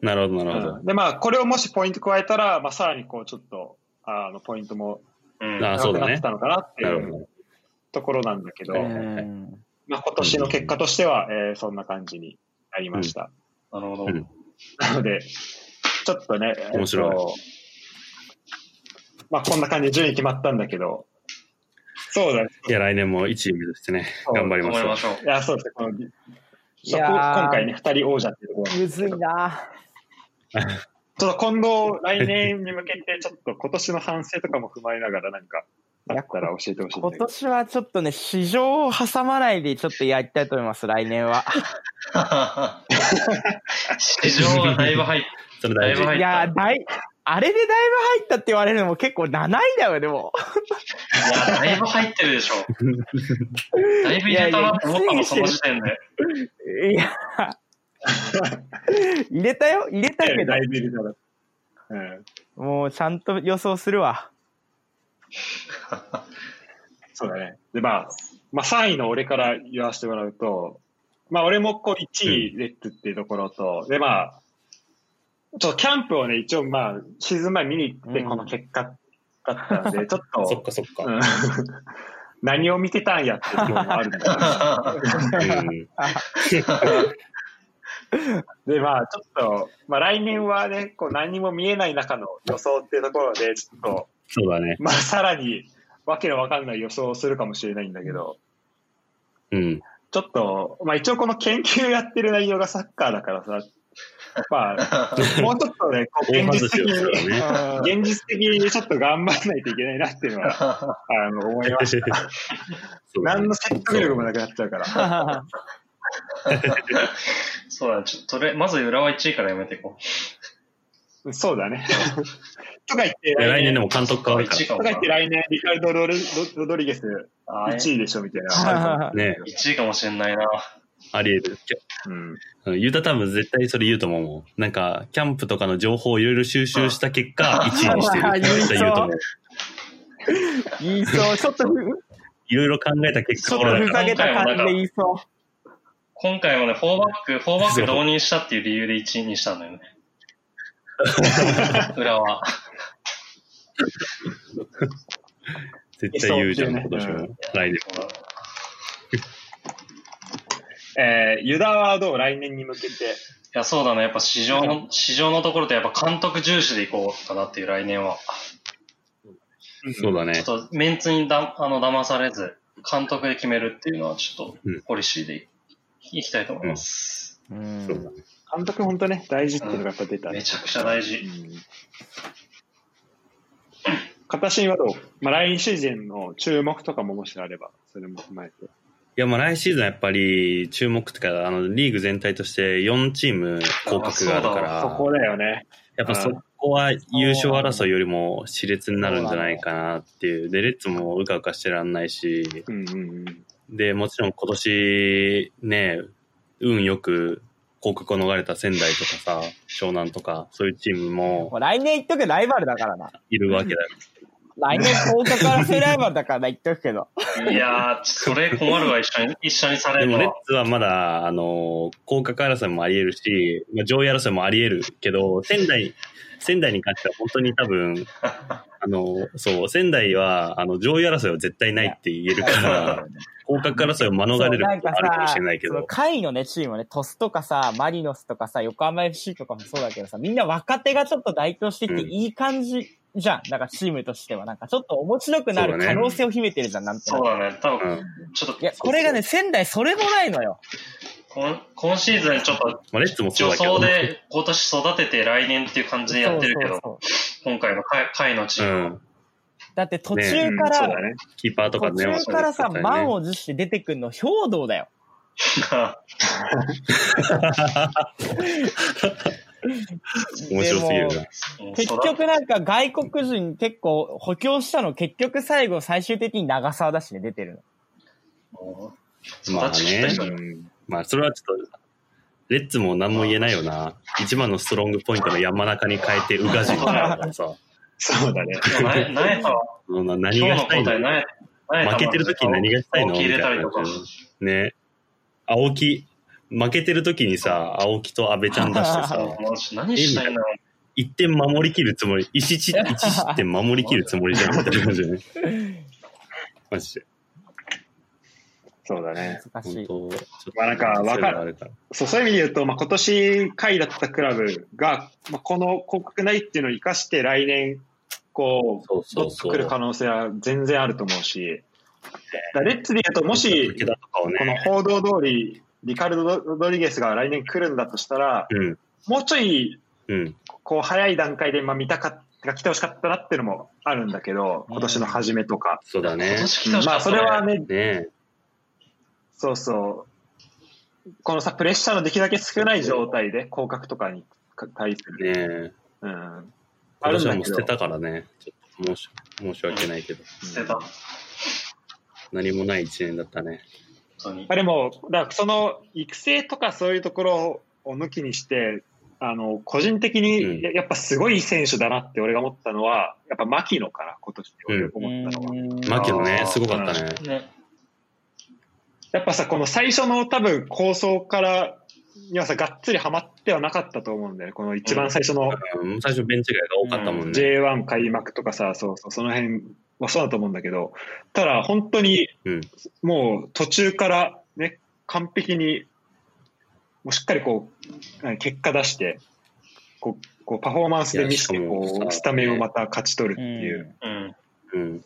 Speaker 2: なるほど、なるほど。
Speaker 1: で、まあ、これをもしポイント加えたら、まあ、さらにこう、ちょっと、あの、ポイントも
Speaker 4: うん。
Speaker 2: あ
Speaker 1: 高
Speaker 2: そう
Speaker 1: く
Speaker 2: だね
Speaker 1: なってたのかなって
Speaker 2: ないるほ
Speaker 1: うところなんだけど、
Speaker 2: は
Speaker 3: う
Speaker 2: いはいはい
Speaker 3: ん
Speaker 1: まあ、今年の結果としては、えーそんな感じになりました。
Speaker 4: なるほど。
Speaker 2: うん
Speaker 1: なので、ちょっとね、えーと
Speaker 2: 面白い
Speaker 1: まあ、こんな感じで順位決まったんだけど、そうだね。
Speaker 2: いや、来年も1位目指してね、頑張り
Speaker 4: 頑張り
Speaker 2: ま
Speaker 4: ま
Speaker 2: し
Speaker 4: しょう。
Speaker 1: いや、そうですね。この
Speaker 3: い
Speaker 1: そこ
Speaker 3: やー
Speaker 1: 今回ね、二人王者っていうところ。
Speaker 3: むずいな。
Speaker 1: ちょっと今後、来年に向けて、ちょっと今年の反省とかも踏まえながら、なんか、あったら教えてほしいんだ
Speaker 3: 今
Speaker 1: けど。
Speaker 3: 年はちょっとね、市場を挟まないでちょっとやりたいと思います、来年は。
Speaker 4: 市場はだいぶ入っ
Speaker 2: ょう。それ
Speaker 4: だい
Speaker 2: 大
Speaker 4: ぶ
Speaker 2: 事。
Speaker 3: い
Speaker 4: 入った。
Speaker 3: やー、だい、あれでだいぶ入ったって言われるのも結構7位だよ、でも。
Speaker 4: いや、だいぶ入ってる でしょ。だいぶ入れたなって思った
Speaker 3: いやい
Speaker 4: の、
Speaker 3: や
Speaker 4: その時点で。
Speaker 3: いや、入れたよ、入れたけど
Speaker 1: だ、いぶ入れたらうん。
Speaker 3: もうちゃんと予想するわ。
Speaker 1: そうだね。で、まあ、まあ、3位の俺から言わせてもらうと、まあ、俺もこう、1位レッツっていうところと、で、まあ、ちょっとキャンプをね、一応まあ、シーズン前見に行って、
Speaker 3: うん
Speaker 1: この結果だったの で、ちょっと、
Speaker 2: そっかそっか。
Speaker 1: うん何を見てたんやっていうのもあるんだけど。
Speaker 2: うん
Speaker 1: で、まあ、ちょっと、まあ、来年はね、こう、何も見えない中の予想っていうところで、ちょっと、
Speaker 2: そうだね。
Speaker 1: まあ、さらに、わけのわかんない予想をするかもしれないんだけど、
Speaker 2: うん。
Speaker 1: ちょっと、まあ、一応この研究やってる内容がサッカーだからさ、ま あ、もうちょっとね、こう、
Speaker 2: 大
Speaker 1: 現
Speaker 2: 外
Speaker 1: 実
Speaker 2: し
Speaker 1: 的
Speaker 2: をする
Speaker 1: に、
Speaker 2: ね。
Speaker 1: 現実的にちょっと頑張らないといけないなっていうのは、 あの、思いました。
Speaker 2: そうだね
Speaker 1: 何の説得力もなくなっちゃうから。
Speaker 4: そうだね、ちょっととりあえずまず浦和1位からやめていこ
Speaker 1: そうだね。 とか言って、
Speaker 2: いや来年で
Speaker 1: も。
Speaker 2: も監督変
Speaker 4: う。
Speaker 2: わるか
Speaker 4: 1位か
Speaker 1: と
Speaker 4: も
Speaker 1: か言って来年、リカルド・ロレロドリゲス
Speaker 4: な。
Speaker 1: 1位でしょみたいな。
Speaker 2: ら。ね
Speaker 4: 1位かもしれないな。
Speaker 2: あり得る。
Speaker 1: うん
Speaker 2: うんユダ多分絶対それ言うと思うもん。なんか、キャンプとかの情報をいろいろ収集した 結果、1位にしてる。絶対言うと思う。
Speaker 3: 言いそう、ちょっとふ、
Speaker 2: いろいろ考えた結
Speaker 3: ちょ
Speaker 2: 果、
Speaker 3: っ
Speaker 2: これだ
Speaker 3: とふ
Speaker 2: か
Speaker 3: ざけた感じで言いそう。
Speaker 4: 今回もね、フォーバック、フォーバック導入したっていう理由で1位にしたん だよね。浦和。
Speaker 2: ら絶対言うじゃん、
Speaker 1: そう
Speaker 2: 今年
Speaker 1: う
Speaker 2: も。来年
Speaker 4: そうだね
Speaker 1: えー、ユダはどう来年に向けて。
Speaker 4: いや、そうだね。やっぱ市場の、市場のところとやっぱ監督重視でいこうかなっていう来年は。
Speaker 2: も。そうだ
Speaker 4: ちょ
Speaker 2: ね
Speaker 4: っ。とメンツにだあの騙されず、監督で決めるっていうのはちょっ
Speaker 2: うん
Speaker 4: とポリシーでい行きたいと思います。
Speaker 3: うん
Speaker 2: そうだね
Speaker 1: 監督本当ね、大事っていうのがやっぱ出た、
Speaker 4: めちゃくちゃ大事。
Speaker 1: 形にはどう、まあ、来シーズンの注目とかももしあれば、それも踏まえて。
Speaker 2: いや、まあ来シーズンやっぱり注目とか、あの、リーグ全体として4チーム降格があるか
Speaker 1: そ
Speaker 2: ら、
Speaker 1: こだよね。
Speaker 2: やっぱそこは優勝争いよりも熾烈になるんじゃないかなっていう。で、レッツもうかうかしてらんないし、
Speaker 1: うんうんうん。
Speaker 2: で、もちろん今年ね、運よく降格を逃れた仙台とかさ、湘南とか、そういうチームも
Speaker 5: もう来年言っとくけどライバルだからな。
Speaker 2: いるわけだから
Speaker 5: 来年降格争いライバルだからな言っとくけ ど。
Speaker 4: いやー、それ困るわ、一緒に、一緒にされ
Speaker 2: で
Speaker 4: る
Speaker 2: も、レッ
Speaker 4: の。
Speaker 2: ツはまだ、あの、降格争いもあり得るし、まあ、上位争いもあり得るけど、仙台、仙台に関しては本当に多分、あの、そう、仙台は、あの、上位争いは絶対ないって言える から、降格争いを免れることはあるかもしれないけ
Speaker 5: その
Speaker 2: ど、
Speaker 5: 下位のね、チームはね、鳥栖とかさ、マリノスとかさ、横浜 FC とかもそうだけどさ、みんな若手がちょっと台頭してきて
Speaker 2: うん
Speaker 5: いい感じじゃん。なんかチームとしては、なんかちょっと面白くな
Speaker 2: そう
Speaker 5: る
Speaker 2: だね
Speaker 5: 可能性を秘めてるじゃん、なんてな
Speaker 4: そ
Speaker 5: く
Speaker 4: うだね、多
Speaker 2: うん
Speaker 4: 分、ちょっと
Speaker 5: いや、これがね、仙台それもないのよ。
Speaker 4: 今、今シーズンちょっと、
Speaker 2: まあ、レッツもそう
Speaker 4: 助
Speaker 2: だけど
Speaker 4: 走、で今年育てて来年っていう感じでやってるけど、
Speaker 5: そうそうそ
Speaker 4: 今回の会会のチ
Speaker 2: う
Speaker 4: ーム、
Speaker 2: ん、
Speaker 5: うだって途中
Speaker 1: うん
Speaker 5: か
Speaker 1: そ
Speaker 5: ら、
Speaker 1: うだね。
Speaker 2: キーパーとかね、
Speaker 5: 途中からさ、
Speaker 2: 忘れてた
Speaker 5: 満
Speaker 2: よね
Speaker 5: を持して出てくんの兵道だよ。
Speaker 2: 面白すぎる
Speaker 5: で
Speaker 2: な
Speaker 5: も。結局なんか外国人結構補強したの結局最後最終的に長沢だしね出てるの。
Speaker 4: もう
Speaker 2: まあ
Speaker 4: 育ちきった人
Speaker 1: う
Speaker 4: に
Speaker 1: ん
Speaker 2: まあ、それはちょっと、レッツも何も言えないよな。一番のストロングポイントの山中に変えて、宇賀神だからさ、
Speaker 1: そうだね。
Speaker 4: なえなえたわ
Speaker 2: そんな何
Speaker 4: 今
Speaker 2: が
Speaker 4: 日の
Speaker 2: したい
Speaker 4: 答
Speaker 2: の
Speaker 4: えなえなえたわ
Speaker 2: 負けてる時に何がしたいの
Speaker 4: 青木入れたりとか
Speaker 2: み。いなね。青木、負けてる時にさ、青木と安倍ちゃん出して
Speaker 4: あ
Speaker 2: さ、
Speaker 4: もう何したいの
Speaker 2: 一点守りきるつもり、一失一失点守りきるつもりじゃんみたいな感じだね。 マジで。
Speaker 1: そうだね。
Speaker 5: 難し
Speaker 2: 本
Speaker 5: い。
Speaker 2: 当ちょっと
Speaker 1: まあなんかわかる
Speaker 2: それはあれか
Speaker 1: そうそういう意味で言うと、まあ、今年下位だったクラブが、まあ、この広告ないっていうのを生かして来年、こ
Speaker 2: そう
Speaker 1: う、ど
Speaker 2: そう
Speaker 1: っ
Speaker 2: そ
Speaker 1: と
Speaker 2: う。
Speaker 1: 来る可能性は全然あると思うし、だからレッツで言うと、もし、
Speaker 2: 武田とかを
Speaker 1: この
Speaker 2: ね、
Speaker 1: 報道通り、リカルド・ロドリゲスが来年来るんだとしたら、
Speaker 2: うん、
Speaker 1: もうちょい、
Speaker 2: うん、
Speaker 1: こう、早い段階で、まあ、見たかった、来てほしかったなっていうのもあるんだけど、今年の初めとか。
Speaker 2: そうだ
Speaker 4: 今
Speaker 2: ね。
Speaker 4: 年来てほし
Speaker 1: ま
Speaker 4: か
Speaker 1: あ、
Speaker 4: っ
Speaker 1: そ
Speaker 4: た
Speaker 1: れ
Speaker 4: ね
Speaker 1: はね、
Speaker 2: ね
Speaker 1: そうそう。このさ、プレッシャーのできるだけ少ない状態で、降格とかに対す
Speaker 2: え、ね
Speaker 1: る。
Speaker 2: え。
Speaker 1: うん。あるん
Speaker 2: 私
Speaker 1: だけ
Speaker 2: はも
Speaker 1: ど
Speaker 2: う捨てたからね、ちょっと申し申し訳ないけど、
Speaker 4: 捨てた本
Speaker 2: 何もない一年だったね。
Speaker 4: 当に
Speaker 1: まあ、でも、だからその、育成とかそういうところを抜きにして、あの、個人的
Speaker 2: うん
Speaker 1: に、ややっぱすごい選手だなって俺が思ったのは、やっぱ牧野かな、今年俺思ったのは。
Speaker 2: マキのね
Speaker 4: あ、ー
Speaker 2: すごかったね。
Speaker 4: ね
Speaker 1: やっぱさ、この最初の多分構想から、にはさ、がっつりハマってはなかったと思うんだよね。この一番最初の、
Speaker 2: うん最初ベンチ外が多かったもんね。
Speaker 1: J1 開幕とかさ、そうそう、その辺はそうだと思うんだけど、ただ本当に
Speaker 2: うん、
Speaker 1: もう途中からね、完璧に、もうしっかりこう、何結果出して、こう、こうパフォーマンスで見せて、
Speaker 2: いやしかも
Speaker 1: こう、
Speaker 2: さ
Speaker 1: スタメンをまた勝ち取るっていうう。
Speaker 4: うん
Speaker 2: うん。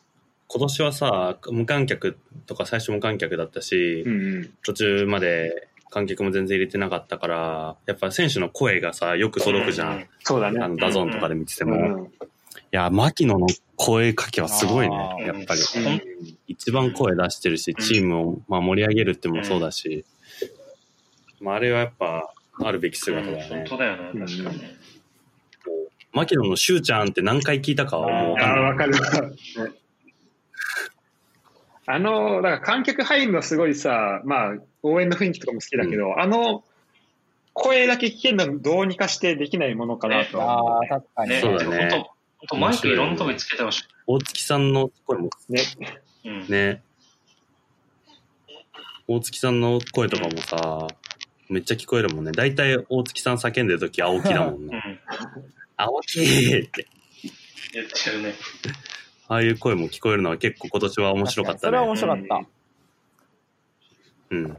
Speaker 2: 今年はさ、無観客とか最初無観客だったし、
Speaker 1: うんうん。
Speaker 2: 途中まで観客も全然入れてなかったから、やっぱ選手の声がさ、よく届くじゃ。
Speaker 4: うん
Speaker 1: そうだね。
Speaker 2: あの、ダゾーンとかで見てて
Speaker 1: う
Speaker 2: も。い
Speaker 1: ん
Speaker 2: や、牧野の声かけはすごいね
Speaker 5: あ、ー
Speaker 2: やっぱり。
Speaker 4: うん
Speaker 2: 一番声出してるし、
Speaker 4: うん
Speaker 2: チームをまあ盛り上げるってもそうだし、まあ、あれはやっぱ、あるべき姿だよ
Speaker 4: 本
Speaker 2: ね。
Speaker 4: 当だよね確かに
Speaker 2: 牧野のシューちゃんって何回聞いたかはもうわ
Speaker 1: あ
Speaker 2: か
Speaker 1: あ、
Speaker 2: んない。
Speaker 1: わかるわ。 あの、だから観客入るのすごいさ、まあ、応援の雰囲気とかも好きだけど、あの、声だけ聞けるのどうにかしてできないものかなとは思
Speaker 5: ああ、確かに。
Speaker 4: ね
Speaker 2: そうだね
Speaker 4: ほんとほんとマイクいろんなとこにつけてほし
Speaker 2: 大月さんの声も
Speaker 1: うね。
Speaker 4: いうん
Speaker 2: ね、大月さんの声とかもさ、めっちゃ聞こえるもんね。大体大月さん叫んでるとき青木だもん
Speaker 4: う
Speaker 2: ね。
Speaker 4: ん
Speaker 2: 青木って。
Speaker 4: 言ってるね
Speaker 2: ああいう声も聞こえるのは結構今年は面白かった
Speaker 5: それは
Speaker 2: ね。
Speaker 5: 面白かった。
Speaker 2: うん。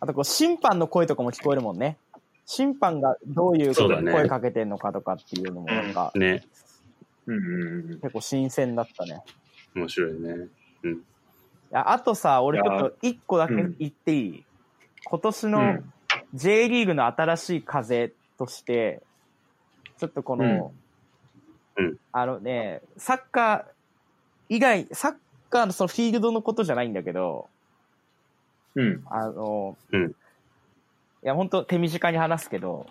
Speaker 5: あとこう審判の声とかも聞こえるもんね。審判がどういう
Speaker 2: そうだね
Speaker 5: 声かけてんのかとかっていうのもなんか、
Speaker 2: ね。
Speaker 1: うんうんうん。
Speaker 5: 結構新鮮だったね。
Speaker 2: 面白いね。
Speaker 5: いやあとさ、俺ちょっと一個だけ
Speaker 1: うん
Speaker 5: 言っていい、
Speaker 3: 今年
Speaker 1: う
Speaker 3: の
Speaker 1: ん
Speaker 3: J リーグの新しい風として、ちょっとこの、
Speaker 2: うんうん
Speaker 3: あのね、サッカー以外、サッカーのそのフィールドのことじゃないんだけど、
Speaker 1: うん。
Speaker 3: あの、
Speaker 2: うん
Speaker 3: いや、本当手短に話すけど、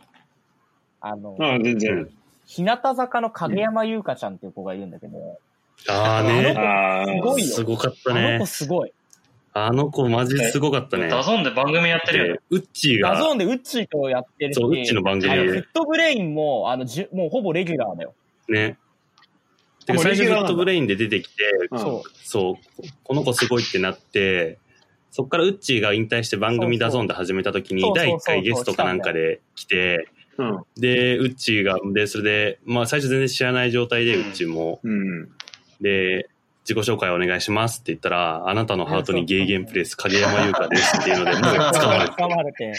Speaker 3: あの、
Speaker 1: ああ、全
Speaker 2: う
Speaker 1: 然。
Speaker 3: 日向坂の影山優香ちゃんっていう子がいるんだけど、
Speaker 2: ああね。
Speaker 1: ああ、
Speaker 3: すごいよ
Speaker 2: すごかった
Speaker 3: あの
Speaker 2: ね
Speaker 3: 子。すごい。
Speaker 2: あの子マジすごかったね。
Speaker 4: ダゾーンで番組やってるよね
Speaker 2: で。ウッチー
Speaker 3: ダゾ
Speaker 2: が
Speaker 3: ー、ンでウッチーとやってるし、
Speaker 2: そう、ウッチーの番組
Speaker 3: あのフ
Speaker 2: で
Speaker 3: ットブレインも、あの、じゅもうほぼレギュラーだよ。
Speaker 2: ね。
Speaker 1: で
Speaker 2: て
Speaker 1: も
Speaker 2: か最
Speaker 1: レギ
Speaker 2: 初
Speaker 1: ュ
Speaker 2: フ
Speaker 1: ラーなんだ
Speaker 2: ットブレインで出てきて、
Speaker 1: うん
Speaker 3: そう。
Speaker 2: そう、この子すごいってなって、そっからウッチーが引退して番組ダゾーンで始めた時
Speaker 3: そ
Speaker 2: に
Speaker 3: う、そう
Speaker 2: 第1回ゲストかなんかで来て、
Speaker 1: うん。
Speaker 2: で、ウッチーが、で、それで、まあ最初全然知らない状態で、ウッチーも、
Speaker 1: うん。
Speaker 2: で、自己紹介お願いしますって言ったら、あなたのハートにゲイゲンプレス、影山優香ですっていうので、もう捕まれて、
Speaker 3: 掴まれて。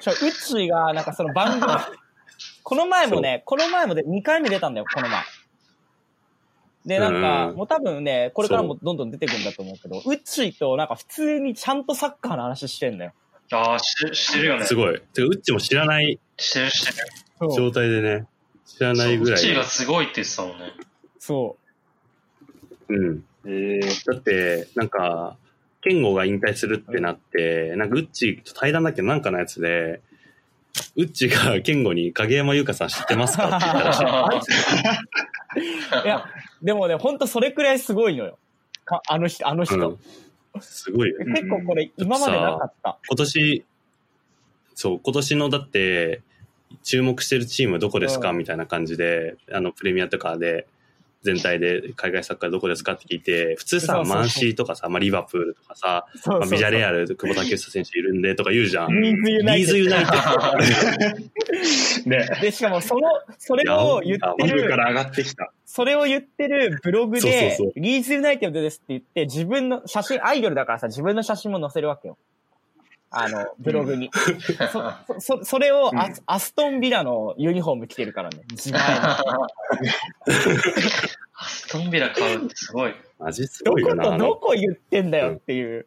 Speaker 3: ちょ、うちが、なんかその 番組、この前もね、この前もで2回目出たんだよ、この前。で、なんか、
Speaker 2: うん
Speaker 3: もう多分ね、これからもどんどん出てくるんだと思うけど、うちとなんか普通にちゃんとサッカーの話してんだよ。
Speaker 4: ああ、してしてるよね。
Speaker 2: すごい。てか、ウッチーも知らない
Speaker 4: してるしてる。
Speaker 3: そう。
Speaker 2: 状態でね、知らないぐ
Speaker 4: う
Speaker 2: らい
Speaker 4: ち。がすごいって言ってたもんね。
Speaker 3: そ
Speaker 2: うん。
Speaker 1: ええ
Speaker 2: だって、なんか、健吾が引退するってなって、なんか、ウッチーと対談だっけど、なんかのやつで、ウッチーが 健吾に影山優香さん知ってますか って言ったらしい。
Speaker 3: いやでもね、ほんとそれくらいすごいのよ。かあの人、あの人。
Speaker 2: うんすごいよね。
Speaker 3: 結構これ今までなかった。
Speaker 2: 今年、そう、今年のだって、注目してるチームどこですか、
Speaker 3: うん
Speaker 2: みたいな感じで、あの、プレミアとかで、全体で海外サッカーどこですかって聞いて、普通さ、
Speaker 3: そうそうそう
Speaker 2: マンシーとかさ、まあ、リバプールとかさ、
Speaker 3: そう
Speaker 2: まあ、
Speaker 3: そう
Speaker 2: ビジャレアル、久保建英選手いるんでとか言うじゃん。
Speaker 1: ル
Speaker 3: ニーズユナイ
Speaker 2: リー
Speaker 3: テ
Speaker 2: ズ
Speaker 3: ッ
Speaker 2: ユナイテッド
Speaker 1: ー。で、
Speaker 3: ド。で、しかもその、それを言って
Speaker 2: い
Speaker 1: ビ
Speaker 2: や
Speaker 3: る
Speaker 1: ルから上がってきた。
Speaker 3: それを言ってるブログ
Speaker 2: そう
Speaker 3: で
Speaker 2: そうそ、
Speaker 3: リーズユナイテッドですって言って、自分の写真、アイドルだからさ、自分の写真も載せるわけよ。あの、ブログに。そ、そ、それをアス、アストンビラのユニフォーム着てるからね。自前の。
Speaker 4: アストンビラ買うってすごい。
Speaker 2: 味す
Speaker 3: ど
Speaker 2: ごいよ
Speaker 3: こ
Speaker 2: な。
Speaker 3: と
Speaker 2: あ
Speaker 3: ど
Speaker 2: の
Speaker 3: こ言ってんだよっていう。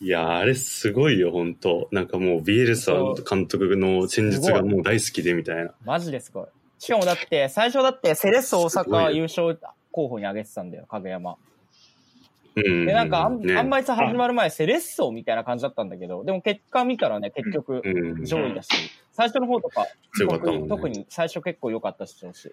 Speaker 2: いや、あれすごいよ、本当なんかもう、ビエルサ監督の戦術がもう大好きで、みたいな。
Speaker 3: マジですごい。しかもだって、最初だって、セレッソ大阪優勝候補に挙げてたんだよ、影山。
Speaker 2: うん。
Speaker 3: で、なんかあん、
Speaker 2: ね
Speaker 3: あんまりさ、始まる前、セレッソみたいな感じだったんだけど、でも結果見たらね、結局、
Speaker 2: うん。
Speaker 3: 上位だし、最初の方とか、
Speaker 2: 強かった
Speaker 3: 特
Speaker 2: もん
Speaker 3: に
Speaker 2: ね
Speaker 3: 特に最初結構良かったし、調子。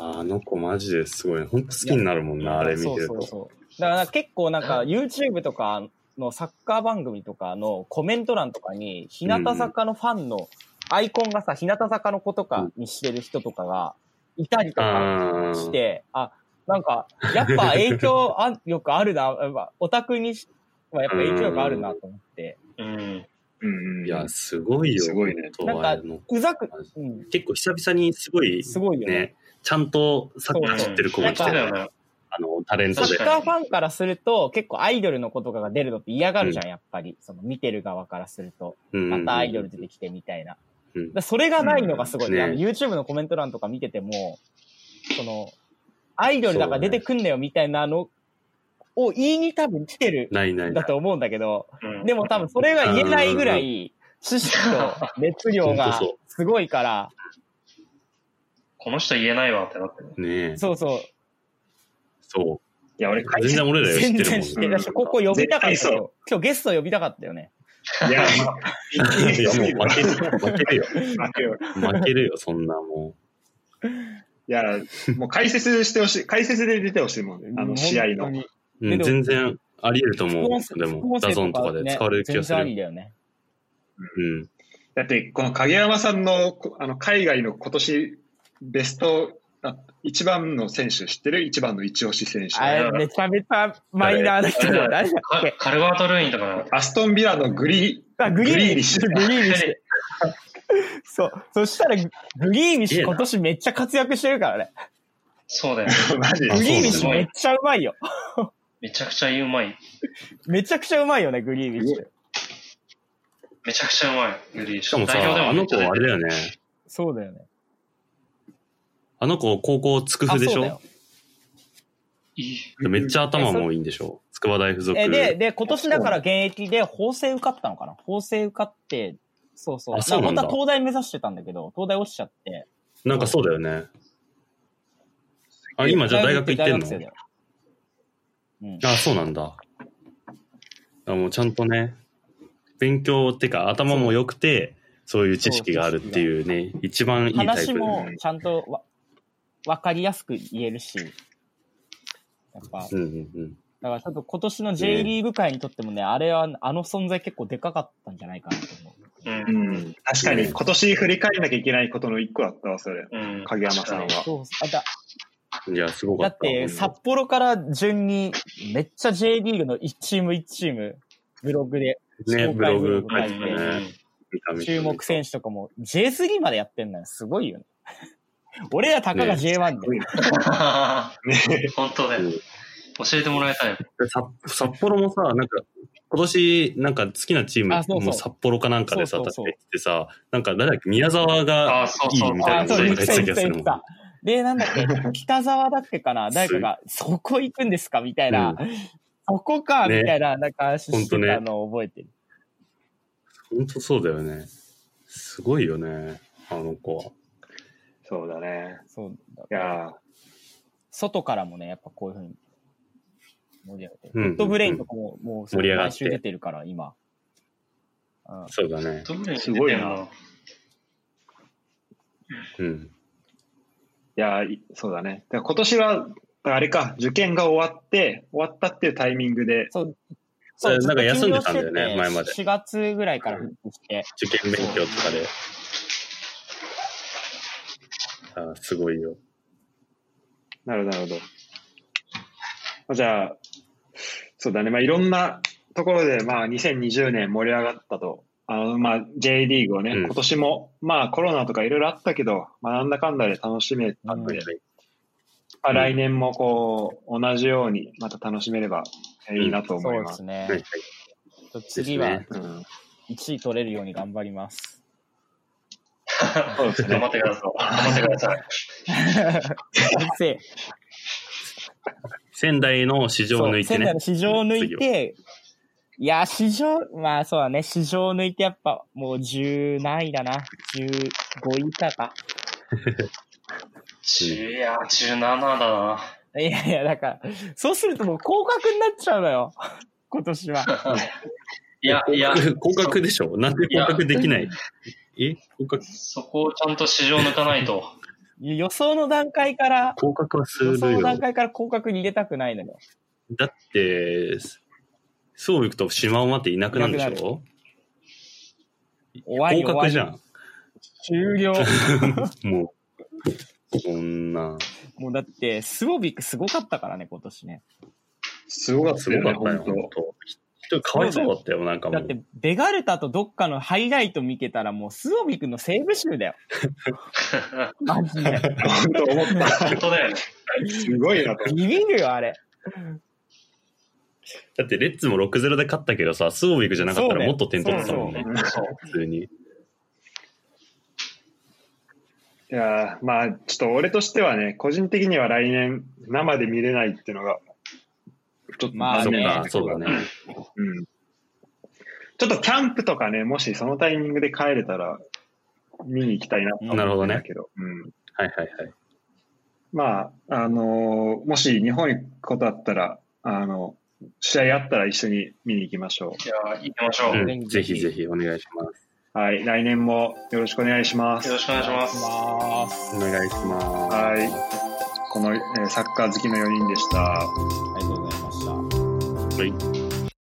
Speaker 2: あの子マジですごい。本当好きになるもんな、あれ見てる
Speaker 3: そうそう
Speaker 2: と。
Speaker 3: そう。だからなんか結構なんか YouTube とかのサッカー番組とかのコメント欄とかに、日向坂のファンのアイコンがさ、日向坂の子とかにしてる人とかがいたりとか
Speaker 2: ああ。
Speaker 3: して、あ、なんか、やっぱ影響あよくあるな、やっぱオタクにしはやっぱ影響があるなと思って、
Speaker 4: うん。
Speaker 1: うん。
Speaker 2: いや、すごいよ。
Speaker 1: すごいね
Speaker 2: 本
Speaker 3: なん
Speaker 2: 当
Speaker 3: か
Speaker 2: あの
Speaker 3: うざく、うん、
Speaker 2: 結構久々にすごい、
Speaker 3: すごいよね
Speaker 2: ね、ちゃんとサッカー知ってる子が来
Speaker 4: そ
Speaker 2: て
Speaker 4: うだよ
Speaker 2: る。
Speaker 4: ね。
Speaker 2: あの、タレン
Speaker 3: サ
Speaker 2: ト
Speaker 4: 確
Speaker 2: で
Speaker 3: ッカ
Speaker 4: か。
Speaker 3: ーファンからすると、結構アイドルの子とかが出るのって嫌がるじゃん、やっぱり。その見てる側からすると。
Speaker 2: うん
Speaker 3: またアイドル出てきてみたいな。
Speaker 2: うん
Speaker 3: だからそれがないのがすごい、
Speaker 2: うんね
Speaker 3: あの YouTube のコメント欄とか見てても、その、アイドルだから出てくんなよみたいなのを言いに多分来てる
Speaker 2: ないない
Speaker 3: ん
Speaker 2: な
Speaker 3: だ
Speaker 2: い。
Speaker 3: と思うんだけど、
Speaker 4: うん
Speaker 3: でも多分それが言えないぐらい、知識と熱量がすごいから、
Speaker 4: この人言えないわってなってる。
Speaker 2: ねえ。
Speaker 3: そうそう、
Speaker 2: そ
Speaker 1: いや、俺、
Speaker 2: う。全然俺らより知っ
Speaker 3: 全
Speaker 2: てるも
Speaker 3: 然
Speaker 2: ん
Speaker 3: 知っ
Speaker 1: も
Speaker 3: て
Speaker 1: ん
Speaker 3: る。だってここ呼びたかっ
Speaker 1: 絶
Speaker 3: た
Speaker 1: 対そ
Speaker 3: よ。今日ゲスト呼びたかったよね。
Speaker 1: いや、
Speaker 2: いや、もう負ける、負けるよ。
Speaker 1: 負けよ。
Speaker 2: 負けるよ、そんなも
Speaker 1: いや、もう解説してほしい。解説で出てほしいもんね。あの、試合
Speaker 3: 本
Speaker 1: の
Speaker 3: 当。に
Speaker 2: う。
Speaker 3: で
Speaker 2: うん、
Speaker 3: も
Speaker 2: 全然あり得ると
Speaker 3: 副
Speaker 2: 思
Speaker 3: 音声
Speaker 2: う。で
Speaker 3: 副
Speaker 2: も、
Speaker 3: 音声
Speaker 2: ダゾーンとかで
Speaker 3: ね
Speaker 2: 使われる気がす
Speaker 3: 全然あり
Speaker 2: る。
Speaker 3: だよね。
Speaker 2: うん。
Speaker 1: だって、この影山さんの、こあの、海外の今年、ベスト、あ一番の選手知ってる一番の一押し選手。
Speaker 3: あれ、めちゃめちゃマイナーな人だよ。誰だっ
Speaker 4: カ
Speaker 3: け
Speaker 4: カルバート・ルインとかな
Speaker 1: アストンビラのグリ
Speaker 3: あ、
Speaker 1: ー、
Speaker 3: グリー
Speaker 1: リ
Speaker 3: ニ
Speaker 1: ッ
Speaker 3: ッ
Speaker 1: シ
Speaker 3: シ
Speaker 1: ュ
Speaker 3: ュ、。グリーニッシュ。そう。そしたら、グリーニッシュ今年めっちゃ活躍してるからね。
Speaker 4: そうだよね。
Speaker 1: マジで
Speaker 2: あ
Speaker 3: グ
Speaker 2: そう
Speaker 3: リーニッシュ
Speaker 4: なの
Speaker 3: めっちゃうまいよ。
Speaker 4: めちゃくちゃうまい。
Speaker 3: めちゃくちゃうまいよね、グリーニッシュ。
Speaker 4: めちゃくちゃうまい。グリー
Speaker 2: しかも
Speaker 4: 代表で
Speaker 2: さ、
Speaker 4: も
Speaker 2: あ
Speaker 4: めっ
Speaker 2: の
Speaker 4: ち
Speaker 2: 子
Speaker 4: ゃ出てる
Speaker 2: あれだよね。
Speaker 3: そうだよね。
Speaker 2: あの子、高校、つく
Speaker 3: あ、
Speaker 2: ふ
Speaker 3: そ
Speaker 2: でし
Speaker 3: うだ
Speaker 2: ょ
Speaker 3: よ。
Speaker 2: めっちゃ頭もいいんでしょ筑波大附属。
Speaker 3: え、で、で、今年だから現役で法政受かったのかな法政受かって、そうそう。
Speaker 2: あそうなんだ
Speaker 3: か本当は東大目指してたんだけど、東大落ちちゃって。
Speaker 2: なんかそうだよね。あ、今じゃあ大学行ってん
Speaker 3: 大学生だ
Speaker 2: の
Speaker 3: ようん。
Speaker 2: あ、そうなんだ。あもうちゃんとね、勉強ってか頭も良くて、そういう知識があるっていうね、一番いいタイプ。
Speaker 3: 話もちゃんとわわかりやすく言えるし、やっぱ、
Speaker 2: うんうんうん。
Speaker 3: だからちょっと今年の J リーグ界にとってもね、あれは、あの存在結構でかかったんじゃないかなと思う。
Speaker 4: うん。
Speaker 1: うん。確かに、今年振り返らなきゃいけないことの一個だったわ、それ。
Speaker 4: うん。
Speaker 1: 影山さんは。
Speaker 3: そうあだ
Speaker 2: いや、すごか
Speaker 3: だ
Speaker 2: った。
Speaker 3: って、札幌から順に、めっちゃ J リーグの1チーム1チーム、ブログで、
Speaker 2: ね、ブログ書い
Speaker 4: 確か
Speaker 2: て
Speaker 4: に
Speaker 2: ね
Speaker 4: うん うん
Speaker 2: 見た見た見た
Speaker 3: 注目選手とかも J3 までやってんのよ。すごいよね。 俺らたかが J1 で。
Speaker 4: 本当だよ。教えてもらいたい。
Speaker 2: 札札幌もさ、なんか、今年、なんか好きなチーム、
Speaker 3: あそうそう
Speaker 2: もう札幌かなんかでさ、
Speaker 3: そう
Speaker 2: 立
Speaker 3: そ
Speaker 2: っ
Speaker 3: うそう
Speaker 2: てきてさ、なんか誰だっけ、宮沢が
Speaker 4: あそう
Speaker 2: い
Speaker 4: そう
Speaker 2: いみたいな
Speaker 3: あ
Speaker 2: こ
Speaker 3: そ
Speaker 2: と
Speaker 3: う、
Speaker 2: 言
Speaker 3: 言
Speaker 2: っ
Speaker 3: って
Speaker 2: た気
Speaker 3: てた言
Speaker 2: が
Speaker 3: っ
Speaker 2: す
Speaker 3: て
Speaker 2: るもん。
Speaker 3: た。で、なんだっけ、 北沢だっけかな、誰かが、そこ行くんですかみたいな、そこか、
Speaker 2: ね
Speaker 3: みたいな、なんか話
Speaker 2: ほん
Speaker 3: し
Speaker 2: と
Speaker 3: て
Speaker 2: ね
Speaker 3: たのを覚えてる。
Speaker 2: 本当そうだよね。すごいよね、あの子は。
Speaker 1: そうだね。
Speaker 3: そうだ
Speaker 1: いや
Speaker 3: 外からもね、やっぱこういうふうに盛り上げてる。
Speaker 2: うん
Speaker 3: フットブレインとかも、もう
Speaker 2: 盛り上がって
Speaker 3: 毎週出てるから、今。うん
Speaker 2: そうだね。
Speaker 4: どんぐらい
Speaker 1: すごいな
Speaker 4: の
Speaker 2: うん。
Speaker 1: ーいやーいそうだね。だから今年は、あれか、受験が終わって、終わったっていうタイミングで、
Speaker 3: そう。
Speaker 2: それ
Speaker 3: ずっ
Speaker 2: なんか
Speaker 3: と
Speaker 2: 休んでたんだ
Speaker 3: 休
Speaker 2: よ
Speaker 3: 業
Speaker 2: ね
Speaker 3: してて
Speaker 2: 前まで
Speaker 3: 4月ぐらいから復帰して。
Speaker 2: 受験勉強とかで。あすごいよ。
Speaker 1: なるほど、なるほどまあ。じゃあ、そうだね。まあ、いろんなところで、まあ、2020年盛り上がったと。あの、まあ、J リーグをね、
Speaker 2: うん
Speaker 1: 今年も、まあ、コロナとかいろいろあったけど、まあ、なんだかんだで楽しめたん
Speaker 3: う
Speaker 1: で、
Speaker 3: ん
Speaker 1: まあ、来年もこう、同じように、また楽しめればえいいなと思
Speaker 3: そ
Speaker 1: いう
Speaker 3: で
Speaker 1: ます。
Speaker 3: す
Speaker 2: はいは
Speaker 3: ね
Speaker 2: い。
Speaker 3: 次は
Speaker 1: うんそう
Speaker 3: 1位取れるように頑張ります。
Speaker 1: です
Speaker 4: 頑
Speaker 1: ね
Speaker 4: 張っ。てください。頑張ってください。
Speaker 3: うるせえ
Speaker 2: 仙台の市場を抜い
Speaker 3: そ
Speaker 2: て
Speaker 3: う仙
Speaker 2: ね
Speaker 3: 台の。市場を抜いて、いや、市場、まあそうだね、市場を抜いてやっぱもう10何位だな。15位以下か。
Speaker 4: いや、17だな。
Speaker 3: いやいや、だから、そうするともう降格になっちゃうのよ。 今年は。
Speaker 4: いや、いや、
Speaker 2: 合格でしょなんで合格できないえ合格
Speaker 4: そこをちゃんと市場抜かないと。
Speaker 3: 予想の段階から、
Speaker 2: 合格はす
Speaker 3: 予
Speaker 2: る
Speaker 3: 想の
Speaker 2: よ。
Speaker 3: 段階から降格に入れたくないのよ。
Speaker 2: だって、そういくと島尾まっていなくなるんでしょ
Speaker 3: 終わり
Speaker 2: 合
Speaker 3: 終わ
Speaker 2: 格
Speaker 3: り
Speaker 2: じゃん。
Speaker 3: 終 了。
Speaker 2: もう、こんな。
Speaker 3: もうだって、スボビックすごかったからね、今年ね。
Speaker 1: すごかっ
Speaker 2: す
Speaker 1: たよ
Speaker 2: ごか
Speaker 1: ね、
Speaker 2: った
Speaker 1: 本当
Speaker 2: よ、本当。人かわいそうだったよ、なんかも
Speaker 3: だ
Speaker 2: う
Speaker 3: っ。て、ベガルタとどっかのハイライト見てたら、もうスボビックのセーブ集 だよ。マジで。
Speaker 1: 本当思った。
Speaker 4: 本当だよね。
Speaker 1: すごいなと。
Speaker 3: ビビるよ、あれ。
Speaker 2: だって、レッツも6-0で勝ったけどさ、スボビックじゃなかった
Speaker 3: そう
Speaker 2: ら
Speaker 3: ね
Speaker 2: もっと点取ってたもんね
Speaker 1: そう。
Speaker 2: 普通に。
Speaker 1: いやーまあ、ちょっと俺としてはね、個人的には来年、生で見れないっていうのが、ちょっと
Speaker 3: まあ
Speaker 2: そ
Speaker 1: 残
Speaker 2: う
Speaker 1: 念
Speaker 3: ね
Speaker 2: か、そうだね。
Speaker 1: うんちょっとキャンプとかね、もしそのタイミングで帰れたら、見に行きたいなと思
Speaker 2: なるほ
Speaker 1: う
Speaker 2: ど
Speaker 1: んだ
Speaker 2: ね
Speaker 1: けど、うん、
Speaker 2: はいはいはい。
Speaker 1: まあ、あのーもし日本行くことあったら、あの、試合あったら一緒に見に行きましょ
Speaker 4: じゃあ、行きましょう。よ
Speaker 2: うんぜひぜひお願いします。
Speaker 1: う。はい、来年もよろしくお願いします。
Speaker 4: ろしくお願いします。
Speaker 3: ます。
Speaker 2: お願いします。
Speaker 1: はい。この、えーサッカー好きの4人でした。
Speaker 3: ありがとうございました。
Speaker 2: はい。